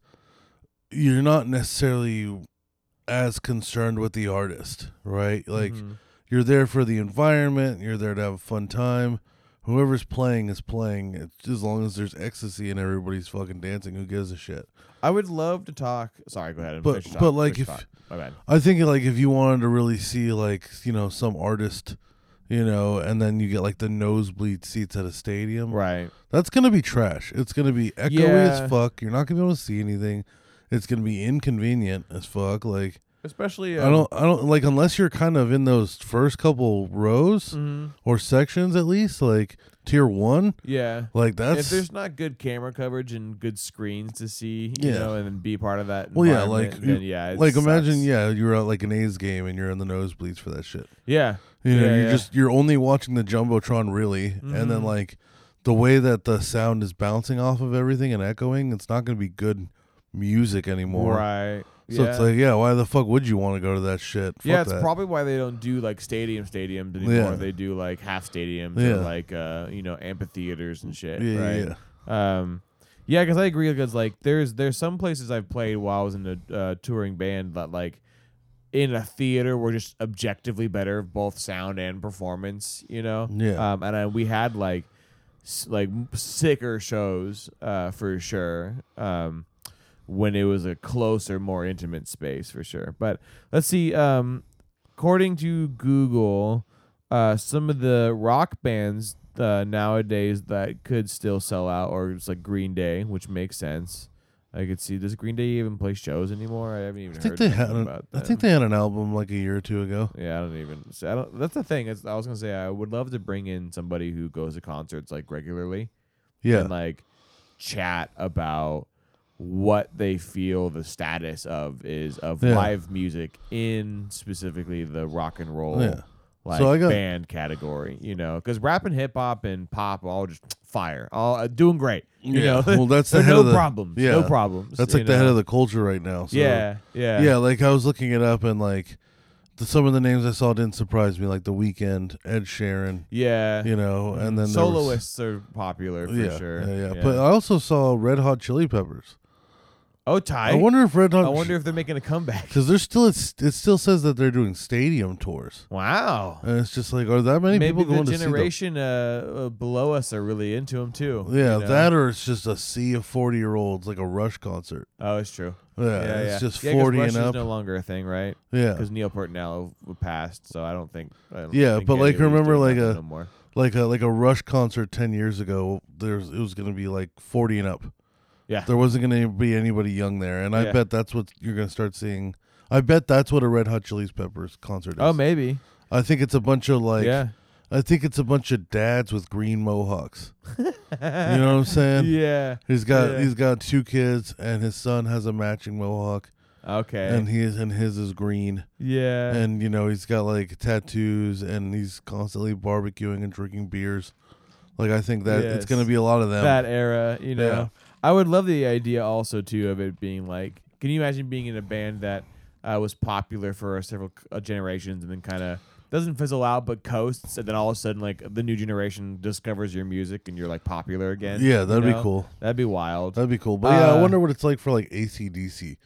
[SPEAKER 1] you're not necessarily as concerned with the artist, right? Like
[SPEAKER 2] Mm-hmm.
[SPEAKER 1] you're there for the environment, you're there to have a fun time. Whoever's playing is playing. It's, as long as there's ecstasy and everybody's fucking dancing, who gives a shit?
[SPEAKER 2] I would love to talk. Sorry, go ahead. and
[SPEAKER 1] But-
[SPEAKER 2] finish your
[SPEAKER 1] but,
[SPEAKER 2] thought,
[SPEAKER 1] like,
[SPEAKER 2] finish your
[SPEAKER 1] if-
[SPEAKER 2] thought. my bad.
[SPEAKER 1] I think like if you wanted to really see like you know some artist, you know, and then you get like the nosebleed seats at a stadium,
[SPEAKER 2] Right.
[SPEAKER 1] That's gonna be trash. It's gonna be echoey
[SPEAKER 2] Yeah.
[SPEAKER 1] as fuck. You're not gonna be able to see anything. It's gonna be inconvenient as fuck. Like
[SPEAKER 2] Especially. um,
[SPEAKER 1] I don't, I don't like unless you're kind of in those first couple rows
[SPEAKER 2] Mm-hmm.
[SPEAKER 1] or sections at least, like tier one.
[SPEAKER 2] Yeah.
[SPEAKER 1] Like that's
[SPEAKER 2] if there's not good camera coverage and good screens to see, you
[SPEAKER 1] Yeah.
[SPEAKER 2] know, and be part of that.
[SPEAKER 1] well, yeah,
[SPEAKER 2] environment,
[SPEAKER 1] like
[SPEAKER 2] then,
[SPEAKER 1] you-
[SPEAKER 2] yeah, it
[SPEAKER 1] like imagine,
[SPEAKER 2] sucks.
[SPEAKER 1] yeah, you're at like an A's game and you're in the nosebleeds for that shit.
[SPEAKER 2] yeah,
[SPEAKER 1] You know,
[SPEAKER 2] Yeah,
[SPEAKER 1] you're
[SPEAKER 2] yeah. Mm-hmm.
[SPEAKER 1] just you're only watching the jumbotron really, and then like the way that the sound is bouncing off of everything and echoing, it's not gonna be good music anymore.
[SPEAKER 2] right.
[SPEAKER 1] So
[SPEAKER 2] yeah.
[SPEAKER 1] it's like, yeah, why the fuck would you want to go to that shit? Fuck
[SPEAKER 2] yeah, it's
[SPEAKER 1] that.
[SPEAKER 2] probably why they don't do like stadium stadiums anymore.
[SPEAKER 1] Yeah.
[SPEAKER 2] They do like half stadiums
[SPEAKER 1] Yeah.
[SPEAKER 2] or like uh, you know amphitheaters and shit.
[SPEAKER 1] Yeah, yeah,
[SPEAKER 2] right? yeah. Um, yeah, because I agree. Because like there's there's some places I've played while I was in a uh, touring band that like in a theater were just objectively better both sound and performance. You know.
[SPEAKER 1] Yeah.
[SPEAKER 2] Um, and I, we had like s- like m- sicker shows uh, for sure. Um, when it was a closer, more intimate space for sure. But let's see. Um, according to Google, uh, some of the rock bands uh, nowadays that could still sell out, or it's like Green Day, which makes sense. I could see. Does Green Day even play shows anymore? I haven't even
[SPEAKER 1] I
[SPEAKER 2] heard
[SPEAKER 1] think they had.
[SPEAKER 2] anything
[SPEAKER 1] An,
[SPEAKER 2] about
[SPEAKER 1] I
[SPEAKER 2] them.
[SPEAKER 1] think they had an album like a year or two ago.
[SPEAKER 2] Yeah, I don't even. So I don't. That's the thing. Is I was gonna say I would love to bring in somebody who goes to concerts like regularly
[SPEAKER 1] Yeah,
[SPEAKER 2] and like chat about what they feel the status of is of
[SPEAKER 1] Yeah.
[SPEAKER 2] live music in specifically the rock and roll
[SPEAKER 1] Yeah.
[SPEAKER 2] like
[SPEAKER 1] So I got-
[SPEAKER 2] band category. You know, because rap and hip hop and pop all just fire, all uh, doing great. You
[SPEAKER 1] Yeah.
[SPEAKER 2] know,
[SPEAKER 1] Well, that's the
[SPEAKER 2] There are
[SPEAKER 1] head
[SPEAKER 2] no
[SPEAKER 1] of the-
[SPEAKER 2] problems. no
[SPEAKER 1] yeah.
[SPEAKER 2] problems.
[SPEAKER 1] that's
[SPEAKER 2] you
[SPEAKER 1] like the head
[SPEAKER 2] know?
[SPEAKER 1] of the culture right now. So.
[SPEAKER 2] yeah, yeah,
[SPEAKER 1] yeah. Like I was looking it up and like the, some of the names I saw didn't surprise me, like The Weekend, Ed Sheeran,
[SPEAKER 2] yeah.
[SPEAKER 1] you know, and then there was-
[SPEAKER 2] soloists are popular for
[SPEAKER 1] yeah,
[SPEAKER 2] sure.
[SPEAKER 1] yeah, yeah, But uh, I also saw Red Hot Chili Peppers.
[SPEAKER 2] oh, Ty.
[SPEAKER 1] I, wonder if Red Hot.
[SPEAKER 2] I wonder if they're making a comeback.
[SPEAKER 1] because they're still it's, it still says that they're doing stadium tours,
[SPEAKER 2] Wow.
[SPEAKER 1] and it's just like are that many
[SPEAKER 2] Maybe
[SPEAKER 1] people
[SPEAKER 2] the
[SPEAKER 1] going to see them?
[SPEAKER 2] generation uh, uh, below us are really into them too.
[SPEAKER 1] Yeah,
[SPEAKER 2] you know?
[SPEAKER 1] that or it's just a sea of forty year olds, like a Rush concert.
[SPEAKER 2] Oh, it's true.
[SPEAKER 1] Yeah,
[SPEAKER 2] yeah,
[SPEAKER 1] it's
[SPEAKER 2] yeah.
[SPEAKER 1] just
[SPEAKER 2] Yeah, 'cause
[SPEAKER 1] forty
[SPEAKER 2] Rush
[SPEAKER 1] and
[SPEAKER 2] is
[SPEAKER 1] up.
[SPEAKER 2] no longer a thing, right?
[SPEAKER 1] yeah,
[SPEAKER 2] Because Neil Portnow w- passed, so I don't think. I don't
[SPEAKER 1] Yeah,
[SPEAKER 2] think
[SPEAKER 1] but, like,
[SPEAKER 2] anybody's
[SPEAKER 1] remember,
[SPEAKER 2] doing
[SPEAKER 1] like, uh,
[SPEAKER 2] nothing
[SPEAKER 1] a-
[SPEAKER 2] no more.
[SPEAKER 1] like a like a Rush concert ten years ago. There's it was gonna be like forty and up.
[SPEAKER 2] Yeah.
[SPEAKER 1] There wasn't gonna be anybody young there, and
[SPEAKER 2] Yeah.
[SPEAKER 1] I bet that's what you're gonna start seeing. I bet that's what a Red Hot Chili Peppers concert is.
[SPEAKER 2] Oh, maybe.
[SPEAKER 1] I think it's a bunch of like.
[SPEAKER 2] yeah.
[SPEAKER 1] I think it's a bunch of dads with green mohawks. you know what I'm saying?
[SPEAKER 2] Yeah.
[SPEAKER 1] He's got
[SPEAKER 2] Yeah.
[SPEAKER 1] he's got two kids, and his son has a matching mohawk,
[SPEAKER 2] Okay.
[SPEAKER 1] and he is and his is green.
[SPEAKER 2] yeah.
[SPEAKER 1] and you know he's got like tattoos and he's constantly barbecuing and drinking beers like i think that it's
[SPEAKER 2] Yes.
[SPEAKER 1] gonna be a lot of them
[SPEAKER 2] that era, you know. I would love the idea also too of it being like, can you imagine being in a band that uh, was popular for several uh, generations and then kind of doesn't fizzle out but coasts, and then all of a sudden like the new generation discovers your music and you're like popular again.
[SPEAKER 1] Yeah,
[SPEAKER 2] you
[SPEAKER 1] that'd be
[SPEAKER 2] know?
[SPEAKER 1] cool.
[SPEAKER 2] That'd be wild.
[SPEAKER 1] that'd be cool but yeah i
[SPEAKER 2] Uh,
[SPEAKER 1] wonder what it's like for like acdc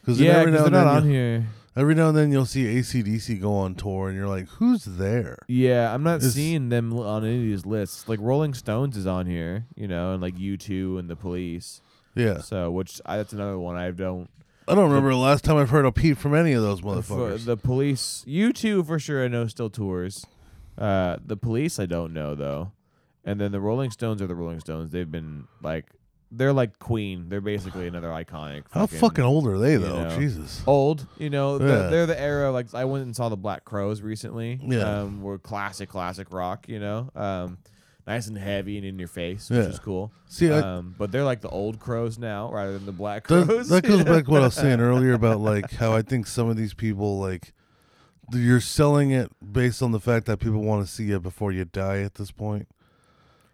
[SPEAKER 1] because
[SPEAKER 2] yeah,
[SPEAKER 1] every,
[SPEAKER 2] 'cause
[SPEAKER 1] now
[SPEAKER 2] they're
[SPEAKER 1] and
[SPEAKER 2] not
[SPEAKER 1] then
[SPEAKER 2] on
[SPEAKER 1] you'll-
[SPEAKER 2] here.
[SPEAKER 1] every now and then you'll see acdc go on tour and you're like who's there
[SPEAKER 2] Yeah, I'm not
[SPEAKER 1] It's-
[SPEAKER 2] seeing them l- on any of these lists. Like Rolling Stones is on here, you know, and like U2 and the Police.
[SPEAKER 1] yeah
[SPEAKER 2] So, which I, that's another one I don't
[SPEAKER 1] i don't remember the last time i've heard a peep from any of those
[SPEAKER 2] for
[SPEAKER 1] motherfuckers
[SPEAKER 2] the police you two for sure i know still tours uh the police i don't know though and then the rolling stones are the rolling stones they've been like they're like queen they're basically another iconic
[SPEAKER 1] how fucking old are they though
[SPEAKER 2] know.
[SPEAKER 1] jesus
[SPEAKER 2] old you know they're,
[SPEAKER 1] Yeah.
[SPEAKER 2] they're the era like i went and saw the black crows recently
[SPEAKER 1] Yeah.
[SPEAKER 2] um were classic classic rock you know um nice and heavy and in your face which
[SPEAKER 1] Yeah.
[SPEAKER 2] is cool
[SPEAKER 1] See, I-
[SPEAKER 2] um but they're like the old crows now rather than the black
[SPEAKER 1] That-
[SPEAKER 2] crows
[SPEAKER 1] That goes back to what I was saying earlier about like how I think some of these people like th- you're selling it based on the fact that people want to see it before you die at this point.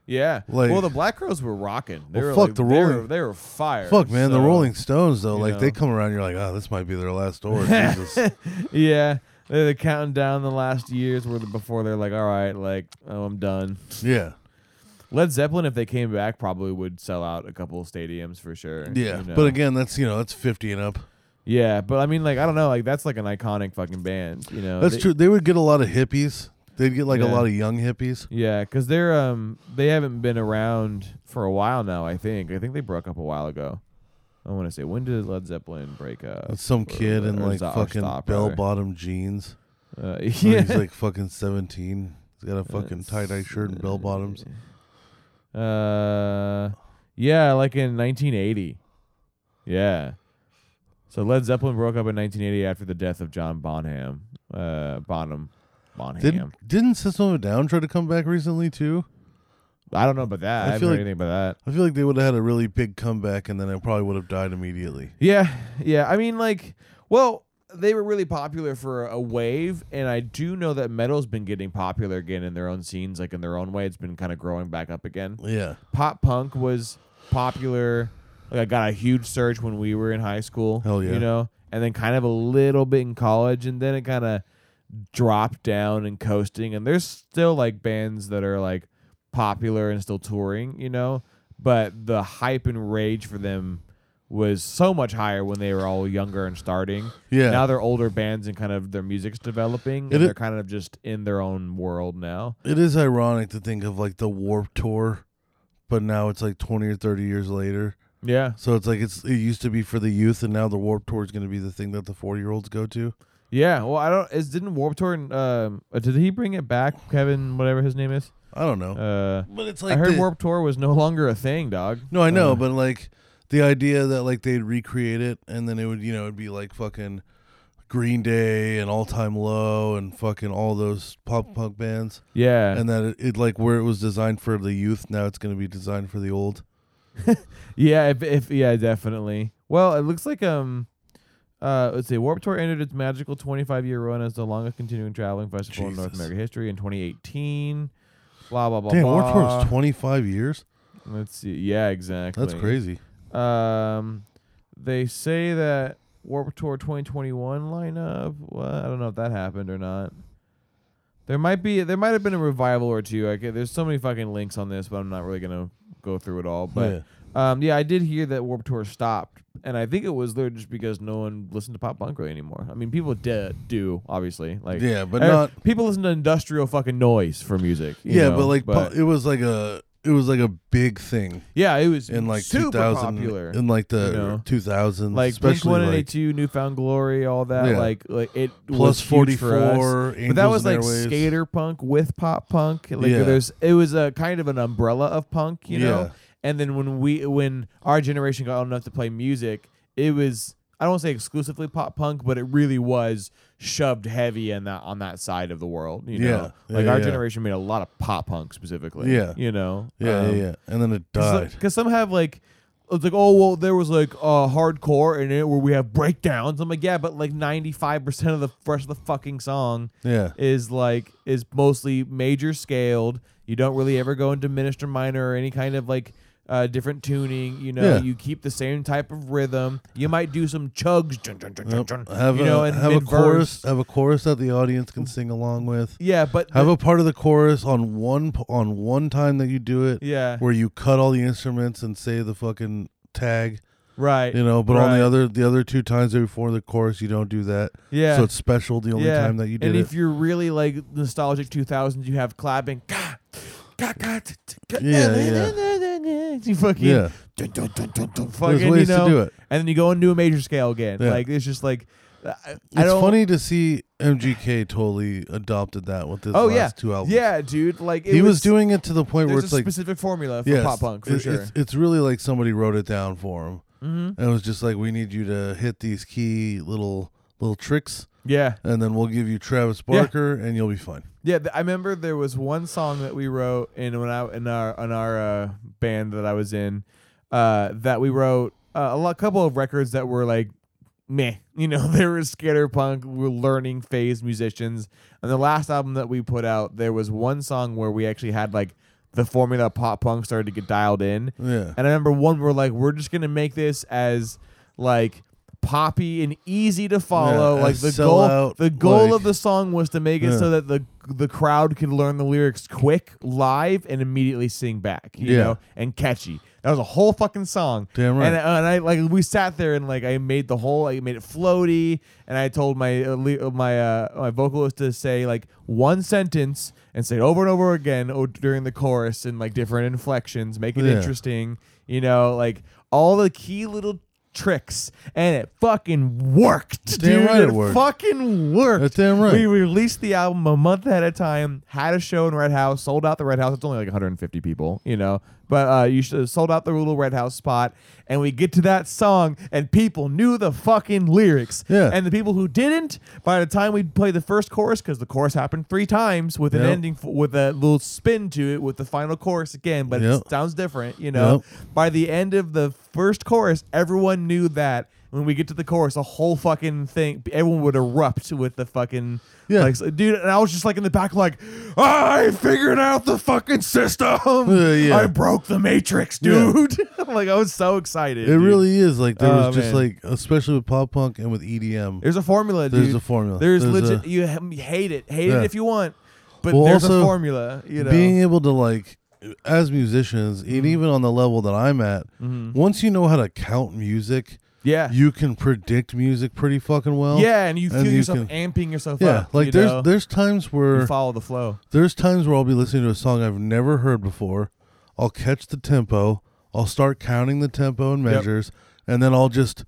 [SPEAKER 2] Yeah.
[SPEAKER 1] Like-
[SPEAKER 2] well, the Black Crows were rocking. They
[SPEAKER 1] Well,
[SPEAKER 2] were
[SPEAKER 1] fuck,
[SPEAKER 2] like,
[SPEAKER 1] the
[SPEAKER 2] they were-
[SPEAKER 1] Rolling-
[SPEAKER 2] They were fire.
[SPEAKER 1] Fuck man, the
[SPEAKER 2] so-
[SPEAKER 1] Rolling Stones though,
[SPEAKER 2] you
[SPEAKER 1] like they
[SPEAKER 2] know.
[SPEAKER 1] come around, you're like, oh, this might be their last tour. Jesus.
[SPEAKER 2] Yeah, they're counting down the last years where the, before they're like, all right, like, oh, I'm done.
[SPEAKER 1] Yeah,
[SPEAKER 2] Led Zeppelin, if they came back, probably would sell out a couple of stadiums for sure.
[SPEAKER 1] Yeah,
[SPEAKER 2] you know?
[SPEAKER 1] but again, that's you know that's fifty and up.
[SPEAKER 2] yeah, but I mean, like I don't know, like that's like an iconic fucking band, you know?
[SPEAKER 1] That's
[SPEAKER 2] Uh, They-
[SPEAKER 1] true. They would get a lot of hippies. They'd get like a
[SPEAKER 2] Yeah.
[SPEAKER 1] lot of young hippies.
[SPEAKER 2] Yeah, because they're um they haven't been around for a while now. I think I think they broke up a while ago. I want to say when did Led Zeppelin break up?
[SPEAKER 1] That's some
[SPEAKER 2] Or-
[SPEAKER 1] kid in
[SPEAKER 2] or
[SPEAKER 1] like
[SPEAKER 2] sto- or
[SPEAKER 1] fucking
[SPEAKER 2] stop, rather.
[SPEAKER 1] bell bottom jeans.
[SPEAKER 2] Uh,
[SPEAKER 1] And
[SPEAKER 2] yeah,
[SPEAKER 1] He's like fucking seventeen. He's got a fucking tie dye shirt and bell bottoms.
[SPEAKER 2] Uh, yeah, like in 1980. Yeah. So Led Zeppelin broke up in 1980 after the death of John Bonham. Uh, Bonham. Bonham.
[SPEAKER 1] Did didn't System of a Down try to come back recently too?
[SPEAKER 2] I don't know about that. I,
[SPEAKER 1] I
[SPEAKER 2] haven't
[SPEAKER 1] feel
[SPEAKER 2] heard
[SPEAKER 1] like-
[SPEAKER 2] anything about that.
[SPEAKER 1] I feel like they would have had a really big comeback, and then it probably would have died immediately.
[SPEAKER 2] Yeah, yeah. I mean, like, well, they were really popular for a wave, and I do know that metal's been getting popular again in their own scenes, like in their own way. It's been kind of growing back up again.
[SPEAKER 1] Yeah,
[SPEAKER 2] Pop punk was popular. Like, I got a huge surge when we were in high school.
[SPEAKER 1] Hell yeah.
[SPEAKER 2] You know, and then kind of a little bit in college, and then it kind of dropped down and coasting. And there's still like bands that are like popular and still touring, you know, but the hype and rage for them was so much higher when they were all younger and starting.
[SPEAKER 1] Yeah.
[SPEAKER 2] Now they're older bands and kind of their music's developing and
[SPEAKER 1] It i-
[SPEAKER 2] they're kind of just in their own world now.
[SPEAKER 1] it is ironic to think of like the Warp Tour, but now it's like twenty or thirty years later.
[SPEAKER 2] Yeah.
[SPEAKER 1] So it's like it's it used to be for the youth, and now the Warp Tour is going to be the thing that the forty year olds go to.
[SPEAKER 2] Yeah, well, I don't. Is didn't Warp Tour? Um, uh, did he bring it back, Kevin? Whatever his name is.
[SPEAKER 1] I don't know,
[SPEAKER 2] Uh,
[SPEAKER 1] but it's like
[SPEAKER 2] I heard
[SPEAKER 1] the-
[SPEAKER 2] Warp Tour was no longer a thing, dog.
[SPEAKER 1] No, I know,
[SPEAKER 2] Uh,
[SPEAKER 1] but like the idea that like they'd recreate it, and then it would you know it'd be like fucking Green Day and All Time Low and fucking all those pop punk bands,
[SPEAKER 2] yeah,
[SPEAKER 1] and that it, it like where it was designed for the youth, now it's going to be designed for the old.
[SPEAKER 2] yeah, if, if yeah, definitely. Well, it looks like um, uh, let's see. Warp Tour ended its magical 25 year run as the longest continuing traveling festival in North
[SPEAKER 1] Jesus.
[SPEAKER 2] America history in 2018. Blah blah blah.
[SPEAKER 1] Damn,
[SPEAKER 2] blah.
[SPEAKER 1] Warped Tour was twenty five years.
[SPEAKER 2] Let's see. Yeah, exactly.
[SPEAKER 1] That's crazy.
[SPEAKER 2] Um, they say that Warped Tour 2021 lineup. Well, I don't know if that happened or not. There might be, there might have been a revival or two. I ca- there's so many fucking links on this, but I'm not really gonna go through it all. But um, yeah, I did hear that Warped Tour stopped, and I think it was literally just because no one listened to pop punk really anymore. I mean, people d- do obviously, like
[SPEAKER 1] Yeah, but
[SPEAKER 2] eh,
[SPEAKER 1] not-
[SPEAKER 2] people listen to industrial fucking noise for music. you
[SPEAKER 1] yeah,
[SPEAKER 2] know,
[SPEAKER 1] but like pu- it was like a it was like a big thing
[SPEAKER 2] yeah, it was
[SPEAKER 1] in like two
[SPEAKER 2] super
[SPEAKER 1] thousand
[SPEAKER 2] popular
[SPEAKER 1] in like
[SPEAKER 2] you know?
[SPEAKER 1] the two thousands,
[SPEAKER 2] like Blink
[SPEAKER 1] especially
[SPEAKER 2] One Eighty
[SPEAKER 1] like
[SPEAKER 2] Two, Newfound Glory, all that.
[SPEAKER 1] Yeah.
[SPEAKER 2] Like, like it
[SPEAKER 1] plus
[SPEAKER 2] was
[SPEAKER 1] forty
[SPEAKER 2] huge for us.
[SPEAKER 1] four.
[SPEAKER 2] But that was like skater punk with pop punk. Like
[SPEAKER 1] Yeah.
[SPEAKER 2] there's, it was a kind of an umbrella of punk, you
[SPEAKER 1] Yeah.
[SPEAKER 2] know. And then when we, when our generation got old enough to play music, it was I don't want to say exclusively pop punk, but it really was shoved heavy in that on that side of the world. You
[SPEAKER 1] Yeah.
[SPEAKER 2] know,
[SPEAKER 1] Yeah,
[SPEAKER 2] like
[SPEAKER 1] yeah,
[SPEAKER 2] our
[SPEAKER 1] yeah.
[SPEAKER 2] generation made a lot of pop punk specifically.
[SPEAKER 1] Yeah.
[SPEAKER 2] you know.
[SPEAKER 1] Yeah,
[SPEAKER 2] Um,
[SPEAKER 1] yeah, yeah. And then it
[SPEAKER 2] Cause,
[SPEAKER 1] died.
[SPEAKER 2] like- 'cause some have like it's like oh well there was like uh hardcore in it where we have breakdowns. I'm like yeah, but like 95 percent of the rest of the fucking song
[SPEAKER 1] yeah.
[SPEAKER 2] is like is mostly major scaled. You don't really ever go into minister minor or any kind of like uh, different tuning. You know,
[SPEAKER 1] Yeah.
[SPEAKER 2] you keep the same type of rhythm. You might do some chugs, dun, dun, dun, dun,
[SPEAKER 1] Yep.
[SPEAKER 2] dun,
[SPEAKER 1] Have
[SPEAKER 2] you
[SPEAKER 1] a
[SPEAKER 2] know, and
[SPEAKER 1] have a
[SPEAKER 2] mid-verse.
[SPEAKER 1] chorus, have a chorus that the audience can sing along with.
[SPEAKER 2] Yeah, but
[SPEAKER 1] Have
[SPEAKER 2] the-
[SPEAKER 1] a part of the chorus on one p- on one time that you do it,
[SPEAKER 2] yeah,
[SPEAKER 1] where you cut all the instruments and say the fucking tag,
[SPEAKER 2] right,
[SPEAKER 1] you know. But on
[SPEAKER 2] Right.
[SPEAKER 1] the other the other two times before the chorus, you don't do that.
[SPEAKER 2] yeah.
[SPEAKER 1] So it's special the only
[SPEAKER 2] yeah.
[SPEAKER 1] time that you did
[SPEAKER 2] and
[SPEAKER 1] it.
[SPEAKER 2] if you're really like nostalgic 2000s, you have clapping. Ka, ka, ka, t- t- ka,
[SPEAKER 1] Yeah,
[SPEAKER 2] na,
[SPEAKER 1] yeah.
[SPEAKER 2] na, na, na, na. You fucking,
[SPEAKER 1] yeah,
[SPEAKER 3] Dun, dun, dun, dun, dun.
[SPEAKER 2] fucking
[SPEAKER 1] there's ways
[SPEAKER 2] you know,
[SPEAKER 1] to do it.
[SPEAKER 2] And then you go into a major scale again.
[SPEAKER 1] Yeah.
[SPEAKER 2] Like it's just like I, I
[SPEAKER 1] It's
[SPEAKER 2] don't,
[SPEAKER 1] funny to see MGK totally adopted that with his
[SPEAKER 2] Oh
[SPEAKER 1] last
[SPEAKER 2] yeah,
[SPEAKER 1] two albums.
[SPEAKER 2] yeah, dude. Like it
[SPEAKER 1] he was,
[SPEAKER 2] was
[SPEAKER 1] doing it to the point
[SPEAKER 2] There's
[SPEAKER 1] where
[SPEAKER 2] a
[SPEAKER 1] it's like
[SPEAKER 2] specific formula for
[SPEAKER 1] yes,
[SPEAKER 2] pop punk for
[SPEAKER 1] it-
[SPEAKER 2] sure.
[SPEAKER 1] It's, it's really like somebody wrote it down for him.
[SPEAKER 2] hmm
[SPEAKER 1] And it was just like we need you to hit these key little little tricks
[SPEAKER 2] Yeah,
[SPEAKER 1] and then we'll give you Travis
[SPEAKER 2] Yeah.
[SPEAKER 1] Barker and you'll be fine.
[SPEAKER 2] Yeah, th- I remember there was one song that we wrote in when I in our in our uh, band that I was in uh, that we wrote uh, a lo- couple of records that were like meh, you know, they were skater punk, we were learning phase musicians. And the last album that we put out, there was one song where we actually had like the formula of pop punk started to get dialed in.
[SPEAKER 1] Yeah.
[SPEAKER 2] And I remember one where like we're just gonna make this as like poppy and easy to follow.
[SPEAKER 1] Yeah,
[SPEAKER 2] like
[SPEAKER 1] a
[SPEAKER 2] the goal,
[SPEAKER 1] sellout,
[SPEAKER 2] the goal
[SPEAKER 1] like-
[SPEAKER 2] of the song was to make it
[SPEAKER 1] Yeah.
[SPEAKER 2] so that the the crowd could learn the lyrics quick, live, and immediately sing back. You
[SPEAKER 1] Yeah.
[SPEAKER 2] know, and catchy. That was a whole fucking song.
[SPEAKER 1] Damn right.
[SPEAKER 2] And, I- and I like we sat there and like I made the whole I made it floaty and I told my uh, le- my uh, my vocalist to say like one sentence and say it over and over again oh, during the chorus and like different inflections, make it
[SPEAKER 1] Yeah.
[SPEAKER 2] interesting. You know, like all the key little tricks and it fucking worked.
[SPEAKER 1] Damn
[SPEAKER 2] dude.
[SPEAKER 1] right it
[SPEAKER 2] it
[SPEAKER 1] worked.
[SPEAKER 2] fucking worked.
[SPEAKER 1] That's damn right.
[SPEAKER 2] We released the album a month ahead of time, had a show in Red House, sold out the Red House. It's only like 150 people, you know, but uh, you should have sold out the little Red House spot. And we get to that song, and people knew the fucking lyrics.
[SPEAKER 1] Yeah.
[SPEAKER 2] And the people who didn't, by the time we played the first chorus, because the chorus happened three times with an
[SPEAKER 1] Yep.
[SPEAKER 2] ending, f- with a little spin to it, with the final chorus again, but
[SPEAKER 1] Yep.
[SPEAKER 2] it sounds different, you know. By the end of the first chorus, everyone knew that. When we get to the chorus, the whole fucking thing, everyone would erupt with the fucking
[SPEAKER 1] Yeah.
[SPEAKER 2] like, so- dude, and I was just like in the back, like, I figured out the fucking system.
[SPEAKER 1] Uh, yeah.
[SPEAKER 2] I broke the matrix,
[SPEAKER 1] Yeah.
[SPEAKER 2] dude. like, I was so excited.
[SPEAKER 1] It really is like there
[SPEAKER 2] Oh,
[SPEAKER 1] was just
[SPEAKER 2] man.
[SPEAKER 1] like, especially with pop punk and with E EDM.
[SPEAKER 2] There's a formula, dude.
[SPEAKER 1] There's a formula.
[SPEAKER 2] There's,
[SPEAKER 1] There's
[SPEAKER 2] legit.
[SPEAKER 1] a-
[SPEAKER 2] you ha- hate it. Hate
[SPEAKER 1] Yeah.
[SPEAKER 2] it if you want. But
[SPEAKER 1] Well,
[SPEAKER 2] there's
[SPEAKER 1] also,
[SPEAKER 2] a formula, you know. Mm-hmm.
[SPEAKER 1] being able to like as musicians and even on the level that i'm at once you know how to count music
[SPEAKER 2] yeah.
[SPEAKER 1] you can predict music pretty fucking well
[SPEAKER 2] yeah, and you
[SPEAKER 1] and
[SPEAKER 2] feel
[SPEAKER 1] you can-
[SPEAKER 2] yourself amping yourself
[SPEAKER 1] yeah
[SPEAKER 2] up.
[SPEAKER 1] like
[SPEAKER 2] you
[SPEAKER 1] there's
[SPEAKER 2] know?
[SPEAKER 1] there's times
[SPEAKER 2] You
[SPEAKER 1] where
[SPEAKER 2] follow the flow.
[SPEAKER 1] there's times where i'll be listening to a song i've never heard before i'll catch the tempo i'll start counting the tempo and
[SPEAKER 2] Yep.
[SPEAKER 1] measures and then i'll just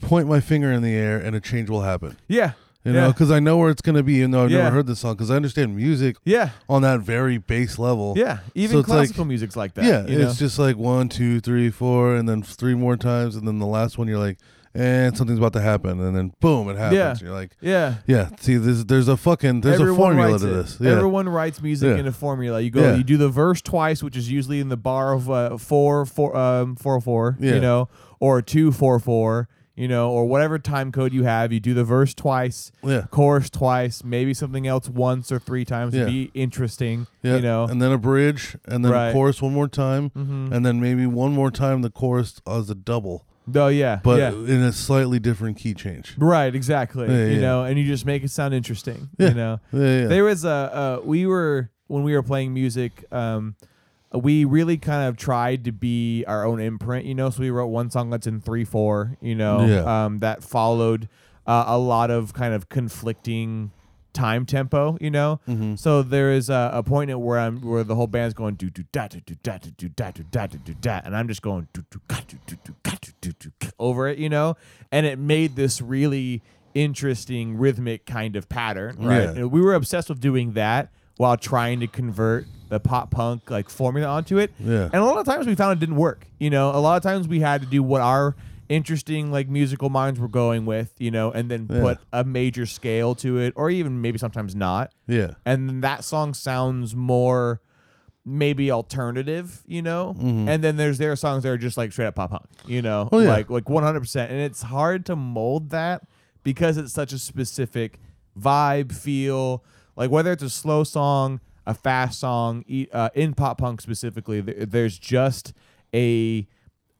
[SPEAKER 1] point my finger in the air and a change will happen
[SPEAKER 2] Yeah.
[SPEAKER 1] you
[SPEAKER 2] yeah.
[SPEAKER 1] know because i know where it's going to be even though i've
[SPEAKER 2] Yeah.
[SPEAKER 1] never heard this song because i understand music
[SPEAKER 2] yeah.
[SPEAKER 1] on that very base level
[SPEAKER 2] Yeah. Even
[SPEAKER 1] So it's like-
[SPEAKER 2] classical music's like that.
[SPEAKER 1] Yeah,
[SPEAKER 2] you know?
[SPEAKER 1] it's just like one, two, three, four, and then three more times, and then the last one you're like, and something's about to happen, and then boom, it happens.
[SPEAKER 2] Yeah.
[SPEAKER 1] You're like,
[SPEAKER 2] yeah.
[SPEAKER 1] yeah. See, there's there's a fucking there's a formula
[SPEAKER 2] writes
[SPEAKER 1] to
[SPEAKER 2] it.
[SPEAKER 1] this. Yeah,
[SPEAKER 2] Everyone writes music
[SPEAKER 1] Yeah.
[SPEAKER 2] in a formula. You go,
[SPEAKER 1] Yeah.
[SPEAKER 2] you do the verse twice, which is usually in the bar of uh, four, four, um, four, four.
[SPEAKER 1] Yeah.
[SPEAKER 2] You know, or two, four, four. You know, or whatever time code you have. You do the verse twice,
[SPEAKER 1] Yeah.
[SPEAKER 2] chorus twice, maybe something else once or three times.
[SPEAKER 1] Yeah.
[SPEAKER 2] to Be interesting.
[SPEAKER 1] yeah.
[SPEAKER 2] You know.
[SPEAKER 1] and then a bridge, and then a
[SPEAKER 2] Right. Mm-hmm.
[SPEAKER 1] chorus one more time, and then maybe one more time the chorus as a double,
[SPEAKER 2] oh yeah.
[SPEAKER 1] but
[SPEAKER 2] yeah.
[SPEAKER 1] in a slightly different key change.
[SPEAKER 2] Right, exactly.
[SPEAKER 1] Yeah,
[SPEAKER 2] you
[SPEAKER 1] yeah.
[SPEAKER 2] know, and you just make it sound interesting.
[SPEAKER 1] Yeah.
[SPEAKER 2] You know,
[SPEAKER 1] Yeah, yeah.
[SPEAKER 2] there was a uh, we were when we were playing music. Um, we really kind of tried to be our own imprint. You know, so we wrote one song that's in three four. You know,
[SPEAKER 1] Yeah.
[SPEAKER 2] um, that followed uh, a lot of kind of conflicting time tempo. You know,
[SPEAKER 1] Mm-hmm.
[SPEAKER 2] so there is a, a point at where I'm where the whole band's going do do da do do da do do da do da do do da, and I'm just going do do ga do do do ga do do do ga over it. You know, and it made this really interesting rhythmic kind of pattern. Right,
[SPEAKER 1] Yeah.
[SPEAKER 2] And we were obsessed with doing that while trying to convert the pop punk like formula onto it.
[SPEAKER 1] Yeah.
[SPEAKER 2] And a lot of times we found it didn't work. You know, a lot of times we had to do what our interesting like musical minds were going with, you know, and then
[SPEAKER 1] Yeah.
[SPEAKER 2] put a major scale to it or even maybe sometimes not.
[SPEAKER 1] Yeah,
[SPEAKER 2] And then that song sounds more maybe alternative, you know? And then there's there are songs that are just like straight up pop punk, you know?
[SPEAKER 1] Mm-hmm. Oh, yeah.
[SPEAKER 2] Like like 100%. And it's hard to mold that because it's such a specific vibe, feel, like whether it's a slow song, a fast song, e- uh, in pop punk specifically, th- there's just a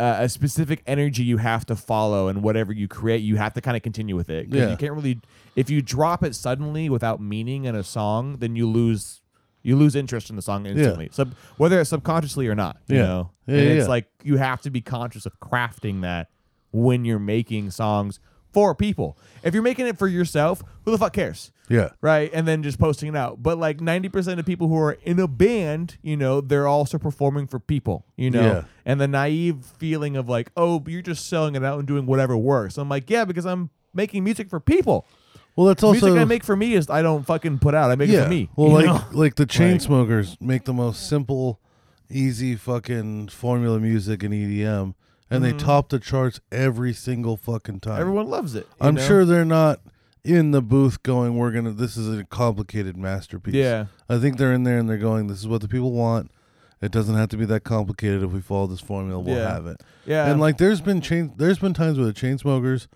[SPEAKER 2] uh, a specific energy you have to follow and whatever you create you have to kind of continue with it 'Cause
[SPEAKER 1] Yeah.
[SPEAKER 2] you can't really if you drop it suddenly without meaning in a song then you lose you lose interest in the song instantly Sub, whether it's subconsciously or not you
[SPEAKER 1] Yeah.
[SPEAKER 2] know
[SPEAKER 1] Yeah,
[SPEAKER 2] and
[SPEAKER 1] yeah,
[SPEAKER 2] it's
[SPEAKER 1] yeah.
[SPEAKER 2] like you have to be conscious of crafting that when you're making songs for people if you're making it for yourself who the fuck cares
[SPEAKER 1] yeah,
[SPEAKER 2] right? And then just posting it out. But like 90% of people who are in a band, you know, they're also performing for people, you know?
[SPEAKER 1] Yeah.
[SPEAKER 2] And the naive feeling of like, oh, but you're just selling it out and doing whatever works. I'm like, yeah, because I'm making music for people.
[SPEAKER 1] Well, that's also
[SPEAKER 2] music I make for me is I don't fucking put out. I make it
[SPEAKER 1] yeah.
[SPEAKER 2] for me.
[SPEAKER 1] Well,
[SPEAKER 2] you
[SPEAKER 1] like
[SPEAKER 2] know?
[SPEAKER 1] like the chain smokers make the most simple, easy fucking formula music in EDM, and they top the charts every single fucking time.
[SPEAKER 2] Mm-hmm. everyone loves it. you
[SPEAKER 1] I'm
[SPEAKER 2] know?
[SPEAKER 1] sure they're not in the booth going, "We're gonna. This is a complicated masterpiece."
[SPEAKER 2] Yeah.
[SPEAKER 1] I think they're in there and they're going, "This is what the people want." It doesn't have to be that complicated. If we follow this formula, we'll
[SPEAKER 2] Yeah.
[SPEAKER 1] have it.
[SPEAKER 2] Yeah.
[SPEAKER 1] And like, there's been chain. There's been times where the Chainsmokers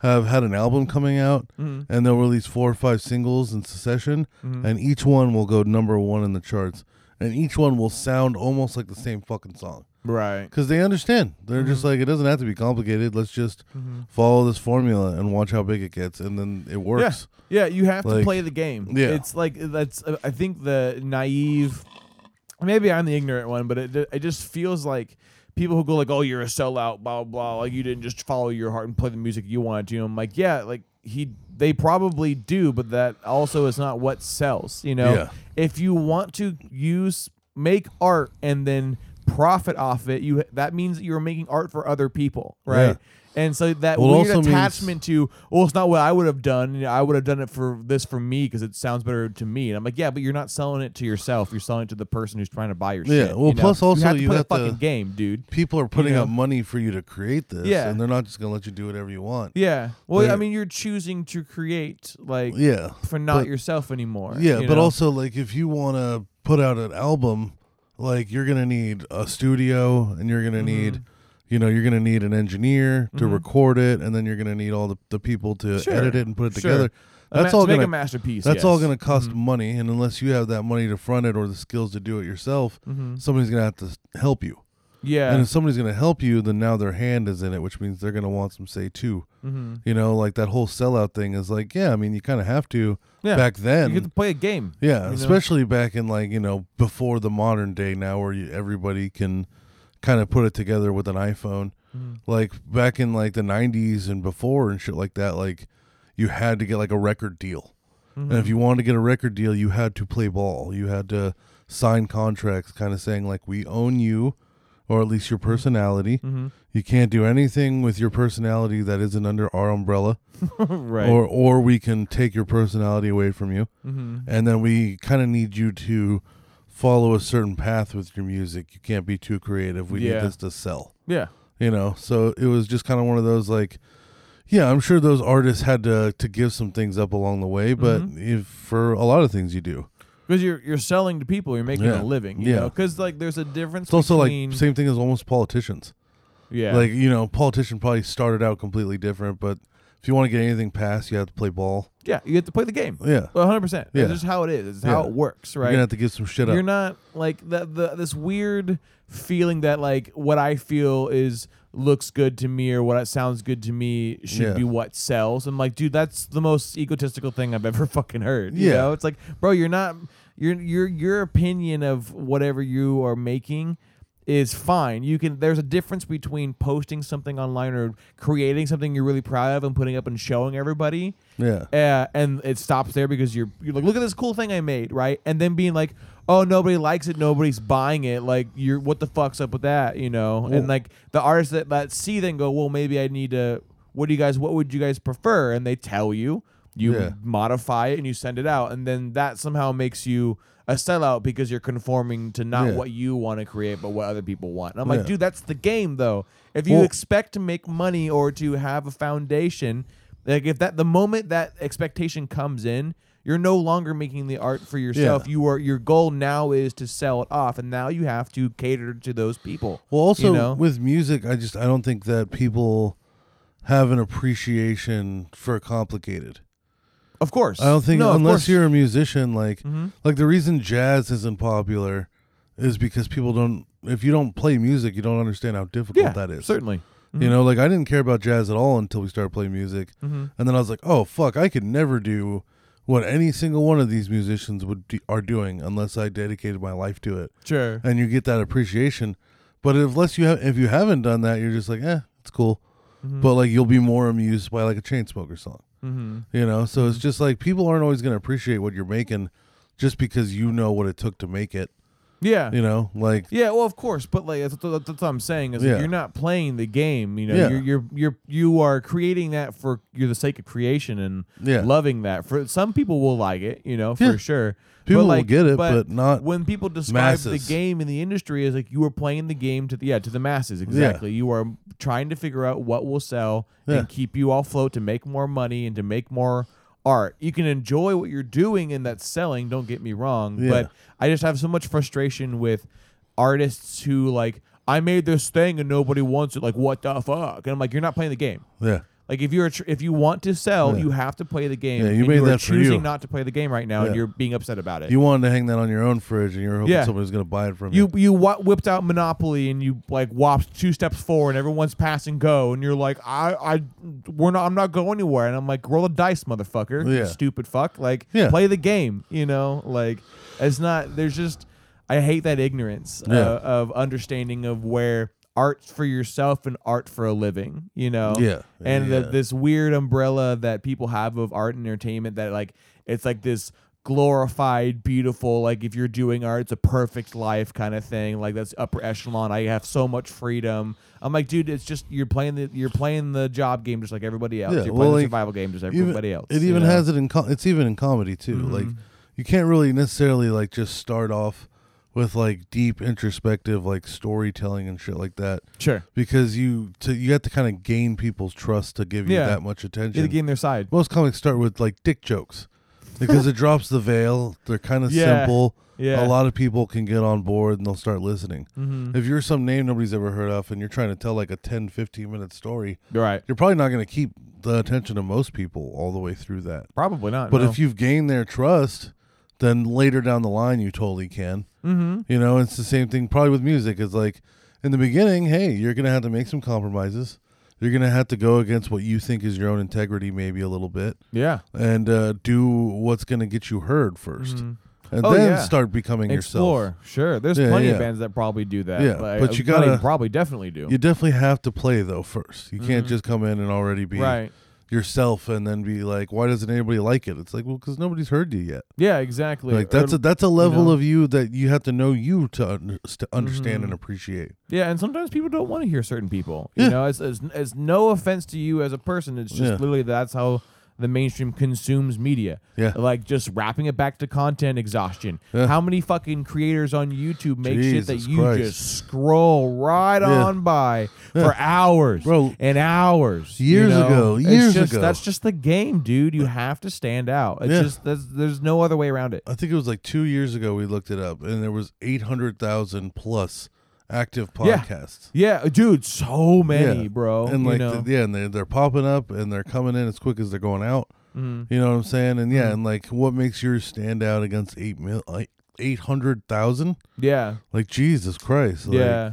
[SPEAKER 1] have had an album coming out,
[SPEAKER 2] Mm-hmm.
[SPEAKER 1] and they'll release four or five singles in succession, and each one will go number one in the charts, and each one will sound almost like the same fucking song.
[SPEAKER 2] Right.
[SPEAKER 1] because they understand. They're
[SPEAKER 2] Mm-hmm.
[SPEAKER 1] just like it doesn't have to be complicated. Let's just follow this formula and watch how big it gets, and then it works.
[SPEAKER 2] Yeah, yeah you have
[SPEAKER 1] Like,
[SPEAKER 2] to play the game.
[SPEAKER 1] yeah.
[SPEAKER 2] It's like that's uh, I think the naive maybe I'm the ignorant one, but it it just feels like people who go like, "Oh, you're a sellout, blah blah, blah, like you didn't just follow your heart and play the music you wanted to." I'm like, "Yeah, like he they probably do, but that also is not what sells, you know.
[SPEAKER 1] Yeah.
[SPEAKER 2] If you want to use make art and then profit off it, you that means that you're making art for other people, right?
[SPEAKER 1] Yeah.
[SPEAKER 2] And so that
[SPEAKER 1] Well, it
[SPEAKER 2] weird
[SPEAKER 1] also means-
[SPEAKER 2] attachment into well it's not what i would have done You know, i would have done it for this for me because it sounds better to me and i'm like yeah but you're not selling it to yourself you're selling it to the person who's trying to buy your
[SPEAKER 1] Yeah,
[SPEAKER 2] shit
[SPEAKER 1] well,
[SPEAKER 2] you know?
[SPEAKER 1] plus also
[SPEAKER 2] you have to
[SPEAKER 1] you
[SPEAKER 2] play
[SPEAKER 1] have
[SPEAKER 2] the
[SPEAKER 1] to-
[SPEAKER 2] fucking game dude
[SPEAKER 1] People are putting
[SPEAKER 2] know?
[SPEAKER 1] up money for you to create this,
[SPEAKER 2] Yeah.
[SPEAKER 1] and they're not just gonna let you do whatever you want.
[SPEAKER 2] yeah well
[SPEAKER 1] Yeah.
[SPEAKER 2] i mean you're choosing to create like
[SPEAKER 1] yeah,
[SPEAKER 2] for not
[SPEAKER 1] but-
[SPEAKER 2] yourself anymore
[SPEAKER 1] yeah.
[SPEAKER 2] you
[SPEAKER 1] But
[SPEAKER 2] know?
[SPEAKER 1] also, like, if you want to put out an album, like you're gonna need a studio, and you're
[SPEAKER 2] Mm-hmm.
[SPEAKER 1] gonna need. You know, you're gonna need an engineer to record it, and then you're gonna need all the, the people to
[SPEAKER 2] Sure.
[SPEAKER 1] edit it and put it
[SPEAKER 2] Sure.
[SPEAKER 1] together.
[SPEAKER 2] A ma-
[SPEAKER 1] That's all
[SPEAKER 2] to make
[SPEAKER 1] gonna
[SPEAKER 2] a masterpiece
[SPEAKER 1] That's
[SPEAKER 2] yes. Mm-hmm.
[SPEAKER 1] all going to cost money, and unless you have that money to front it or the skills to do it yourself,
[SPEAKER 2] Mm-hmm.
[SPEAKER 1] somebody's going to have to s- help you.
[SPEAKER 2] yeah
[SPEAKER 1] And if somebody's going to help you, then now their hand is in it, which means they're going to want some say too.
[SPEAKER 2] Mhm.
[SPEAKER 1] You know, like that whole sellout thing is like, yeah, I mean, you kind of have to
[SPEAKER 2] Yeah.
[SPEAKER 1] back then.
[SPEAKER 2] you get to play a game
[SPEAKER 1] yeah,
[SPEAKER 2] you know?
[SPEAKER 1] especially back in like you know before the modern day now, where you, everybody can kind of put it together with an iPhone.
[SPEAKER 2] Mm.
[SPEAKER 1] Like back in like the '90s and before and shit like that, like you had to get like a record deal. And
[SPEAKER 2] Mm-hmm.
[SPEAKER 1] if you wanted to get a record deal, you had to play ball. You had to sign contracts, kind of saying like, "We own you," or at least your
[SPEAKER 2] Mm-hmm.
[SPEAKER 1] personality. You can't do anything with your personality that isn't under our umbrella,
[SPEAKER 2] right
[SPEAKER 1] or or we can take your personality away from you.
[SPEAKER 2] Mm-hmm.
[SPEAKER 1] And then we kind of need you to follow a certain path with your music. You can't be too creative. We
[SPEAKER 2] Yeah.
[SPEAKER 1] need this to sell
[SPEAKER 2] yeah
[SPEAKER 1] you know so it was just kind of one of those like yeah i'm sure those artists had to to give some things up along the way but
[SPEAKER 2] Mm-hmm.
[SPEAKER 1] if for a lot of things you do
[SPEAKER 2] because you're you're selling to people you're making
[SPEAKER 1] Yeah.
[SPEAKER 2] a living you
[SPEAKER 1] Yeah.
[SPEAKER 2] because like there's a difference
[SPEAKER 1] it's also like
[SPEAKER 2] between
[SPEAKER 1] same thing as almost politicians
[SPEAKER 2] yeah
[SPEAKER 1] like you know politician probably started out completely different but if you want to get anything passed you have to play ball
[SPEAKER 2] Yeah, you have to play the game.
[SPEAKER 1] Yeah.
[SPEAKER 2] one hundred percent.
[SPEAKER 1] Yeah.
[SPEAKER 2] That's just how it is. It's how
[SPEAKER 1] Yeah.
[SPEAKER 2] it works,
[SPEAKER 1] you're
[SPEAKER 2] right?
[SPEAKER 1] gonna have to give some shit up
[SPEAKER 2] You're not like the, the this weird feeling that like what I feel is looks good to me or what sounds good to me should
[SPEAKER 1] Yeah.
[SPEAKER 2] be what sells. I'm like, dude, that's the most egotistical thing I've ever fucking heard. You
[SPEAKER 1] Yeah.
[SPEAKER 2] know? it's like, bro, you're not your your your opinion of whatever you are making is fine. You can there's a difference between posting something online or creating something you're really proud of and putting up and showing everybody.
[SPEAKER 1] yeah
[SPEAKER 2] Yeah, and it stops there because you're you're like, look at this cool thing I made, right? And then being like, oh, nobody likes it, nobody's buying it. Like, you're what the fuck's up with that, you know? And like the artists that that see then go, well, maybe I need to. What do you guys? What would you guys prefer? And they tell you, you
[SPEAKER 1] Yeah.
[SPEAKER 2] modify it and you send it out, and then that somehow makes you a sellout because you're conforming to not
[SPEAKER 1] Yeah.
[SPEAKER 2] what you want to create, but what other people want. And I'm like,
[SPEAKER 1] Yeah.
[SPEAKER 2] dude, that's the game, though. If you
[SPEAKER 1] Well-
[SPEAKER 2] expect to make money or to have a foundation, like if that the moment that expectation comes in, you're no longer making the art for yourself.
[SPEAKER 1] Yeah.
[SPEAKER 2] You are your goal now is to sell it off, and now you have to cater to those people.
[SPEAKER 1] Well, also
[SPEAKER 2] you know?
[SPEAKER 1] with music, I just I don't think that people have an appreciation for complicated.
[SPEAKER 2] of course,
[SPEAKER 1] I don't think
[SPEAKER 2] No, of
[SPEAKER 1] unless
[SPEAKER 2] course. Mm-hmm.
[SPEAKER 1] you're a musician, like like the reason jazz isn't popular is because people don't. If you don't play music, you don't understand how difficult
[SPEAKER 2] yeah,
[SPEAKER 1] that is.
[SPEAKER 2] certainly. Mm-hmm.
[SPEAKER 1] You know, like I didn't care about jazz at all until we started playing music, and then I was like, oh fuck, I could never do what any single one of these musicians would do, are doing unless I dedicated my life to it
[SPEAKER 2] Sure.
[SPEAKER 1] and you get that appreciation. But if- unless you have, if you haven't done that, you're just like, eh, it's cool.
[SPEAKER 2] Mm-hmm.
[SPEAKER 1] But like, you'll be more amused by like a Chainsmoker song, mm-hmm. you know. So it's just like people aren't always going to appreciate what you're making, just because you know what it took to make it.
[SPEAKER 2] Yeah.
[SPEAKER 1] You know, like
[SPEAKER 2] Yeah, well, of course, but like that's, that's, that's what I'm saying is
[SPEAKER 1] Yeah.
[SPEAKER 2] like, you're not playing the game. You know,
[SPEAKER 1] Yeah.
[SPEAKER 2] you're you're you're you are creating that for you're the sake of creation and
[SPEAKER 1] Yeah.
[SPEAKER 2] loving that. For some people will like it, you know, for
[SPEAKER 1] Yeah.
[SPEAKER 2] sure.
[SPEAKER 1] People
[SPEAKER 2] but
[SPEAKER 1] will
[SPEAKER 2] like,
[SPEAKER 1] get it, but not
[SPEAKER 2] when people describe
[SPEAKER 1] masses.
[SPEAKER 2] the game in the industry as like you are playing the game to the yeah to the masses exactly. You are trying to figure out what will sell
[SPEAKER 1] Yeah.
[SPEAKER 2] and keep you afloat to make more money and to make more art. You can enjoy what you're doing and that's selling. Don't get me wrong,
[SPEAKER 1] Yeah.
[SPEAKER 2] but I just have so much frustration with artists who like I made this thing and nobody wants it. Like what the fuck? And I'm like, you're not playing the game.
[SPEAKER 1] yeah,
[SPEAKER 2] Like if you're a tr- if you want to sell,
[SPEAKER 1] Yeah.
[SPEAKER 2] you have to play the game.
[SPEAKER 1] Yeah, you
[SPEAKER 2] and
[SPEAKER 1] made
[SPEAKER 2] are
[SPEAKER 1] that for
[SPEAKER 2] choosing
[SPEAKER 1] you.
[SPEAKER 2] not to play the game right now, and
[SPEAKER 1] Yeah.
[SPEAKER 2] you're being upset about it.
[SPEAKER 1] You wanted to hang that on your own fridge, and you were hoping
[SPEAKER 2] Yeah.
[SPEAKER 1] somebody's gonna buy it from
[SPEAKER 2] you
[SPEAKER 1] you.
[SPEAKER 2] you wh- whipped out Monopoly and you like whopped two steps forward and everyone's passing go and you're like I I we're not I'm not going anywhere and I'm like roll a dice motherfucker
[SPEAKER 1] Yeah.
[SPEAKER 2] stupid fuck like
[SPEAKER 1] Yeah.
[SPEAKER 2] play the game you know like it's not there's just I hate that ignorance
[SPEAKER 1] Yeah.
[SPEAKER 2] uh, of understanding of where art for yourself and art for a living you know
[SPEAKER 1] Yeah.
[SPEAKER 2] and
[SPEAKER 1] Yeah.
[SPEAKER 2] The, this weird umbrella that people have of art and entertainment that like it's like this glorified beautiful like if you're doing art it's a perfect life kind of thing like that's upper echelon i have so much freedom i'm like dude it's just you're playing the you're playing the job game just like everybody else
[SPEAKER 1] Yeah,
[SPEAKER 2] you're
[SPEAKER 1] well,
[SPEAKER 2] playing
[SPEAKER 1] like,
[SPEAKER 2] the survival game just like
[SPEAKER 1] Even-
[SPEAKER 2] everybody else
[SPEAKER 1] It
[SPEAKER 2] you
[SPEAKER 1] even
[SPEAKER 2] know? Mm-hmm.
[SPEAKER 1] has it in. Com- it's even in comedy too. Like you can't really necessarily like just start off with like deep introspective like storytelling and shit like that
[SPEAKER 2] sure
[SPEAKER 1] because you to, you have to kind of gain people's trust to give you
[SPEAKER 2] Yeah.
[SPEAKER 1] that much attention.
[SPEAKER 2] you're the game their side
[SPEAKER 1] Most comics start with like dick jokes because it drops the veil. They're kind of
[SPEAKER 2] Yeah.
[SPEAKER 1] simple. A
[SPEAKER 2] Yeah.
[SPEAKER 1] lot of people can get on board and they'll start listening.
[SPEAKER 2] mm-hmm.
[SPEAKER 1] If you're some name nobody's ever heard of and you're trying to tell like a 10, 15 minute story,
[SPEAKER 2] right
[SPEAKER 1] you're probably not going to keep the attention of most people all the way through that.
[SPEAKER 2] probably not
[SPEAKER 1] But if you've gained their trust, then later down the line, you totally can.
[SPEAKER 2] mm-hmm.
[SPEAKER 1] You know, it's the same thing probably with music. It's like in the beginning, hey, you're going to have to make some compromises. You're going to have to go against what you think is your own integrity, maybe a little bit,
[SPEAKER 2] yeah
[SPEAKER 1] and uh, do what's going to get you heard 1st
[SPEAKER 2] Mhm.
[SPEAKER 1] And
[SPEAKER 2] Oh,
[SPEAKER 1] then
[SPEAKER 2] yeah.
[SPEAKER 1] start becoming
[SPEAKER 2] explore
[SPEAKER 1] yourself.
[SPEAKER 2] sure there's
[SPEAKER 1] Yeah,
[SPEAKER 2] plenty of
[SPEAKER 1] yeah.
[SPEAKER 2] bands that probably do that
[SPEAKER 1] Yeah,
[SPEAKER 2] like,
[SPEAKER 1] but
[SPEAKER 2] uh,
[SPEAKER 1] you
[SPEAKER 2] not even
[SPEAKER 1] gotta-
[SPEAKER 2] probably definitely do
[SPEAKER 1] You definitely have to play, though, first. You can't just come in and already be
[SPEAKER 2] Mm-hmm. right
[SPEAKER 1] yourself and then be like, why doesn't anybody like it? It's like, well, because nobody's heard you yet.
[SPEAKER 2] Yeah, exactly.
[SPEAKER 1] Like that's
[SPEAKER 2] Or-
[SPEAKER 1] a that's a level
[SPEAKER 2] know?
[SPEAKER 1] of you that you have to know you to un- to understand
[SPEAKER 2] Mm-hmm.
[SPEAKER 1] and appreciate.
[SPEAKER 2] yeah, and sometimes people don't want to hear certain people. You
[SPEAKER 1] Yeah.
[SPEAKER 2] know, it's, it's it's no offense to you as a person. It's just
[SPEAKER 1] Yeah.
[SPEAKER 2] literally that's how the mainstream consumes media.
[SPEAKER 1] Yeah.
[SPEAKER 2] like just wrapping it back to content exhaustion.
[SPEAKER 1] Yeah.
[SPEAKER 2] How many fucking creators on YouTube make shit that
[SPEAKER 1] Jesus
[SPEAKER 2] you
[SPEAKER 1] Christ.
[SPEAKER 2] just scroll right
[SPEAKER 1] Yeah.
[SPEAKER 2] on by for hours
[SPEAKER 1] Bro,
[SPEAKER 2] and hours? you
[SPEAKER 1] years
[SPEAKER 2] know?
[SPEAKER 1] ago,
[SPEAKER 2] It's
[SPEAKER 1] years
[SPEAKER 2] just-
[SPEAKER 1] ago.
[SPEAKER 2] That's just the game, dude. You have to stand out. It's
[SPEAKER 1] Yeah.
[SPEAKER 2] just that's, there's no other way around it.
[SPEAKER 1] I think it was like two years ago we looked it up, and there was eight hundred thousand plus active
[SPEAKER 2] Yeah.
[SPEAKER 1] podcasts.
[SPEAKER 2] Yeah, dude, so many,
[SPEAKER 1] Yeah.
[SPEAKER 2] bro.
[SPEAKER 1] and
[SPEAKER 2] you
[SPEAKER 1] like
[SPEAKER 2] know?
[SPEAKER 1] the- yeah, and they're they're popping up and they're coming in as quick as they're going out.
[SPEAKER 2] Mm-hmm.
[SPEAKER 1] You know what I'm saying? And yeah, and like what makes yours stand out against eight mil like eight hundred thousand?
[SPEAKER 2] yeah.
[SPEAKER 1] Like Jesus Christ! like,
[SPEAKER 2] Yeah.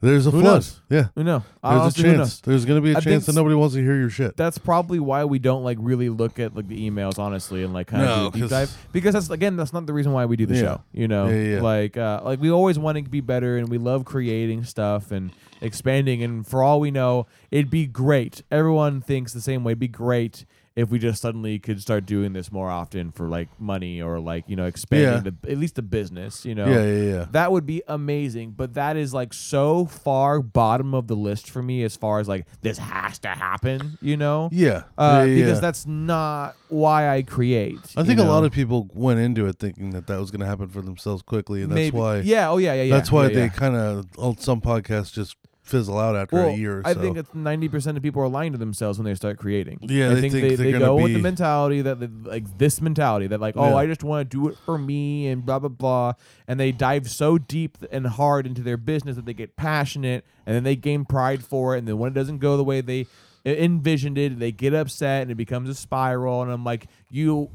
[SPEAKER 1] there's a
[SPEAKER 2] Who
[SPEAKER 1] flood.
[SPEAKER 2] knows?
[SPEAKER 1] Yeah,
[SPEAKER 2] Who know?
[SPEAKER 1] there's
[SPEAKER 2] Honestly,
[SPEAKER 1] a
[SPEAKER 2] who
[SPEAKER 1] chance.
[SPEAKER 2] knows?
[SPEAKER 1] There's gonna be a
[SPEAKER 2] I think
[SPEAKER 1] chance that
[SPEAKER 2] s-
[SPEAKER 1] nobody wants to hear your shit.
[SPEAKER 2] That's probably why we don't like really look at like the emails honestly and like kind
[SPEAKER 1] No,
[SPEAKER 2] of do a deep
[SPEAKER 1] 'cause-
[SPEAKER 2] dive because that's again that's not the reason why we do the
[SPEAKER 1] Yeah.
[SPEAKER 2] show. You know,
[SPEAKER 1] Yeah, yeah, yeah.
[SPEAKER 2] like uh, like we always want to be better and we love creating stuff and expanding. And for all we know, it'd be great. Everyone thinks the same way. It'd be great if we just suddenly could start doing this more often for like money or like you know expanding the at least the business. You know,
[SPEAKER 1] Yeah, yeah, yeah.
[SPEAKER 2] that would be amazing, but that is like so far bottom of the list for me as far as like this has to happen, you know?
[SPEAKER 1] yeah, Yeah,
[SPEAKER 2] Uh,
[SPEAKER 1] yeah,
[SPEAKER 2] Because
[SPEAKER 1] yeah.
[SPEAKER 2] that's not why I create.
[SPEAKER 1] I
[SPEAKER 2] you
[SPEAKER 1] think a
[SPEAKER 2] know?
[SPEAKER 1] lot of people went into it thinking that that was going to happen for themselves quickly, and that's
[SPEAKER 2] Maybe-
[SPEAKER 1] why
[SPEAKER 2] Yeah. Oh yeah. Yeah. yeah,
[SPEAKER 1] that's why
[SPEAKER 2] yeah,
[SPEAKER 1] they
[SPEAKER 2] yeah.
[SPEAKER 1] kind of some podcasts just fizzle out after
[SPEAKER 2] Well,
[SPEAKER 1] a year. Or
[SPEAKER 2] I
[SPEAKER 1] so.
[SPEAKER 2] think it's ninety percent of people are lying to themselves when they start creating.
[SPEAKER 1] Yeah,
[SPEAKER 2] I
[SPEAKER 1] they
[SPEAKER 2] think,
[SPEAKER 1] think
[SPEAKER 2] they,
[SPEAKER 1] they're
[SPEAKER 2] they
[SPEAKER 1] gonna
[SPEAKER 2] go with the
[SPEAKER 1] be-
[SPEAKER 2] mentality that they, like this mentality that like oh
[SPEAKER 1] Yeah.
[SPEAKER 2] I just want to do it for me and blah blah blah, and they dive so deep and hard into their business that they get passionate and then they gain pride for it, and then when it doesn't go the way they e-, envisioned it, they get upset and it becomes a spiral. And I'm like you.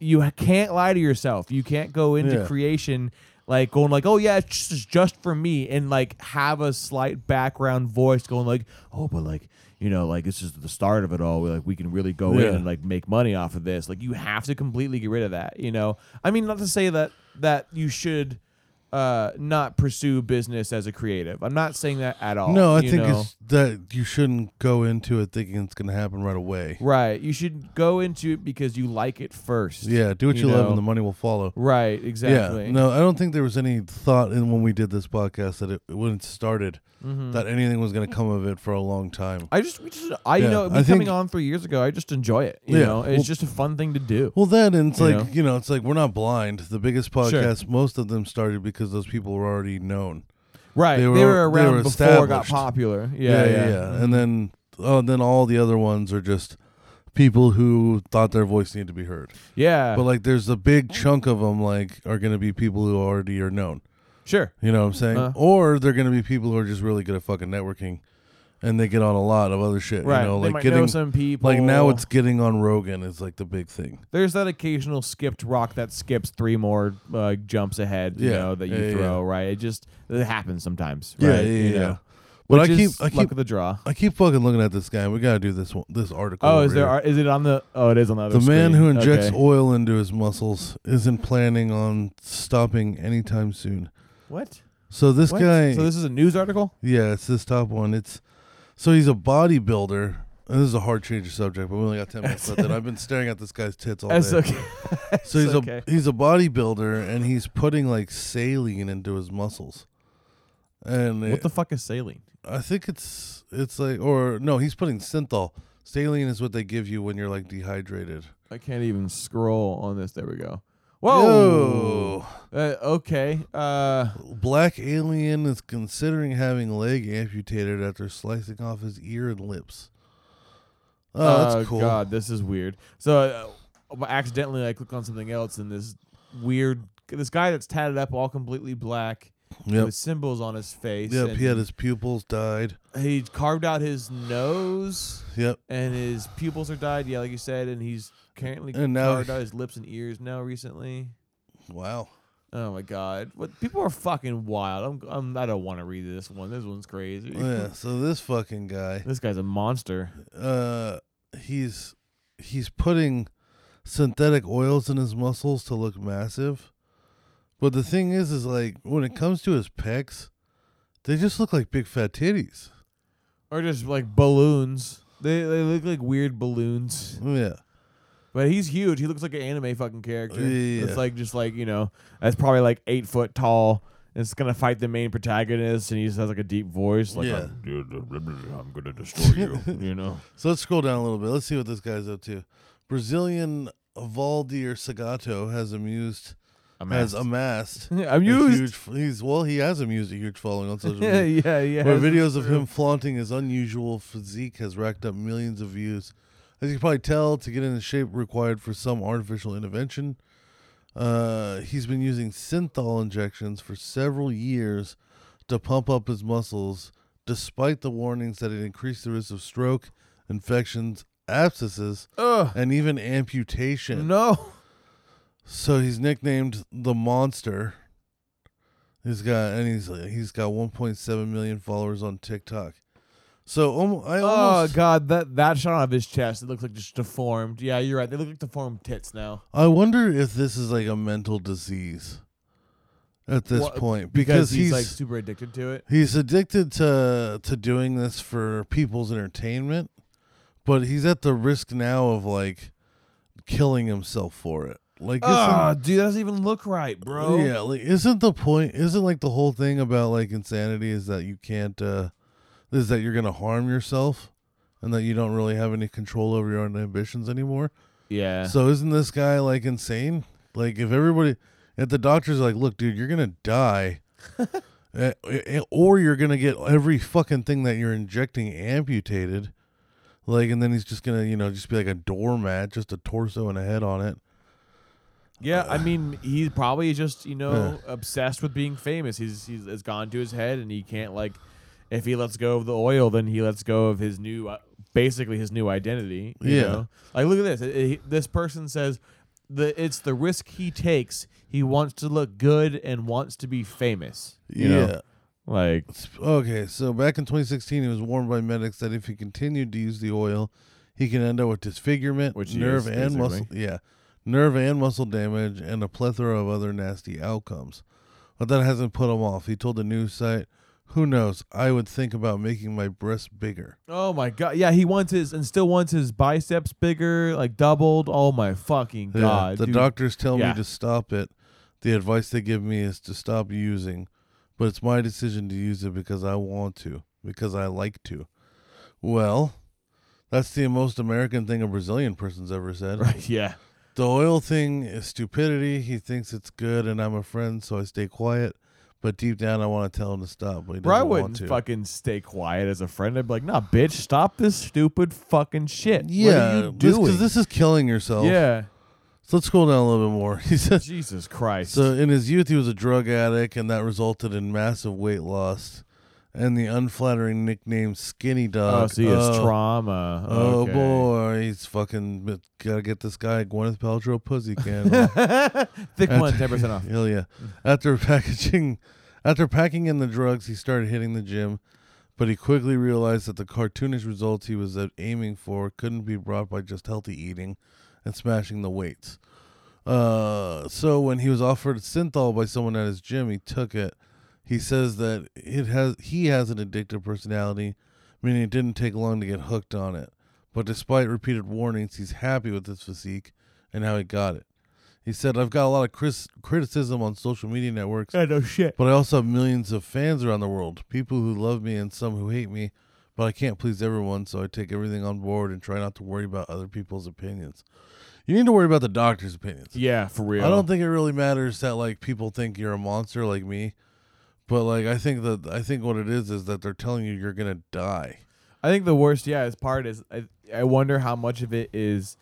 [SPEAKER 2] You can't lie to yourself. You can't go into
[SPEAKER 1] Yeah.
[SPEAKER 2] creation like going like oh yeah it's just, just for me and like have a slight background voice going like oh but like you know like this is the start of it all we like we can really go
[SPEAKER 1] Yeah.
[SPEAKER 2] in and like make money off of this like you have to completely get rid of that you know i mean not to say that that you should uh not pursue business as a creative i'm not saying that at all
[SPEAKER 1] no, I
[SPEAKER 2] you
[SPEAKER 1] think
[SPEAKER 2] know?
[SPEAKER 1] it's that you shouldn't go into it thinking it's going to happen right away.
[SPEAKER 2] right you should go into it because you like it first
[SPEAKER 1] Yeah, do what you, love,
[SPEAKER 2] know?
[SPEAKER 1] and the money will follow.
[SPEAKER 2] right exactly
[SPEAKER 1] Yeah, no, I don't think there was any thought in when we did this podcast that it when it started
[SPEAKER 2] Mm-hmm.
[SPEAKER 1] that anything was going to come of it for a long time.
[SPEAKER 2] I just, we just I you
[SPEAKER 1] Yeah,
[SPEAKER 2] know,
[SPEAKER 1] I
[SPEAKER 2] me coming
[SPEAKER 1] think-
[SPEAKER 2] on three years ago, I just enjoy it. You
[SPEAKER 1] Yeah,
[SPEAKER 2] know, it's
[SPEAKER 1] well-
[SPEAKER 2] just a fun thing to do.
[SPEAKER 1] Well, then and it's
[SPEAKER 2] You
[SPEAKER 1] like
[SPEAKER 2] know?
[SPEAKER 1] you know, it's like we're not blind. The biggest podcasts, most of them started because those people were already known.
[SPEAKER 2] right,
[SPEAKER 1] they
[SPEAKER 2] they
[SPEAKER 1] were-
[SPEAKER 2] were,
[SPEAKER 1] they
[SPEAKER 2] around
[SPEAKER 1] were
[SPEAKER 2] before it got
[SPEAKER 1] established.
[SPEAKER 2] popular. Yeah, Mm-hmm. yeah,
[SPEAKER 1] And then oh, and then all the other ones are just people who thought their voice needed to be heard.
[SPEAKER 2] Yeah,
[SPEAKER 1] But like, there's a big chunk of them like are going to be people who already are known.
[SPEAKER 2] sure,
[SPEAKER 1] You know what I'm saying?
[SPEAKER 2] Uh.
[SPEAKER 1] or they're going to be people who are just really good at fucking networking, and they get on a lot of other shit.
[SPEAKER 2] Right.
[SPEAKER 1] You know,
[SPEAKER 2] they
[SPEAKER 1] like
[SPEAKER 2] might
[SPEAKER 1] getting
[SPEAKER 2] know some people.
[SPEAKER 1] like now it's getting on Rogan is like the big thing.
[SPEAKER 2] there's that occasional skipped rock that skips three more uh, jumps ahead. You
[SPEAKER 1] Yeah.
[SPEAKER 2] know that you
[SPEAKER 1] Yeah, yeah,
[SPEAKER 2] throw right. It just it happens sometimes.
[SPEAKER 1] Yeah,
[SPEAKER 2] right?
[SPEAKER 1] yeah,
[SPEAKER 2] you
[SPEAKER 1] yeah.
[SPEAKER 2] know?
[SPEAKER 1] But
[SPEAKER 2] Which
[SPEAKER 1] I keep
[SPEAKER 2] is
[SPEAKER 1] I
[SPEAKER 2] luck
[SPEAKER 1] keep
[SPEAKER 2] of the draw.
[SPEAKER 1] I keep fucking looking at this guy. We gotta do this one, this article.
[SPEAKER 2] Oh,
[SPEAKER 1] over
[SPEAKER 2] is there?
[SPEAKER 1] here.
[SPEAKER 2] Are, is it on the? Oh, it is on the other.
[SPEAKER 1] the man
[SPEAKER 2] screen.
[SPEAKER 1] who injects
[SPEAKER 2] Okay.
[SPEAKER 1] oil into his muscles isn't planning on stopping anytime soon.
[SPEAKER 2] what?
[SPEAKER 1] So this
[SPEAKER 2] What?
[SPEAKER 1] guy,
[SPEAKER 2] So this is a news article.
[SPEAKER 1] yeah, it's this top one. It's so he's a bodybuilder. And this is a hard change of subject, but we only got ten minutes left. And I've been staring at this guy's tits all
[SPEAKER 2] That's
[SPEAKER 1] day.
[SPEAKER 2] okay.
[SPEAKER 1] So he's
[SPEAKER 2] okay.
[SPEAKER 1] a he's a bodybuilder, and he's putting like saline into his muscles. And
[SPEAKER 2] What
[SPEAKER 1] it-
[SPEAKER 2] the fuck is saline?
[SPEAKER 1] I think it's it's like or no, he's putting synthol. Saline is what they give you when you're like dehydrated.
[SPEAKER 2] I can't even scroll on this. There we go. Whoa.
[SPEAKER 1] Yo.
[SPEAKER 2] Uh, okay. Uh,
[SPEAKER 1] Black alien is considering having leg amputated after slicing off his ear and lips. Oh, that's cool.
[SPEAKER 2] uh, God, this is weird. So, uh, accidentally, I click on something else, and this weird, this guy that's tatted up, all completely black,
[SPEAKER 1] Yep.
[SPEAKER 2] with symbols on his face.
[SPEAKER 1] Yep,
[SPEAKER 2] and
[SPEAKER 1] he had his pupils dyed.
[SPEAKER 2] he carved out his nose,
[SPEAKER 1] Yep.
[SPEAKER 2] and his pupils are dyed. Yeah, like you said, and he's currently
[SPEAKER 1] And now-
[SPEAKER 2] carved out his lips and ears now recently.
[SPEAKER 1] Wow.
[SPEAKER 2] Oh my God! What people are fucking wild. I'm, I'm I don't want to read this one. This one's crazy.
[SPEAKER 1] Oh, Yeah, so this fucking guy,
[SPEAKER 2] This guy's a monster.
[SPEAKER 1] uh he's he's putting synthetic oils in his muscles to look massive. But the thing is is like when it comes to his pecs, they just look like big fat titties.
[SPEAKER 2] Or just like balloons. They they look like weird balloons.
[SPEAKER 1] Oh, Yeah.
[SPEAKER 2] But he's huge. He looks like an anime fucking character.
[SPEAKER 1] Yeah.
[SPEAKER 2] It's like just like, you know, that's probably like eight foot tall. And it's gonna fight the main protagonist and he just has like a deep voice. Like
[SPEAKER 1] Yeah.
[SPEAKER 2] I'm gonna destroy you. you know?
[SPEAKER 1] So let's scroll down a little bit. Let's see what this guy's up to. Brazilian Valdir Sagato has amused
[SPEAKER 2] I'm
[SPEAKER 1] has amassed
[SPEAKER 2] I'm
[SPEAKER 1] a
[SPEAKER 2] used.
[SPEAKER 1] huge he's well he has amused a huge following on social
[SPEAKER 2] Yeah,
[SPEAKER 1] media.
[SPEAKER 2] yeah, yeah.
[SPEAKER 1] where videos of him flaunting his unusual physique has racked up millions of views. As you can probably tell, to get into shape required for some artificial intervention. Uh, he's been using synthol injections for several years to pump up his muscles, despite the warnings that it increased the risk of stroke, infections, abscesses,
[SPEAKER 2] Ugh,
[SPEAKER 1] and even amputation.
[SPEAKER 2] no.
[SPEAKER 1] So he's nicknamed the Monster. He's got and he's he's got 1.7 million followers on TikTok. So almost, I
[SPEAKER 2] Oh
[SPEAKER 1] almost
[SPEAKER 2] god, that that shot of his chest, it looks like just deformed. Yeah, you're right. They look like deformed tits now.
[SPEAKER 1] I wonder if this is like a mental disease at this
[SPEAKER 2] Wha-
[SPEAKER 1] point
[SPEAKER 2] Because,
[SPEAKER 1] because,
[SPEAKER 2] he's, like super addicted to it.
[SPEAKER 1] he's addicted to to doing this for people's entertainment, but he's at the risk now of like killing himself for it. Like isn't-
[SPEAKER 2] Ah, dude, that doesn't even look right, bro.
[SPEAKER 1] Yeah, like isn't the point isn't like the whole thing about like insanity is that you can't uh is that you're gonna harm yourself and that you don't really have any control over your own ambitions anymore.
[SPEAKER 2] Yeah.
[SPEAKER 1] So isn't this guy like insane? Like if everybody if the doctor's like, look, dude, you're gonna die eh, eh, or you're gonna get every fucking thing that you're injecting amputated. Like and then he's just gonna, you know, just be like a doormat, just a torso and a head on it.
[SPEAKER 2] Yeah, I mean, he's probably just you know obsessed with being famous. He's he's it's gone to his head, and he can't like, if he lets go of the oil, then he lets go of his new, uh, basically his new identity. you
[SPEAKER 1] Yeah.
[SPEAKER 2] know? like look at this. It- it- this person says, the it's the risk he takes. He wants to look good and wants to be famous. You
[SPEAKER 1] yeah.
[SPEAKER 2] know? like
[SPEAKER 1] Okay, so back in 2016, he was warned by medics that if he continued to use the oil, he can end up with disfigurement,
[SPEAKER 2] Which he
[SPEAKER 1] nerve
[SPEAKER 2] is,
[SPEAKER 1] and muscle,
[SPEAKER 2] basically.
[SPEAKER 1] yeah, nerve and muscle damage, and a plethora of other nasty outcomes. But that hasn't put him off. He told the news site, "Who knows? I would think about making my breasts bigger."
[SPEAKER 2] oh my god, yeah, he wants his and still wants his biceps bigger, like doubled. Oh my fucking
[SPEAKER 1] Yeah,
[SPEAKER 2] god,
[SPEAKER 1] the
[SPEAKER 2] dude.
[SPEAKER 1] doctors tell
[SPEAKER 2] Yeah.
[SPEAKER 1] me to stop it. The advice they give me is to stop using, but it's my decision to use it because I want to, because I like to. Well, that's the most American thing a Brazilian person's ever said.
[SPEAKER 2] Right, yeah.
[SPEAKER 1] The oil thing is stupidity. He thinks it's good, and I'm a friend, so I stay quiet. But deep down, I want to tell him to stop, but he doesn't
[SPEAKER 2] Bro, I
[SPEAKER 1] want
[SPEAKER 2] wouldn't
[SPEAKER 1] to.
[SPEAKER 2] fucking stay quiet as a friend. I'd be like, nah, bitch, stop this stupid fucking shit.
[SPEAKER 1] yeah,
[SPEAKER 2] What are you
[SPEAKER 1] this-
[SPEAKER 2] doing?
[SPEAKER 1] this is killing yourself.
[SPEAKER 2] yeah.
[SPEAKER 1] So let's scroll down a little bit more. He says,
[SPEAKER 2] Jesus Christ.
[SPEAKER 1] So in his youth, he was a drug addict, and that resulted in massive weight loss. and the unflattering nickname Skinny Dog.
[SPEAKER 2] Oh, see, it's
[SPEAKER 1] Oh,
[SPEAKER 2] trauma.
[SPEAKER 1] Oh
[SPEAKER 2] Okay.
[SPEAKER 1] boy, he's fucking but gotta get this guy Gwyneth Paltrow pussy candle.
[SPEAKER 2] Thick one, ten percent off.
[SPEAKER 1] Hell yeah! After packaging, after packing in the drugs, he started hitting the gym, but he quickly realized that the cartoonish results he was uh, aiming for couldn't be brought by just healthy eating and smashing the weights. Uh, so when he was offered synthol by someone at his gym, he took it. He says that it has he has an addictive personality, meaning it didn't take long to get hooked on it. But despite repeated warnings, he's happy with his physique and how he got it. He said, "I've got a lot of cris- criticism on social media networks,
[SPEAKER 2] I know shit.
[SPEAKER 1] but I also have millions of fans around the world. People who love me and some who hate me, but I can't please everyone, so I take everything on board and try not to worry about other people's opinions. You need to worry about the doctor's opinions.
[SPEAKER 2] Yeah, for real.
[SPEAKER 1] I don't think it really matters that like people think you're a monster like me, but like I think that I think what it is is that they're telling you you're gonna die.
[SPEAKER 2] I think the worst, yeah, is part is I, I wonder how much of it is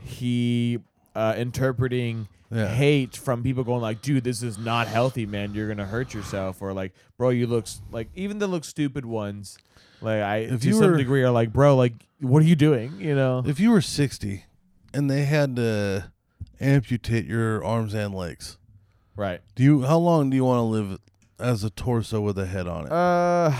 [SPEAKER 2] he uh, interpreting
[SPEAKER 1] Yeah.
[SPEAKER 2] hate from people going like, "Dude, this is not healthy, man. You're gonna hurt yourself," or like, "Bro, you look s- like even the look stupid ones." Like I,
[SPEAKER 1] If
[SPEAKER 2] to
[SPEAKER 1] you
[SPEAKER 2] some
[SPEAKER 1] were-
[SPEAKER 2] degree, are like, "Bro, like, what are you doing?" You know?
[SPEAKER 1] If you were 60 and they had to amputate your arms and legs,
[SPEAKER 2] right.
[SPEAKER 1] Do you? How long do you want to live as a torso with a head on it?
[SPEAKER 2] Uh,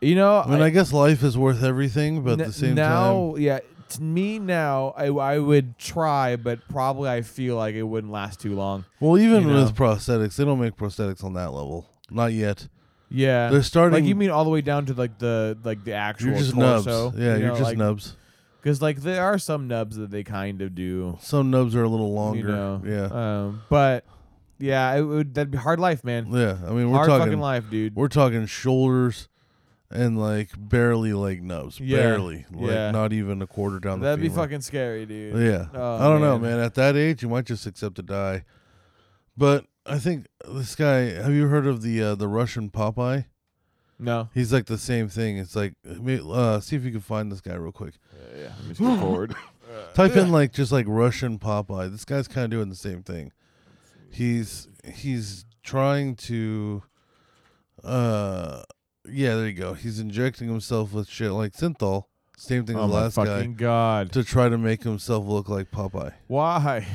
[SPEAKER 2] you know,
[SPEAKER 1] I mean, I, guess life is worth everything, but
[SPEAKER 2] N-
[SPEAKER 1] at the same
[SPEAKER 2] now, yeah, to me now, I, I would try, but probably I feel like it wouldn't last too long.
[SPEAKER 1] time, well, even
[SPEAKER 2] you know.
[SPEAKER 1] with prosthetics, they don't make prosthetics on that level. Not yet.
[SPEAKER 2] Yeah,
[SPEAKER 1] They're starting-
[SPEAKER 2] Like you mean all the way down to like the like the actual
[SPEAKER 1] You're just
[SPEAKER 2] torso?
[SPEAKER 1] nubs. Yeah,
[SPEAKER 2] you
[SPEAKER 1] you are
[SPEAKER 2] know,
[SPEAKER 1] just
[SPEAKER 2] like,
[SPEAKER 1] nubs.
[SPEAKER 2] Because like there are some nubs that they kind of do.
[SPEAKER 1] Some nubs are a little longer.
[SPEAKER 2] You know.
[SPEAKER 1] Yeah,
[SPEAKER 2] Um, but yeah, it would that'd be hard life, man.
[SPEAKER 1] yeah. I mean, we're
[SPEAKER 2] hard
[SPEAKER 1] talking
[SPEAKER 2] fucking life, dude.
[SPEAKER 1] we're talking shoulders and like barely like nubs,
[SPEAKER 2] Yeah.
[SPEAKER 1] barely, like
[SPEAKER 2] Yeah.
[SPEAKER 1] not even a quarter down the.
[SPEAKER 2] That'd be
[SPEAKER 1] femur.
[SPEAKER 2] fucking scary, dude.
[SPEAKER 1] Yeah.
[SPEAKER 2] Oh,
[SPEAKER 1] I don't know,
[SPEAKER 2] man.
[SPEAKER 1] man. At that age, you might just accept to die. But I think this guy. Have you heard of the uh, the Russian Popeye?
[SPEAKER 2] No.
[SPEAKER 1] He's like the same thing. It's like, I mean, uh, see if you can find this guy real quick.
[SPEAKER 2] yeah. Let me skip forward.
[SPEAKER 1] Type in like just like Russian Popeye. This guy's kind of doing the same thing. He's he's trying to, uh, yeah, there you go. He's injecting himself with shit like synthol. Same thing
[SPEAKER 2] Oh
[SPEAKER 1] as the
[SPEAKER 2] my
[SPEAKER 1] last
[SPEAKER 2] fucking
[SPEAKER 1] guy
[SPEAKER 2] god!
[SPEAKER 1] to try to make himself look like Popeye.
[SPEAKER 2] Why?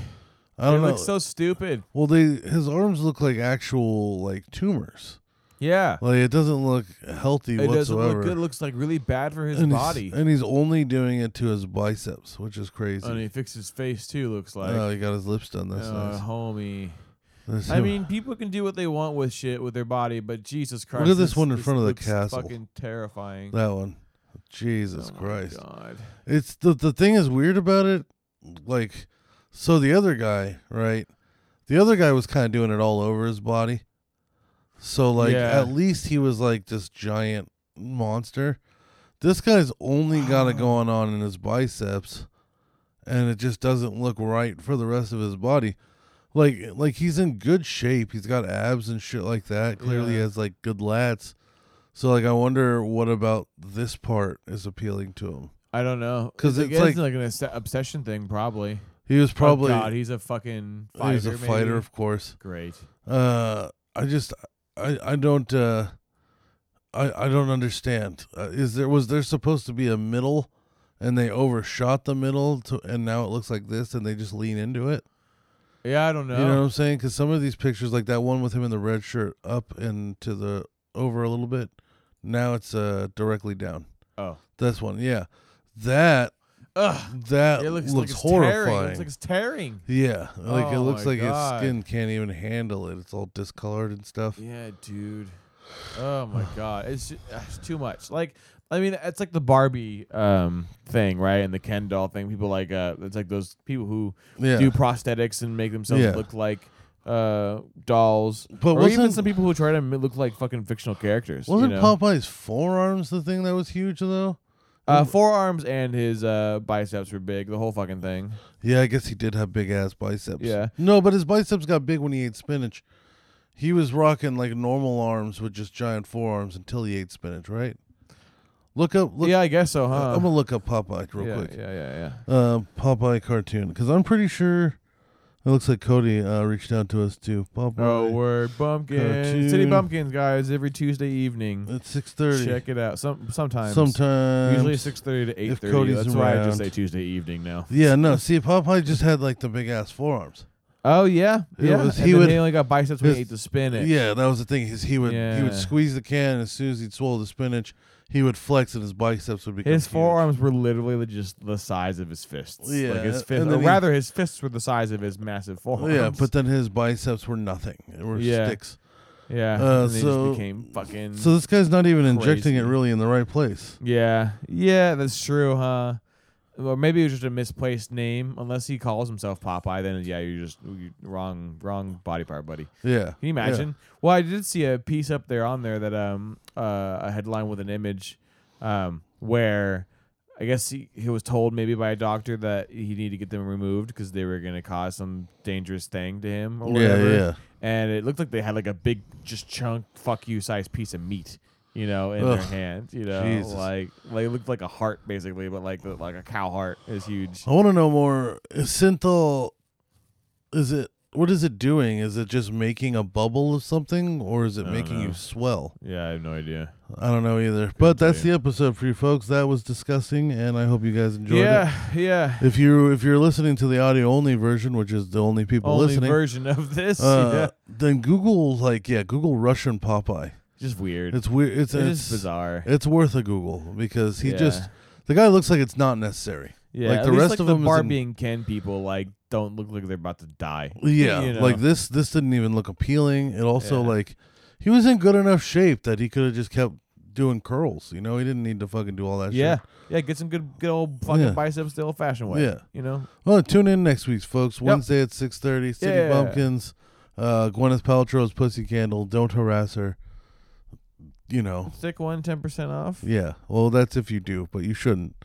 [SPEAKER 1] I don't
[SPEAKER 2] they
[SPEAKER 1] know.
[SPEAKER 2] look so stupid.
[SPEAKER 1] well, they his arms look like actual like tumors.
[SPEAKER 2] Yeah.
[SPEAKER 1] Like it doesn't look healthy
[SPEAKER 2] It
[SPEAKER 1] whatsoever.
[SPEAKER 2] doesn't look good. It looks like really bad for his
[SPEAKER 1] and
[SPEAKER 2] body.
[SPEAKER 1] He's, and he's only doing it to his biceps, which is crazy.
[SPEAKER 2] and he fixed his face too. Looks like,
[SPEAKER 1] oh, he got his lips done. That's
[SPEAKER 2] Uh,
[SPEAKER 1] nice.
[SPEAKER 2] homie.
[SPEAKER 1] That's
[SPEAKER 2] I
[SPEAKER 1] him.
[SPEAKER 2] mean, people can do what they want with shit with their body, but Jesus Christ!
[SPEAKER 1] at this one in front of the
[SPEAKER 2] looks
[SPEAKER 1] castle.
[SPEAKER 2] Fucking terrifying.
[SPEAKER 1] that one. Jesus
[SPEAKER 2] Oh my
[SPEAKER 1] Christ!
[SPEAKER 2] God.
[SPEAKER 1] It's the the thing is weird about it. Like, so the other guy, right? The other guy was kind of doing it all over his body. So like,
[SPEAKER 2] Yeah.
[SPEAKER 1] at least he was like this giant monster. This guy's only got it going on in his biceps, and it just doesn't look right for the rest of his body. Like, like he's in good shape. He's got abs and shit like that. Clearly
[SPEAKER 2] Yeah.
[SPEAKER 1] has like good lats. So like, I wonder what about this part is appealing to him.
[SPEAKER 2] I don't know.
[SPEAKER 1] 'Cause
[SPEAKER 2] I
[SPEAKER 1] it's
[SPEAKER 2] guess
[SPEAKER 1] like-
[SPEAKER 2] an obs- obsession thing, probably.
[SPEAKER 1] He was probably
[SPEAKER 2] Oh God, he's a fucking fighter.
[SPEAKER 1] he's a
[SPEAKER 2] maybe?
[SPEAKER 1] fighter, of course.
[SPEAKER 2] Great.
[SPEAKER 1] Uh, I just I I don't uh, I I don't understand. Uh, is there was there supposed to be a middle, and they overshot the middle, to, and now it looks like this, and they just lean into it.
[SPEAKER 2] Yeah, I don't know.
[SPEAKER 1] You know what I'm saying? Because some of these pictures, like that one with him in the red shirt, up and to the over a little bit. Now it's uh directly down.
[SPEAKER 2] Oh.
[SPEAKER 1] This one, yeah, that
[SPEAKER 2] Ugh.
[SPEAKER 1] that
[SPEAKER 2] It looks,
[SPEAKER 1] looks,
[SPEAKER 2] like it's
[SPEAKER 1] horrifying.
[SPEAKER 2] Tearing. It looks like it's tearing.
[SPEAKER 1] Yeah, like it
[SPEAKER 2] Oh
[SPEAKER 1] looks
[SPEAKER 2] my
[SPEAKER 1] like
[SPEAKER 2] God.
[SPEAKER 1] his skin can't even handle it. It's all discolored and stuff.
[SPEAKER 2] Yeah, dude. Oh my god, it's ju- ah, it's too much. Like, I mean, it's like the Barbie um thing, right? And the Ken doll thing. People like uh, it's like those people who
[SPEAKER 1] Yeah.
[SPEAKER 2] do prosthetics and make themselves
[SPEAKER 1] Yeah.
[SPEAKER 2] look like uh dolls,
[SPEAKER 1] But
[SPEAKER 2] or even
[SPEAKER 1] wasn't-
[SPEAKER 2] some people who try to m- look like fucking fictional characters. you
[SPEAKER 1] Wasn't
[SPEAKER 2] know?
[SPEAKER 1] Popeye's forearms the thing that was huge though?
[SPEAKER 2] uh, forearms and his uh biceps were big. The whole fucking thing.
[SPEAKER 1] Yeah, I guess he did have big ass biceps.
[SPEAKER 2] Yeah.
[SPEAKER 1] No, but his biceps got big when he ate spinach. He was rocking like normal arms with just giant forearms until he ate spinach, right? Look up. Look,
[SPEAKER 2] yeah, I guess so, huh?
[SPEAKER 1] I'm gonna look up Popeye real
[SPEAKER 2] yeah,
[SPEAKER 1] quick.
[SPEAKER 2] yeah, yeah, yeah.
[SPEAKER 1] Uh, Popeye cartoon because I'm pretty sure It looks like Cody uh, reached out to us too. Bob
[SPEAKER 2] Oh,
[SPEAKER 1] Marley
[SPEAKER 2] word bumpkins, city
[SPEAKER 1] Cartoon.
[SPEAKER 2] bumpkins, guys. Every Tuesday evening,
[SPEAKER 1] at six thirty.
[SPEAKER 2] check it out. Some sometimes,
[SPEAKER 1] Sometimes
[SPEAKER 2] usually six thirty to eight
[SPEAKER 1] if
[SPEAKER 2] thirty.
[SPEAKER 1] Cody's
[SPEAKER 2] That's why I just
[SPEAKER 1] around.
[SPEAKER 2] say Tuesday evening now.
[SPEAKER 1] Yeah, no. See, Popeye just had like the big ass forearms.
[SPEAKER 2] Oh yeah,
[SPEAKER 1] It
[SPEAKER 2] yeah.
[SPEAKER 1] was-
[SPEAKER 2] and
[SPEAKER 1] he
[SPEAKER 2] then
[SPEAKER 1] would-
[SPEAKER 2] he only got biceps when he
[SPEAKER 1] his-
[SPEAKER 2] ate the spinach.
[SPEAKER 1] Yeah, that was the thing. Is he would he would
[SPEAKER 2] Yeah.
[SPEAKER 1] squeeze the can as soon as he'd swallow the spinach, he would flex and his biceps would become
[SPEAKER 2] His
[SPEAKER 1] huge.
[SPEAKER 2] forearms were literally just the size of his fists.
[SPEAKER 1] Yeah,
[SPEAKER 2] like his
[SPEAKER 1] and
[SPEAKER 2] fists, or
[SPEAKER 1] then he-
[SPEAKER 2] rather, his fists were the size of his massive forearms.
[SPEAKER 1] Yeah, but then his biceps were nothing. They were
[SPEAKER 2] Yeah.
[SPEAKER 1] sticks.
[SPEAKER 2] yeah,
[SPEAKER 1] uh,
[SPEAKER 2] and they
[SPEAKER 1] so-
[SPEAKER 2] just became fucking.
[SPEAKER 1] So this guy's not even injecting
[SPEAKER 2] Crazy.
[SPEAKER 1] it really in the right place.
[SPEAKER 2] yeah, yeah, that's true, huh? Or maybe it was just a misplaced name. Unless he calls himself Popeye, then yeah, you're just you wrong, wrong body part, buddy.
[SPEAKER 1] Yeah.
[SPEAKER 2] Can you imagine? Well, I did see a piece up there on there that um uh, a headline with an image um where I guess he, he was told maybe by a doctor that he needed to get them removed because they were gonna cause some dangerous thing to him or
[SPEAKER 1] Yeah,
[SPEAKER 2] whatever.
[SPEAKER 1] yeah.
[SPEAKER 2] And it looked like they had like a big just chunk fuck you sized piece of meat, you know, in
[SPEAKER 1] Ugh.
[SPEAKER 2] their hand. You know,
[SPEAKER 1] Jesus.
[SPEAKER 2] like like it looked like a heart basically, but like the, like a cow heart is huge.
[SPEAKER 1] I want to know more. Is Synthol, is it, what is it doing? Is it just making a bubble of something or is it
[SPEAKER 2] don't
[SPEAKER 1] making
[SPEAKER 2] know.
[SPEAKER 1] you swell?
[SPEAKER 2] Yeah, I have no idea.
[SPEAKER 1] I don't know either. But that's
[SPEAKER 2] tell
[SPEAKER 1] the episode for you folks. That was disgusting and I hope you guys enjoyed it.
[SPEAKER 2] Yeah, yeah.
[SPEAKER 1] If you if you're listening to the audio only version, which is the only people
[SPEAKER 2] Only
[SPEAKER 1] listening,
[SPEAKER 2] version of this.
[SPEAKER 1] uh,
[SPEAKER 2] yeah.
[SPEAKER 1] then Google like yeah, Google Russian Popeye.
[SPEAKER 2] Just weird.
[SPEAKER 1] It's weird. It's
[SPEAKER 2] It
[SPEAKER 1] it's
[SPEAKER 2] is uh, bizarre.
[SPEAKER 1] It's worth a Google because he
[SPEAKER 2] Yeah.
[SPEAKER 1] just the guy looks like it's not necessary.
[SPEAKER 2] Yeah,
[SPEAKER 1] like
[SPEAKER 2] at
[SPEAKER 1] the
[SPEAKER 2] least,
[SPEAKER 1] rest
[SPEAKER 2] like
[SPEAKER 1] of
[SPEAKER 2] the
[SPEAKER 1] them is in-
[SPEAKER 2] Barbie and Ken people like don't look like they're about to die.
[SPEAKER 1] Yeah,
[SPEAKER 2] You know?
[SPEAKER 1] like this this didn't even look appealing. It also
[SPEAKER 2] Yeah.
[SPEAKER 1] like he was in good enough shape that he could have just kept doing curls. You know, he didn't need to fucking do all that.
[SPEAKER 2] yeah,
[SPEAKER 1] shit.
[SPEAKER 2] yeah. Get some good, good old fucking
[SPEAKER 1] Yeah.
[SPEAKER 2] biceps the old-fashioned way.
[SPEAKER 1] Yeah.
[SPEAKER 2] you know.
[SPEAKER 1] Well, tune in next week, folks. Wednesday at six thirty. City
[SPEAKER 2] Yeah.
[SPEAKER 1] Bumpkins, uh, Gwyneth Paltrow's Pussy Candle. Don't harass her. You know.
[SPEAKER 2] Stick one, 10 percent off.
[SPEAKER 1] Yeah. Well, that's if you do, but you shouldn't.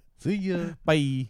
[SPEAKER 1] See ya.
[SPEAKER 2] Bye.